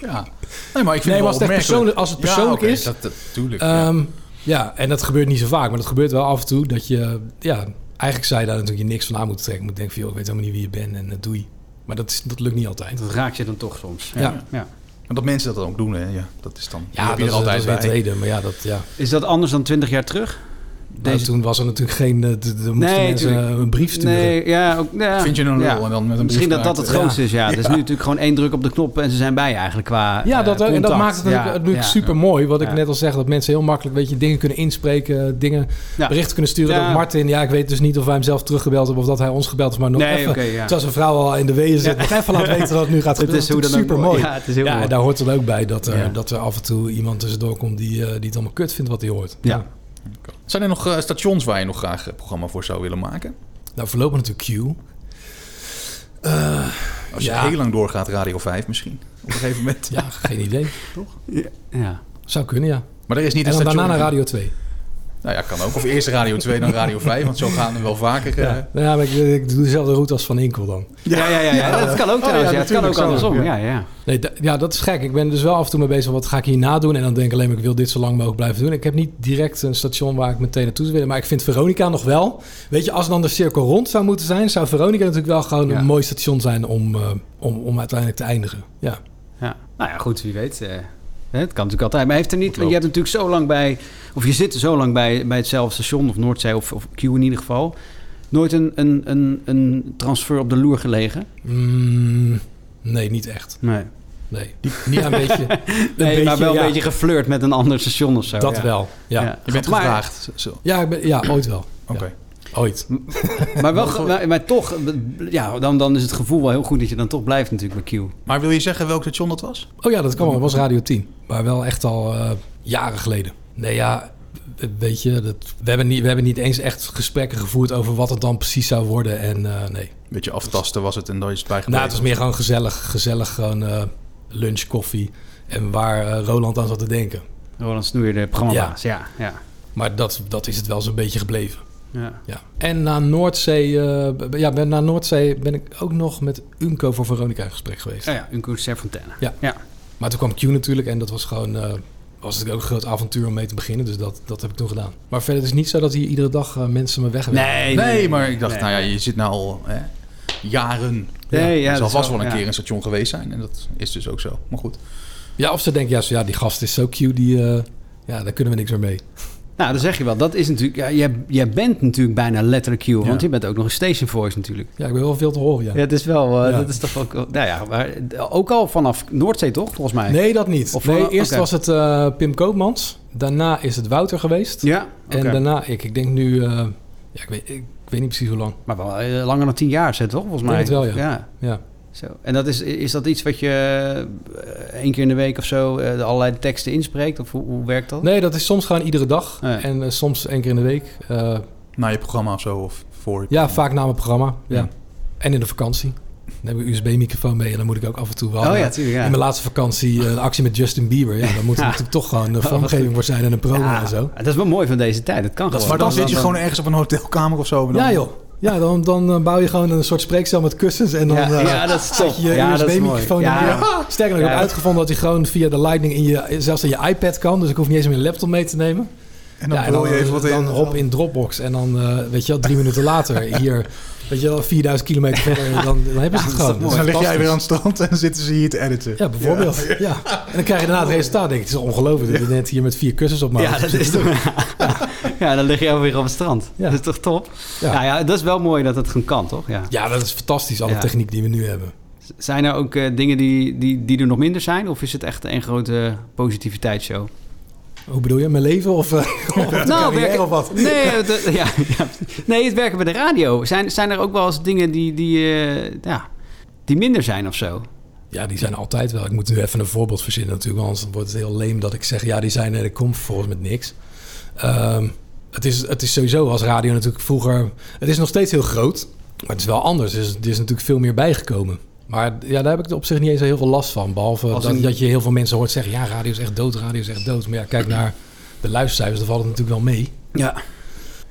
Speaker 3: Ja. Nee, maar ik vind
Speaker 1: Nee,
Speaker 3: het wel
Speaker 1: maar als het, echt
Speaker 3: opmerkelijk.
Speaker 1: persoonlijk, als het
Speaker 3: Ja,
Speaker 1: persoonlijk
Speaker 3: oké,
Speaker 1: is.
Speaker 3: dat- dat- tuurlijk, ja.
Speaker 1: Ehm, ja. en dat gebeurt niet zo vaak, maar dat gebeurt wel af en toe. Dat je, ja, eigenlijk zou je daar natuurlijk je niks van aan moeten trekken. Je Moet denken van, joh, ik weet helemaal niet wie je bent en dat doe je. Maar dat, is, dat lukt niet altijd.
Speaker 4: Dat raakt je dan toch soms.
Speaker 1: Ja.
Speaker 4: Ja. ja.
Speaker 3: En dat mensen dat dan ook doen, hè? Ja, dat is dan.
Speaker 1: Ja, dat, is altijd dat is weer het tweede, maar ja, dat, ja.
Speaker 4: Is dat anders dan 20 jaar terug?
Speaker 1: Nou, toen was er natuurlijk geen, eh, d- d- er moesten mensen
Speaker 4: tuurlijk.
Speaker 1: eh, een brief sturen.
Speaker 4: Nee, ja, ook, nou ja.
Speaker 3: Vind je een lul
Speaker 4: Ja.
Speaker 3: en dan met een
Speaker 4: Misschien
Speaker 3: brief
Speaker 4: dat dat het
Speaker 3: eruit.
Speaker 4: grootste
Speaker 3: Ja.
Speaker 4: is, ja. Het is
Speaker 3: Ja.
Speaker 4: nu natuurlijk gewoon één druk op de knop en ze zijn bij eigenlijk qua
Speaker 1: Ja, dat,
Speaker 4: eh,
Speaker 1: en dat
Speaker 4: contact.
Speaker 1: maakt het
Speaker 4: Ja,
Speaker 1: natuurlijk, natuurlijk
Speaker 4: ja.
Speaker 1: super mooi. Wat
Speaker 4: Ja.
Speaker 1: ik net al zeg, dat mensen heel makkelijk weet je, dingen kunnen inspreken, dingen
Speaker 4: Ja.
Speaker 1: berichten kunnen sturen.
Speaker 4: Ja.
Speaker 1: Dat Martin, ja, ik weet dus niet of wij hem zelf teruggebeld hebben of dat hij ons gebeld heeft, maar nog
Speaker 4: Nee,
Speaker 1: even.
Speaker 4: oké, ja.
Speaker 1: Terwijl zijn vrouw al in de wezen zit,
Speaker 4: Ja.
Speaker 1: nog even laten weten dat het nu gaat
Speaker 4: Het
Speaker 1: gebeuren.
Speaker 4: is
Speaker 1: Dat
Speaker 4: hoe
Speaker 1: is
Speaker 4: dan ook
Speaker 1: super mooi.
Speaker 4: mooi. Ja, het is heel mooi.
Speaker 1: en daar hoort het ook bij dat er,
Speaker 4: Ja.
Speaker 1: dat er af en toe iemand tussendoor komt die, eh, die het allemaal kut vindt wat hij hoort.
Speaker 4: Ja.
Speaker 3: Zijn er nog eh, stations waar je nog graag een programma voor zou willen maken?
Speaker 1: Nou, voorlopig natuurlijk Q. Eh,
Speaker 3: Als je
Speaker 1: ja.
Speaker 3: heel lang doorgaat, Radio 5 misschien. Op een gegeven moment.
Speaker 1: Ja, geen idee.
Speaker 3: Toch?
Speaker 4: Ja.
Speaker 1: Zou kunnen, ja.
Speaker 3: Maar er is niet
Speaker 1: en
Speaker 3: een
Speaker 1: dan
Speaker 3: station.
Speaker 1: daarna naar Radio 2.
Speaker 3: Nou ja, kan ook. Of eerst Radio 2, dan Radio 5. Want zo gaan we wel vaker. eh,
Speaker 1: Ja, nou ja, maar ik, ik doe dezelfde route als Van Inkel dan.
Speaker 4: Ja, ja, ja, ja. dat kan ook
Speaker 1: Oh,
Speaker 4: trouwens.
Speaker 1: ja,
Speaker 4: ja, het kan ook
Speaker 1: natuurlijk, zo.
Speaker 4: andersom. Ja,
Speaker 1: Ja.
Speaker 4: ja.
Speaker 1: Nee, da- ja, dat is gek. Ik ben dus wel af en toe mee bezig. Wat ga ik hierna doen? En dan denk ik alleen maar, ik wil dit zo lang mogelijk blijven doen. Ik heb niet direct een station waar ik meteen naartoe zou willen. Maar ik vind Veronica nog wel. Weet je, als dan de cirkel rond zou moeten zijn... zou Veronica natuurlijk wel gewoon een mooi station zijn om, eh, om, om uiteindelijk te eindigen. Ja.
Speaker 4: Ja. Nou ja, goed, wie weet. eh, hè, het kan natuurlijk altijd. Maar heeft er niet,
Speaker 1: loopt.
Speaker 4: je hebt natuurlijk zo lang bij, of je zit er zo lang bij, bij hetzelfde station, of Noordzee of, of Q in ieder geval, nooit een, een, een, een transfer op de loer gelegen.
Speaker 1: Mm, nee, niet echt.
Speaker 4: Nee.
Speaker 1: Nee, niet een beetje. Een
Speaker 4: nee, maar wel
Speaker 1: ja.
Speaker 4: een beetje geflirt met een ander station of zo.
Speaker 1: Dat wel, ja. Je bent
Speaker 4: Maar-
Speaker 1: gevraagd, Ja, ik ben, ja ooit wel. Oké. Ooit.
Speaker 4: Maar, wel, maar, maar toch, eh, ja, dan, dan is het gevoel wel heel goed dat je dan toch blijft natuurlijk bij Q.
Speaker 3: Maar wil je zeggen welk station dat was?
Speaker 1: Oh ja, dat kan wel. Dat was Radio 10. Maar wel echt al eh, jaren geleden. Nee, ja, eh, weet je, dat, we, hebben niet, we hebben niet eens echt gesprekken gevoerd over wat het dan precies zou worden. En eh, nee.
Speaker 3: Beetje aftasten was het en daar is het bij gebleven.
Speaker 1: Nou, het was meer gewoon gezellig. Gezellig gewoon eh, lunch, koffie. En waar eh, Roland aan zat te denken.
Speaker 4: Roland Snoeier, de programmabaas. Ja. Ja,
Speaker 1: Maar dat, dat is het wel zo'n beetje gebleven.
Speaker 4: Ja.
Speaker 1: Ja. En na Noordzee, eh, b- ja, ben, na Noordzee ben ik ook nog met Unco voor Veronica in gesprek geweest.
Speaker 4: ja, een koers Serpentana.
Speaker 1: Ja.
Speaker 4: ja.
Speaker 1: Maar toen kwam Q natuurlijk en dat was gewoon eh, was natuurlijk ook een groot avontuur om mee te beginnen. Dus dat, dat heb ik toen gedaan. Maar verder is het niet zo dat hier iedere dag eh, mensen me wegwerken.
Speaker 3: Nee, maar ik dacht, nou ja, je zit nou al hè, jaren.
Speaker 1: Nee, ja,
Speaker 3: er zal
Speaker 1: dat
Speaker 3: vast
Speaker 1: wel,
Speaker 3: wel een
Speaker 1: ja.
Speaker 3: keer een station geweest zijn. En dat is dus ook zo. Maar goed.
Speaker 1: Ja, of ze denken, ja, zo, ja, die gast is zo cute, die, eh, ja, daar kunnen we niks meer mee.
Speaker 4: Nou, dan zeg je wel. Dat is natuurlijk. Ja, jij, jij bent natuurlijk bijna letterlijk Q, want je bent ook nog een station voice natuurlijk.
Speaker 1: Ja, ik ben wel veel te horen, ja.
Speaker 4: Ja, het is wel. eh,
Speaker 1: Ja.
Speaker 4: Dat is toch ook. Nou ja, maar ook al vanaf Noordzee toch, volgens mij?
Speaker 1: Nee, dat niet.
Speaker 4: Of
Speaker 1: nee,
Speaker 4: wel-
Speaker 1: eerst
Speaker 4: oké.
Speaker 1: was het eh, Pim Koopmans. Daarna is het Wouter geweest.
Speaker 4: Ja, oké.
Speaker 1: En daarna ik. Ik denk nu... eh, ja, ik weet, ik weet niet precies hoe lang.
Speaker 4: Maar wel eh, langer dan tien jaar, zet toch, volgens
Speaker 1: Ik denk
Speaker 4: mij?
Speaker 1: het wel, ja.
Speaker 4: ja.
Speaker 1: Ja.
Speaker 4: Zo. En dat is, is dat iets wat je eh, één keer in de week of zo eh, de allerlei teksten inspreekt? Of hoe, hoe werkt dat?
Speaker 1: Nee, dat is soms gewoon iedere dag. En eh, soms één keer in de week. eh,
Speaker 3: Na je programma of zo. Of voor je
Speaker 1: Ja, vaak na mijn programma. Ja.
Speaker 3: Ja.
Speaker 1: En in de vakantie. Dan heb ik een USB-microfoon mee en dan moet ik ook af en toe wel.
Speaker 4: Oh ja,
Speaker 1: eh,
Speaker 4: tuurlijk, ja.
Speaker 1: In mijn laatste vakantie eh, een actie met Justin Bieber. Ja, dan moet er
Speaker 4: Ja.
Speaker 1: natuurlijk toch gewoon een
Speaker 4: Oh, wat
Speaker 1: vormgeving
Speaker 4: goed.
Speaker 1: voor zijn en een promo
Speaker 4: Ja,
Speaker 1: en zo.
Speaker 4: Ah, Dat is wel mooi van deze tijd. Dat kan
Speaker 3: Dat,
Speaker 4: gewoon.
Speaker 3: maar dan zit je gewoon ergens op een hotelkamer of zo. en dan-
Speaker 1: Ja joh. Ja, dan, dan eh, bouw je gewoon een soort spreekcel met kussens en dan
Speaker 4: Ja,
Speaker 1: eh,
Speaker 4: ja, dat is
Speaker 1: zet
Speaker 4: top.
Speaker 1: je je
Speaker 4: Ja, dat is
Speaker 1: USB-microfoon.
Speaker 4: mooi.
Speaker 1: in.
Speaker 4: Ja.
Speaker 1: Ah, Sterker nog, ik
Speaker 4: Ja.
Speaker 1: heb uitgevonden dat hij gewoon via de Lightning in je, zelfs in je iPad kan. Dus ik hoef niet eens meer een laptop mee te nemen.
Speaker 3: En dan brul je even wat in.
Speaker 1: dan hop in Dropbox en dan, eh, weet je wel, drie minuten later hier, weet je wel, 4000 kilometer verder, dan, dan hebben ze het gewoon.
Speaker 3: Dus dan lig jij weer aan
Speaker 1: aan
Speaker 3: het strand en dan zitten ze hier te editen.
Speaker 1: Ja, bijvoorbeeld. Ja. En dan krijg je daarna het resultaat. Denk ik, het is ongelooflijk dat je net hier met vier kussens op maakt.
Speaker 4: Ja, dat is toch. ja, dan lig je weer op het strand. Dat is toch top? Ja. Nou ja, dat is wel mooi dat het gewoon kan, toch? Ja.
Speaker 1: Ja, dat is fantastisch, alle
Speaker 4: Ja.
Speaker 1: techniek die we nu hebben.
Speaker 4: Zijn er ook eh, dingen die, die, die er nog minder zijn? Of is het echt een grote positiviteitsshow? Nou,
Speaker 1: Hoe bedoel je, mijn leven of, eh, of de carrière
Speaker 4: werken-
Speaker 1: of wat?
Speaker 4: Nee, het, ja, ja. nee, het werken bij de radio. Zijn, zijn er ook wel eens dingen die, die, eh, ja, die minder zijn of zo?
Speaker 1: Ja, die zijn altijd wel. Ik moet nu even een voorbeeld verzinnen natuurlijk, want anders wordt het heel leem dat ik zeg... ja, die zijn eh, er, ik kom vervolgens met niks. Ehm, het, is, het is sowieso als radio natuurlijk vroeger... Het is nog steeds heel groot, maar het is wel anders. Dus er is natuurlijk veel meer bijgekomen. Maar ja, daar heb ik op zich niet eens zo heel veel last van. Behalve
Speaker 4: Als
Speaker 1: dat,
Speaker 4: een-
Speaker 1: dat je heel veel mensen hoort zeggen... ja, radio is echt dood, radio is echt dood. Maar ja, kijk naar de luistercijfers, dan valt het natuurlijk wel mee.
Speaker 4: Ja.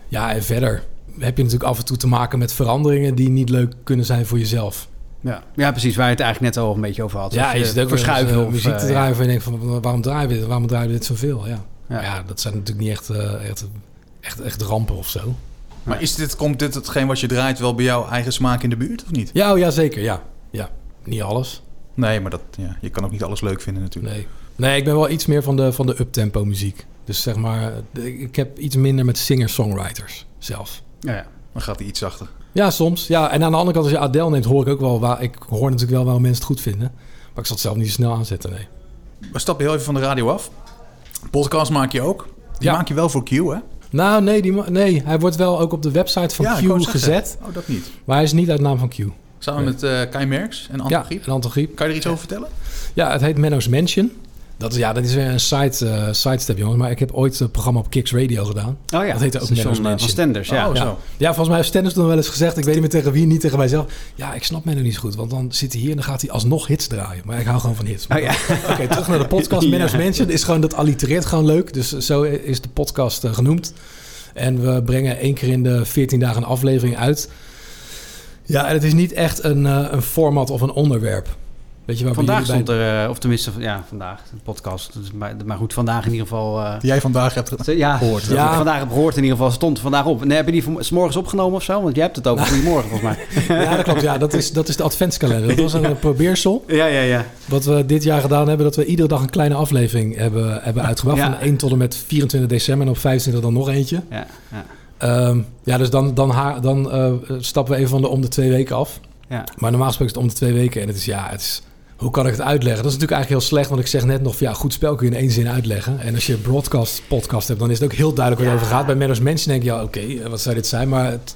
Speaker 1: Ja, en verder heb je natuurlijk af en toe te maken met veranderingen... die niet leuk kunnen zijn voor jezelf.
Speaker 4: Ja. ja, precies. Waar je het eigenlijk net al een beetje over had.
Speaker 1: Ja,
Speaker 4: Als
Speaker 1: je zit ook
Speaker 4: verschuiven
Speaker 1: weer
Speaker 4: of,
Speaker 1: muziek te
Speaker 4: eh,
Speaker 1: draaien en je denkt van waarom draaien we dit, waarom draaien we dit zoveel? Ja. Ja. dat zijn natuurlijk niet echt, eh, echt, echt, echt rampen of zo.
Speaker 3: Maar is dit, komt dit hetgeen wat je draait wel bij jouw eigen smaak in de buurt of niet?
Speaker 1: Ja, oh, ja zeker, ja. ja. Niet alles.
Speaker 3: Nee, maar dat, ja, je kan ook niet alles leuk vinden natuurlijk.
Speaker 1: Nee. Nee, ik ben wel iets meer van de, van de uptempo muziek. Dus zeg maar, eh, ik ik heb iets minder met singer-songwriters zelf.
Speaker 4: Ja, ja.
Speaker 3: Dan gaat hij iets zachter.
Speaker 1: Ja, soms. Ja, en aan de andere kant, als je Adele neemt, hoor ik ook wel waar. Ik hoor natuurlijk wel waarom mensen het goed vinden. Maar ik zal het zelf niet zo snel aanzetten, nee.
Speaker 3: We stappen heel even van de radio af. Podcast maak je ook. Die maak je wel voor Q, hè?
Speaker 1: Nou, nee, die, ma- nee, hij wordt wel ook op de website van
Speaker 3: Ja, ik wou
Speaker 1: Q
Speaker 3: zeggen.
Speaker 1: gezet.
Speaker 3: Oh, dat niet.
Speaker 1: Maar hij is niet uit naam van Q.
Speaker 3: Samen
Speaker 1: Nee.
Speaker 3: met eh Kai Merks en Anton
Speaker 1: Ja,
Speaker 3: Griep.
Speaker 1: en Anton Griep.
Speaker 3: Kan je er iets over vertellen?
Speaker 1: Ja, het heet Menno's Mansion. Dat is, ja, dat is weer een side, eh, sidestep, jongens. Maar ik heb ooit een programma op Kicks Radio gedaan.
Speaker 4: Oh ja,
Speaker 1: dat heette ook
Speaker 4: station,
Speaker 1: Menno's
Speaker 4: eh,
Speaker 1: Mansion.
Speaker 4: van Stenders, ja. Oh,
Speaker 1: ja.
Speaker 4: zo.
Speaker 1: Ja, volgens mij heeft Stenders toen wel eens gezegd... ik weet niet meer tegen wie, niet tegen mijzelf... ja, ik snap Menno niet zo goed, want dan zit hij hier... en dan gaat hij alsnog hits draaien. Maar ik hou gewoon van hits. Maar dan- Oké, terug naar de podcast
Speaker 4: Oh Ja.
Speaker 1: Menno's Mansion. Is gewoon, dat allitereert gewoon leuk. Dus zo is de podcast eh, genoemd. En we brengen één keer in de 14 dagen een aflevering uit... Ja, en het is niet echt een, eh, een format of een onderwerp. Weet je, waar
Speaker 4: Vandaag stond er, eh, of tenminste, ja, vandaag, de podcast. Dus maar, maar goed, vandaag in ieder geval... eh,
Speaker 3: Die jij vandaag hebt ge-
Speaker 4: ja,
Speaker 3: gehoord.
Speaker 4: Ja,
Speaker 3: Ja.
Speaker 4: vandaag heb gehoord in ieder geval, stond vandaag op. Nee, heb je die van- s morgens opgenomen of zo? Want jij hebt het over goedemorgen volgens mij.
Speaker 1: Ja, dat klopt. Ja, dat is, dat is de adventskalender. Dat was een eh, probeersel.
Speaker 4: Ja, ja, ja.
Speaker 1: Wat we dit jaar gedaan hebben, dat we iedere dag een kleine aflevering hebben, hebben uitgebracht.
Speaker 4: Ja.
Speaker 1: Van 1 tot en met 24 december en op 25 dan nog eentje.
Speaker 4: Ja, ja.
Speaker 1: Ehm, ja dus dan, dan, ha- dan eh, stappen we even van de om de twee weken af.
Speaker 4: Ja.
Speaker 1: Maar normaal gesproken is het om de twee weken. En het is, ja, het is, hoe kan ik het uitleggen? Dat is natuurlijk eigenlijk heel slecht. Want ik zeg net nog, van, ja, goed spel kun je in één zin uitleggen. En als je een broadcast podcast hebt, dan is het ook heel duidelijk waar het over gaat. Bij Menno's Mensen denk je, ja, oké, eh, wat zou dit zijn? Maar het,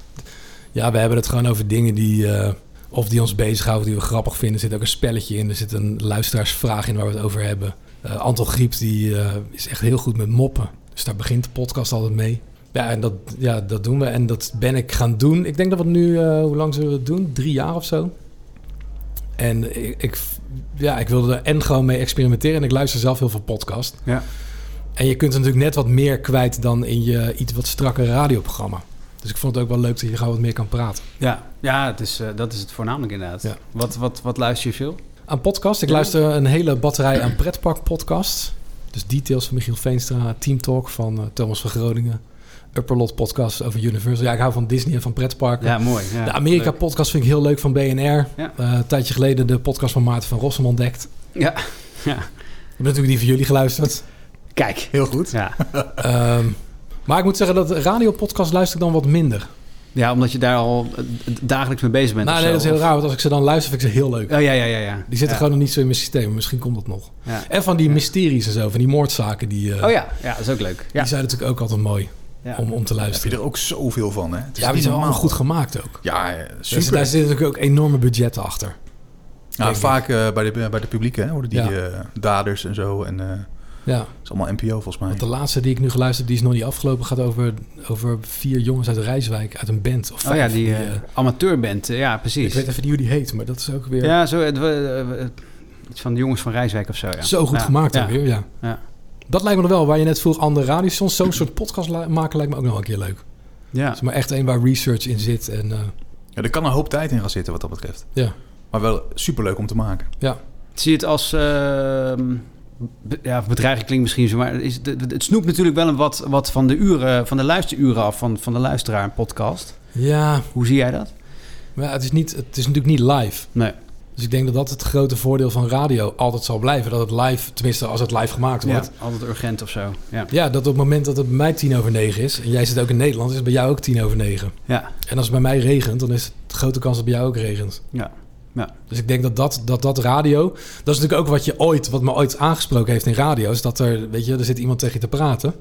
Speaker 1: ja, we hebben het gewoon over dingen die... eh, of die ons bezighouden, die we grappig vinden. Er zit ook een spelletje in. Er zit een luisteraarsvraag in waar we het over hebben. Eh, Anton Griep die, eh, is echt heel goed met moppen. Dus daar begint de podcast altijd mee. Ja, en dat, ja, dat doen we. En dat ben ik gaan doen. Ik denk dat we het nu, eh, hoe lang zullen we het doen? Drie jaar of zo. En ik, ik, ja, ik wilde er en gewoon mee experimenteren. En ik luister zelf heel veel podcast.
Speaker 4: Ja.
Speaker 1: En je kunt er natuurlijk net wat meer kwijt dan in je iets wat strakke radioprogramma. Dus ik vond het ook wel leuk dat je gewoon wat meer kan praten.
Speaker 4: Ja, ja het is, eh, dat is het voornamelijk inderdaad. Wat, wat, wat luister je veel?
Speaker 1: Aan podcast. Ik luister een hele batterij aan pretparkpodcasts. Dus Details van Michiel Veenstra, Team Talk van eh, Thomas van Groningen. Upperlot podcast over Universal. Ja, ik hou van Disney en van pretparken.
Speaker 4: Ja, mooi, ja.
Speaker 1: de Amerika podcast vind ik heel leuk van BNR. Eh, een tijdje geleden de podcast van Maarten van Rossum ontdekt.
Speaker 4: Ja. ja.
Speaker 1: Ik heb natuurlijk die van jullie geluisterd.
Speaker 4: Kijk.
Speaker 3: Heel goed.
Speaker 4: Ja.
Speaker 1: Ehm, maar ik moet zeggen dat radiopodcast luister ik dan wat minder.
Speaker 4: ja, omdat je daar al eh, dagelijks mee bezig bent.
Speaker 1: nou,
Speaker 4: of
Speaker 1: nee,
Speaker 4: zo,
Speaker 1: dat is heel
Speaker 4: of-
Speaker 1: raar. Want als ik ze dan luister, vind ik ze heel leuk.
Speaker 4: Oh, ja, ja, ja, ja.
Speaker 1: Die zitten
Speaker 4: Ja.
Speaker 1: gewoon nog niet zo in mijn systeem. Misschien komt dat nog.
Speaker 4: Ja.
Speaker 1: En van die mysteries en zo, van die moordzaken. Die, eh,
Speaker 4: Oh ja, ja, dat is ook leuk. Ja.
Speaker 1: Die zijn natuurlijk ook altijd mooi
Speaker 4: Ja.
Speaker 1: om, om te luisteren.
Speaker 3: Heb je er ook zoveel van, hè? Het is
Speaker 1: ja, maar die
Speaker 3: niet
Speaker 1: zijn allemaal
Speaker 3: normaal.
Speaker 1: goed gemaakt ook.
Speaker 3: Ja, eh,
Speaker 1: Dus
Speaker 3: super.
Speaker 1: daar zitten natuurlijk ook enorme budgetten achter.
Speaker 3: Ja,
Speaker 1: Denk ik.
Speaker 3: vaak eh, bij, de, bij de publiek, hè? Worden die
Speaker 1: Ja.
Speaker 3: eh, daders en zo. En, eh,
Speaker 1: Ja.
Speaker 3: Het is allemaal NPO, volgens mij.
Speaker 1: Want de laatste die ik nu geluisterd heb, die is nog niet afgelopen. Gaat over, over vier jongens uit Rijswijk, uit een band. Of
Speaker 4: Oh ja,
Speaker 1: vijf,
Speaker 4: die
Speaker 1: eh,
Speaker 4: eh, amateurband. eh, Ja, precies.
Speaker 1: ik weet even niet hoe die heet, maar dat is ook weer
Speaker 4: Ja, zo, het, eh, eh, iets van de jongens van Rijswijk of zo. Ja.
Speaker 1: zo goed
Speaker 4: Ja,
Speaker 1: gemaakt ook weer. Ja.
Speaker 4: Ja.
Speaker 1: Dat lijkt me nog wel, waar je net vroeg andere radiostations. Zo'n soort podcast li- maken lijkt me ook nog wel een keer leuk.
Speaker 4: Ja.
Speaker 1: Dus maar echt één waar research in zit. En, eh,
Speaker 3: Ja, er kan een hoop tijd in gaan zitten, wat dat betreft.
Speaker 1: Ja.
Speaker 3: Maar wel superleuk om te maken.
Speaker 1: ja.
Speaker 4: Zie je het als... ehm, be- ja, bedreiging klinkt misschien zo, maar is het, het snoept natuurlijk wel een wat, wat van, de uren, van de luisteruren af van, van de luisteraar een podcast.
Speaker 1: ja,
Speaker 4: Hoe zie jij dat?
Speaker 1: Maar ja, het, is niet, het is natuurlijk niet live.
Speaker 4: Nee.
Speaker 1: Dus ik denk dat dat het grote voordeel van radio altijd zal blijven. Dat het live, tenminste als het live gemaakt wordt.
Speaker 4: Ja, altijd urgent of zo. Ja.
Speaker 1: Ja, dat op het moment dat het bij mij tien over negen is... en jij zit ook in Nederland, is het bij jou ook tien over negen.
Speaker 4: Ja.
Speaker 1: En als het bij mij regent, dan is het grote kans dat het bij jou ook regent.
Speaker 4: Ja.
Speaker 1: Dus ik denk dat dat, dat dat radio... Dat is natuurlijk ook wat je ooit, wat me ooit aangesproken heeft in radio... is dat er, weet je, er zit iemand tegen je te praten.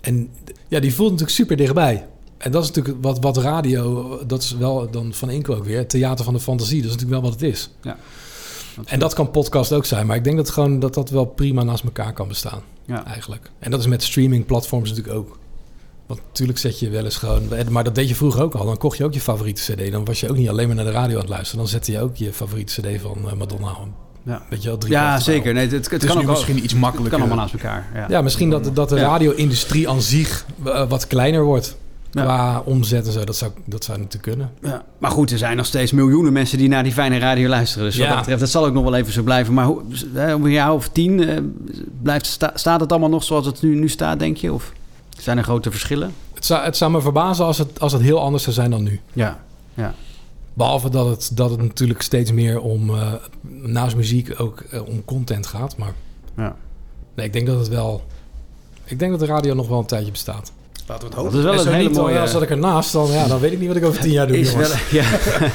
Speaker 1: En ja, die voelt natuurlijk super dichtbij. En dat is natuurlijk wat, wat radio... Dat is wel dan van Inco ook weer. het Theater van de fantasie. Dat is natuurlijk wel wat het is.
Speaker 4: Ja.
Speaker 1: En dat kan podcast ook zijn. Maar ik denk dat gewoon dat dat wel prima naast elkaar kan bestaan.
Speaker 4: Ja.
Speaker 1: Eigenlijk. En dat is met streaming platforms natuurlijk ook. Want natuurlijk zet je wel eens gewoon... Maar dat deed je vroeger ook al. Dan kocht je ook je favoriete cd. Dan was je ook niet alleen maar naar de radio aan het luisteren. Dan zette je ook je favoriete cd van eh, Madonna.
Speaker 4: Ja.
Speaker 1: Weet je wel, drie
Speaker 4: Ja,
Speaker 1: platen
Speaker 4: zeker. Nee, het, het,
Speaker 1: is nu
Speaker 4: kan ook wel-
Speaker 1: misschien iets
Speaker 4: Het
Speaker 1: makkelijker.
Speaker 4: kan allemaal naast elkaar. Ja,
Speaker 1: Ja, misschien dat, dat de
Speaker 4: Ja.
Speaker 1: radio-industrie aan zich eh, wat kleiner wordt. Qua omzet en zo. Dat zou, dat zou natuurlijk kunnen.
Speaker 4: Ja. Maar goed, er zijn nog steeds miljoenen mensen die naar die fijne radio luisteren. Dus wat
Speaker 1: Ja.
Speaker 4: dat betreft, dat zal ook nog wel even zo blijven. Maar hoe, eh, over een jaar of tien, eh, blijft, sta- staat het allemaal nog zoals het nu, nu staat, denk je? Of zijn er grote verschillen?
Speaker 1: Het zou, het zou me verbazen als het, als het heel anders zou zijn dan nu.
Speaker 4: Ja, ja.
Speaker 1: Behalve dat het, dat het natuurlijk steeds meer om, eh, naast muziek, ook eh, om content gaat. Maar
Speaker 4: Ja.
Speaker 1: nee, ik denk dat het wel... Ik denk dat de radio nog wel een tijdje bestaat. Laten we het
Speaker 4: hopen. Dat is wel een hele mooie-
Speaker 1: eh, Als dat ik ernaast, dan, ja, dan weet ik niet wat ik over tien jaar doe,
Speaker 4: Is
Speaker 1: jongens.
Speaker 4: wel, ja.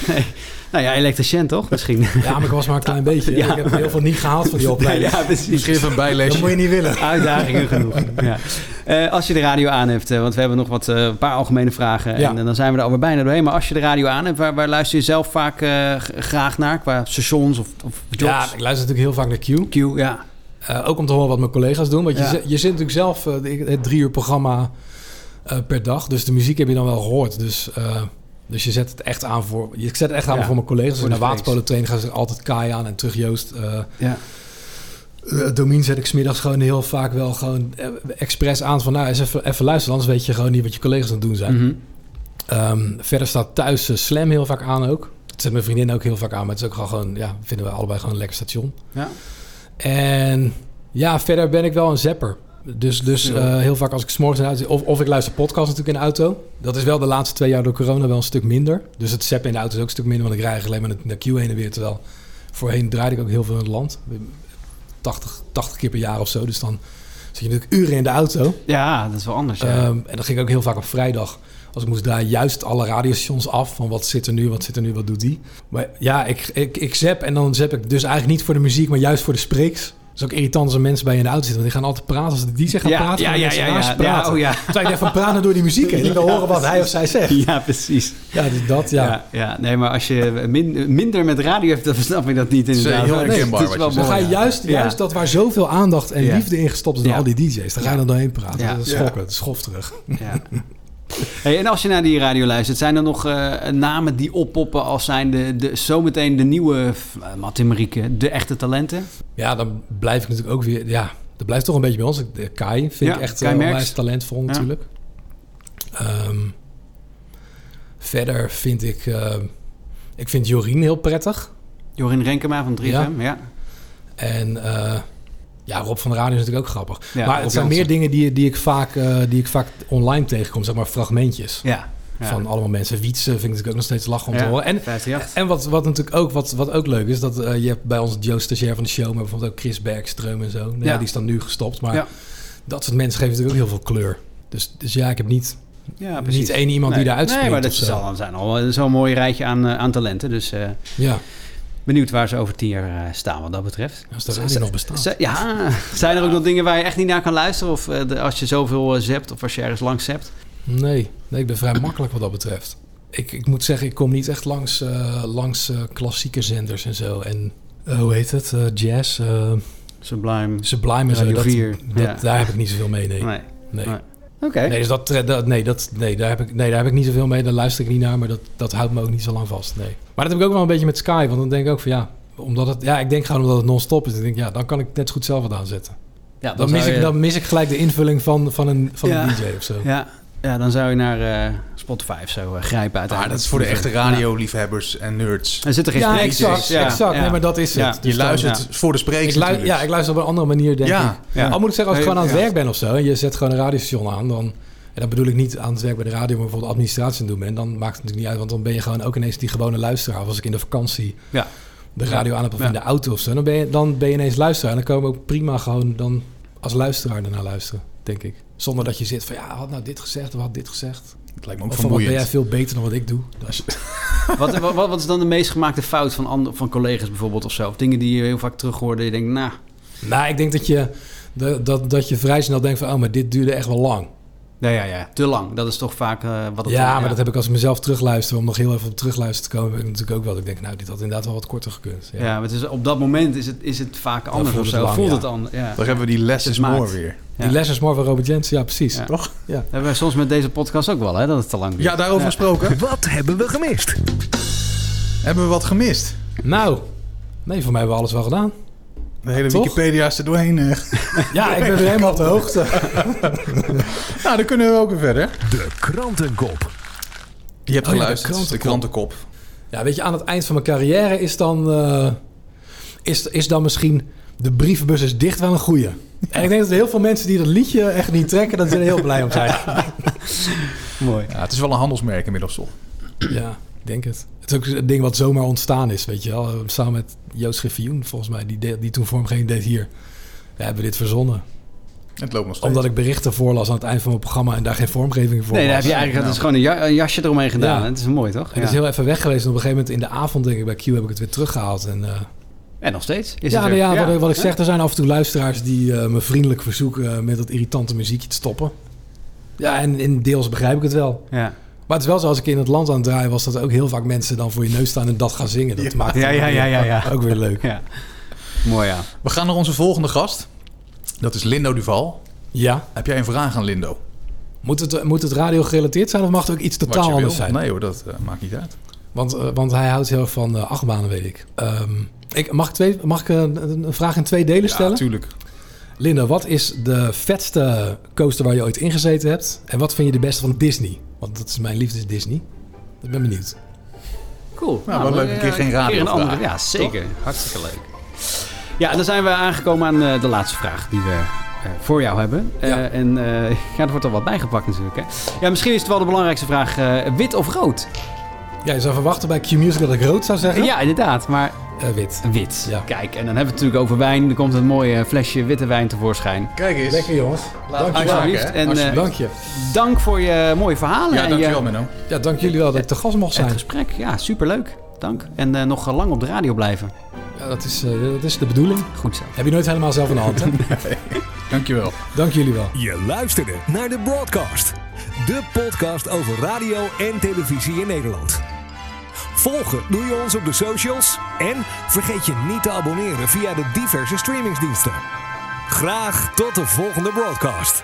Speaker 4: Nee. Nou ja, elektricien toch? Misschien.
Speaker 1: Ja, maar ik was maar een klein beetje.
Speaker 4: Ja.
Speaker 1: Ik heb heel veel niet gehaald van die opleiding.
Speaker 4: Nee, ja, precies.
Speaker 1: Misschien even een bijlesje. Dat moet je niet willen.
Speaker 4: Uitdagingen genoeg. Ja. Eh, als je de radio aan hebt, eh, want we hebben nog wat, eh, een paar algemene vragen.
Speaker 1: Ja.
Speaker 4: En, eh, dan zijn we er alweer bijna doorheen. Maar als je de radio aan hebt, waar, waar luister je zelf vaak eh, g- graag naar? Qua stations of, of jobs?
Speaker 1: Ja, ik luister natuurlijk heel vaak naar Q.
Speaker 4: Q, ja.
Speaker 1: Eh, ook om te horen wat mijn collega's doen. Want
Speaker 4: Ja.
Speaker 1: je, zit- je zit natuurlijk zelf eh, de- het drie uur programma eh, per dag. Dus de muziek heb je dan wel gehoord. Dus, eh, dus je zet het echt aan voor... Je, ik zet het echt aan
Speaker 4: Ja,
Speaker 1: voor mijn collega's.
Speaker 4: voor
Speaker 1: Als ik
Speaker 4: de
Speaker 1: naar
Speaker 4: freaks.
Speaker 1: waterpolo trainen gaan ze altijd Kai aan en terug Joost. eh,
Speaker 4: Ja.
Speaker 1: eh, Domien zet ik smiddags gewoon heel vaak wel gewoon eh, expres aan van... Nou, eens even, even luisteren, anders weet je gewoon niet wat je collega's aan het doen zijn.
Speaker 4: Mhm.
Speaker 1: Ehm, verder staat thuis eh, Slam heel vaak aan ook. Dat zet mijn vriendin ook heel vaak aan. Maar het is ook gewoon- gewoon, ja, vinden we allebei gewoon een lekker station.
Speaker 4: Ja.
Speaker 1: En ja, verder ben ik wel een zapper. Dus, dus
Speaker 4: Ja.
Speaker 1: eh, heel vaak als ik s'morgens in de auto zit... Of, of ik luister podcast natuurlijk in de auto. Dat is wel de laatste twee jaar door corona wel een stuk minder. Dus het zappen in de auto is ook een stuk minder. Want ik rij eigenlijk alleen maar naar naar Q heen en weer. Terwijl voorheen draaide ik ook heel veel in het land. 80, 80 keer per jaar of zo. Dus dan zit je natuurlijk uren in de auto.
Speaker 4: Ja, dat is wel anders. Ja.
Speaker 1: Ehm, en dat ging ook heel vaak op vrijdag. Als ik moest daar juist alle radiostations af. Van wat zit er nu, wat zit er nu, wat doet die. Maar ja, ik, ik, ik zap en dan zap ik dus eigenlijk niet voor de muziek, maar juist voor de spreeks. Dat is ook irritant als er mensen bij je in de auto zitten. Want die gaan altijd praten. Als de DJ gaat
Speaker 4: Ja,
Speaker 1: praten,
Speaker 4: ja,
Speaker 1: gaan
Speaker 4: ja,
Speaker 1: mensen
Speaker 4: ja,
Speaker 1: naast
Speaker 4: ja.
Speaker 1: je praten.
Speaker 4: Ja, oh ja.
Speaker 1: Terwijl je denkt van praten door die muziek heen. Ik wil
Speaker 4: Ja,
Speaker 1: horen wat hij of zij zegt.
Speaker 4: Ja, precies.
Speaker 1: Ja, dus dat, Eh. ja.
Speaker 4: Ja, ja, nee, maar als je min- minder met radio hebt, dan snap ik dat niet
Speaker 1: is
Speaker 4: inderdaad.
Speaker 1: heel
Speaker 4: Nee,
Speaker 1: herkenbaar
Speaker 4: het is wel
Speaker 1: Dan ga
Speaker 4: mooi,
Speaker 1: je
Speaker 4: ja.
Speaker 1: juist,
Speaker 4: Ja.
Speaker 1: juist dat waar zoveel aandacht en
Speaker 4: Ja.
Speaker 1: liefde in gestopt is door
Speaker 4: Ja.
Speaker 1: al die DJ's. Daar ga je dan doorheen praten.
Speaker 4: Ja.
Speaker 1: Dat is
Speaker 4: Ja.
Speaker 1: schokken. Dat is schof terug.
Speaker 4: Ja. Hey, en als je naar die radio luistert, zijn er nog eh, namen die oppoppen als zijn de, de, zometeen de nieuwe f- eh, Martin Marieke, de echte talenten?
Speaker 1: Ja, dan blijf ik natuurlijk ook weer... Ja, dat blijft toch een beetje bij ons. Ik- eh, Kai vind
Speaker 4: Ja,
Speaker 1: ik echt
Speaker 4: Kai
Speaker 1: eh,
Speaker 4: Merks.
Speaker 1: onwijs talentvol
Speaker 4: Ja.
Speaker 1: natuurlijk. Ehm, verder vind ik... eh, ik vind Jorien heel prettig.
Speaker 4: Jorin Renkema van 3FM, ja.
Speaker 1: En eh, ja, Rob van der Radio is natuurlijk ook grappig.
Speaker 4: Ja,
Speaker 1: maar
Speaker 4: Rob
Speaker 1: het zijn meer
Speaker 4: Jansen.
Speaker 1: dingen die, die, ik vaak, eh, die ik vaak online tegenkom. Zeg maar fragmentjes.
Speaker 4: Ja, ja.
Speaker 1: Van allemaal mensen. Wietsen vind ik natuurlijk ook nog steeds lachen om
Speaker 4: Ja,
Speaker 1: te horen. En,
Speaker 4: 538.
Speaker 1: en wat, wat natuurlijk ook, wat, wat ook leuk is... dat eh, je hebt bij ons Joe Stagiair van de show... maar bijvoorbeeld ook Chris Bergström en zo. Nou ja,
Speaker 4: Ja.
Speaker 1: die is dan nu gestopt. Maar
Speaker 4: Ja.
Speaker 1: dat soort mensen geven natuurlijk ook heel veel kleur. Dus, dus ja, ik heb niet,
Speaker 4: Ja, precies.
Speaker 1: niet één iemand
Speaker 4: Nee,
Speaker 1: die eruit springt
Speaker 4: Nee, maar dat
Speaker 1: of zo.
Speaker 4: is al- zijn al eh, zo'n mooi rijtje aan, eh, aan talenten. Dus eh,
Speaker 1: Ja.
Speaker 4: benieuwd waar ze over tien jaar eh, staan wat dat betreft.
Speaker 1: Als de
Speaker 4: Z-
Speaker 1: radio
Speaker 4: z-
Speaker 1: nog bestaat.
Speaker 4: z- ja, zijn er ook nog dingen waar je echt niet naar kan luisteren? Of eh, de- als je zoveel eh, zept of als je ergens langs zept?
Speaker 1: Nee, nee, ik ben vrij makkelijk wat dat betreft. Ik, ik moet zeggen, ik kom niet echt langs, eh, langs eh, klassieke zenders en zo. En eh, hoe heet het? Eh, jazz. eh
Speaker 4: Sublime.
Speaker 1: Sublime en zo.
Speaker 4: Radio
Speaker 1: Dat,
Speaker 4: 4,
Speaker 1: dat-
Speaker 4: ja.
Speaker 1: Daar heb ik niet zoveel mee, nee.
Speaker 4: Nee.
Speaker 1: Nee.
Speaker 4: Nee. Oké.
Speaker 1: Nee, dus dat, dat, nee, dat, nee, daar heb ik, nee, daar heb ik niet zoveel mee. Daar luister ik niet naar, maar dat, dat houdt me ook niet zo lang vast. Nee. Maar dat heb ik ook wel een beetje met Sky. Want dan denk ik ook van ja, omdat het, ja ik denk gewoon omdat het non-stop is. Dan denk ik, ja, dan kan ik net zo goed zelf wat aanzetten.
Speaker 4: Ja, dan
Speaker 1: dan, mis
Speaker 4: zou
Speaker 1: ik,
Speaker 4: je-
Speaker 1: dan mis ik gelijk de invulling van, van, een, van
Speaker 4: Ja.
Speaker 1: een DJ of zo.
Speaker 4: Ja, ja dan zou je naar eh, Spotify of zo eh, grijpen uiteindelijk.
Speaker 3: Maar Ah, dat is voor de echte radioliefhebbers en nerds.
Speaker 4: Er zitten geen
Speaker 1: ja,
Speaker 4: spreekjes.
Speaker 1: exact,
Speaker 4: Ja,
Speaker 1: exact.
Speaker 4: ja.
Speaker 1: Nee, maar dat is
Speaker 4: Ja.
Speaker 1: het. Dus
Speaker 4: Je
Speaker 1: dan-
Speaker 4: luistert voor de spreker
Speaker 1: Ik lui-
Speaker 4: natuurlijk.
Speaker 1: ja, ik luister op een andere manier, denk
Speaker 4: Ja,
Speaker 1: ik.
Speaker 4: ja.
Speaker 1: Al moet ik zeggen, als ik
Speaker 4: Nee,
Speaker 1: gewoon aan het
Speaker 4: ja.
Speaker 1: werk ben of zo... en je zet gewoon een radiostation aan, dan... en dat bedoel ik niet aan het werk bij de radio... maar bijvoorbeeld administratie aan het doen ben... dan maakt het natuurlijk niet uit... want dan ben je gewoon ook ineens die gewone luisteraar. Of als ik in de vakantie
Speaker 4: Ja.
Speaker 1: de radio aan heb of
Speaker 4: Ja.
Speaker 1: in de auto of zo... dan ben je, dan ben je ineens luisteraar. En dan komen we ook prima gewoon dan als luisteraar ernaar luisteren, denk ik. Zonder dat je zit van, ja, had nou dit gezegd of had dit gezegd. Het
Speaker 3: lijkt me ook
Speaker 1: of van, wat ben
Speaker 3: vermoeiend.
Speaker 1: jij veel beter dan wat ik doe. Dat-
Speaker 4: wat, wat, wat is dan de meest gemaakte fout van, ander- van collega's bijvoorbeeld of zo? Of dingen die je heel vaak terug hoorde. Je denkt, nou,
Speaker 1: Nou, ik denk dat je, dat, dat, dat je vrij snel denkt van... oh, maar dit duurde echt wel lang.
Speaker 4: ja, ja, ja, te lang. Dat is toch vaak eh, wat het
Speaker 1: ja, maar dat heb ik als ik mezelf terugluister... om nog heel even op terugluisteren te komen... heb ik natuurlijk ook wel... dat ik denk, nou, dit had inderdaad wel wat korter gekund.
Speaker 4: Ja, maar het is, op dat moment is het, is het vaak anders of zo. voelt het dan. Ja. Het maakt. Ja.
Speaker 1: Die lessons more van Robert Jensen, ja, precies. Toch? Ja.
Speaker 4: Hebben we soms met deze podcast ook wel, hè? Dat het te lang duurt.
Speaker 3: Ja, daarover gesproken.
Speaker 2: Wat hebben we gemist?
Speaker 3: Hebben we wat gemist?
Speaker 1: Nou, nee, voor mij hebben we alles wel gedaan.
Speaker 3: De hele
Speaker 1: Toch?
Speaker 3: Wikipedia is er doorheen. eh.
Speaker 1: Ja, ik ben weer helemaal op de hoogte.
Speaker 3: nou, dan kunnen we ook weer verder.
Speaker 2: De krantenkop.
Speaker 3: Je hebt
Speaker 1: Oh ja, de
Speaker 3: geluisterd. de, krantenkop.
Speaker 1: Ja, weet je, aan het eind van mijn carrière is dan, eh, is, is dan misschien de brievenbus is dicht wel een goeie. En ik denk dat er heel veel mensen die dat liedje echt niet trekken, dat ze er heel blij om zijn.
Speaker 4: Mooi.
Speaker 3: Ja, het is wel een handelsmerk inmiddels toch?
Speaker 1: Ja, ik denk het. Het is ook een ding wat zomaar ontstaan is, weet je wel. Samen met Joost Griffioen, volgens mij, die, de- die toen vormgeving deed hier. Ja, hebben we dit verzonnen.
Speaker 3: Het loopt nog steeds.
Speaker 1: Omdat ik berichten voorlas aan het eind van mijn programma en daar geen vormgeving voor
Speaker 4: Nee, daar
Speaker 1: was.
Speaker 4: heb je eigenlijk dat is gewoon een, ja- een jasje eromheen gedaan.
Speaker 1: Ja.
Speaker 4: Het is mooi, toch?
Speaker 1: En het is heel even weg geweest. En op een gegeven moment in de avond, denk ik, bij Q heb ik het weer teruggehaald. En, eh,
Speaker 4: En nog steeds. Is
Speaker 1: ja,
Speaker 4: het
Speaker 1: nou
Speaker 4: er.
Speaker 1: ja, Wat, ik- wat ik
Speaker 4: Ja.
Speaker 1: zeg, er zijn af en toe luisteraars die eh, me vriendelijk verzoeken eh, met dat irritante muziekje te stoppen. Ja, en, in deels begrijp ik het wel.
Speaker 4: Ja.
Speaker 1: Maar het is wel zo, als ik in het land aan het draaien was, dat er ook heel vaak mensen dan voor je neus staan en dat gaan zingen. Dat maakt het
Speaker 4: Ja, ja,
Speaker 1: ook weer-
Speaker 4: ja, ja, ja.
Speaker 1: ook weer leuk.
Speaker 4: Ja. Mooi, ja.
Speaker 3: We gaan naar onze volgende gast. Dat is Lindo Duval.
Speaker 1: Ja.
Speaker 3: Heb jij een vraag aan Lindo?
Speaker 1: Moet het, moet het radio gerelateerd zijn of mag het ook iets
Speaker 3: Wat
Speaker 1: totaal
Speaker 3: je wil.
Speaker 1: anders zijn?
Speaker 3: Nee hoor, dat eh, maakt niet uit.
Speaker 1: Want, eh, want hij houdt heel erg van eh achtbanen, weet ik. Ehm, ik mag, ik twee, mag ik eh, een, een vraag in twee delen stellen? Ja,
Speaker 3: tuurlijk.
Speaker 1: Linda, wat is de vetste coaster waar je ooit ingezeten hebt? En wat vind je de beste van Disney? Want dat is mijn liefde, is Disney. Ik ben benieuwd.
Speaker 4: Cool. eh,
Speaker 1: Nou, wel leuk, een keer geen radio
Speaker 4: een andere-
Speaker 1: vragen.
Speaker 4: Ja, zeker. Hartstikke leuk. Ja, dan zijn we aangekomen aan eh, de laatste vraag die we eh, voor jou hebben. Eh, En eh, ja, er wordt al wat bijgepakt natuurlijk. Hè? Ja, misschien is het wel de belangrijkste vraag. eh, wit of rood?
Speaker 1: Ja, je zou verwachten bij Q-Music dat ik rood zou zeggen. Eh,
Speaker 4: Ja, inderdaad. Maar
Speaker 1: wit.
Speaker 4: Wit. Kijk, en dan hebben we het natuurlijk over wijn. Er komt een mooi eh, flesje witte wijn tevoorschijn.
Speaker 3: Kijk eens.
Speaker 1: Lekker jongens. Dank je wel.
Speaker 4: Alsjeblieft. En, eh,
Speaker 1: Dank je.
Speaker 4: Dank voor je mooie verhalen.
Speaker 1: Ja,
Speaker 4: en
Speaker 1: dankjewel,
Speaker 4: je-
Speaker 3: Menno.
Speaker 1: Ja, dank jullie wel dat ik te gast mocht zijn.
Speaker 4: Het gesprek, ja, superleuk. Dank. En eh, nog lang op de radio blijven.
Speaker 1: Ja, dat is, eh, dat is de bedoeling.
Speaker 4: Goed zo.
Speaker 1: Heb je nooit helemaal zelf in de hand, hè?
Speaker 3: Dankjewel.
Speaker 1: Dank jullie wel.
Speaker 2: Je luisterde naar de broadcast. De podcast over radio en televisie in Nederland. Volgen doe je ons op de socials en vergeet je niet te abonneren via de diverse streamingsdiensten. Graag tot de volgende broadcast.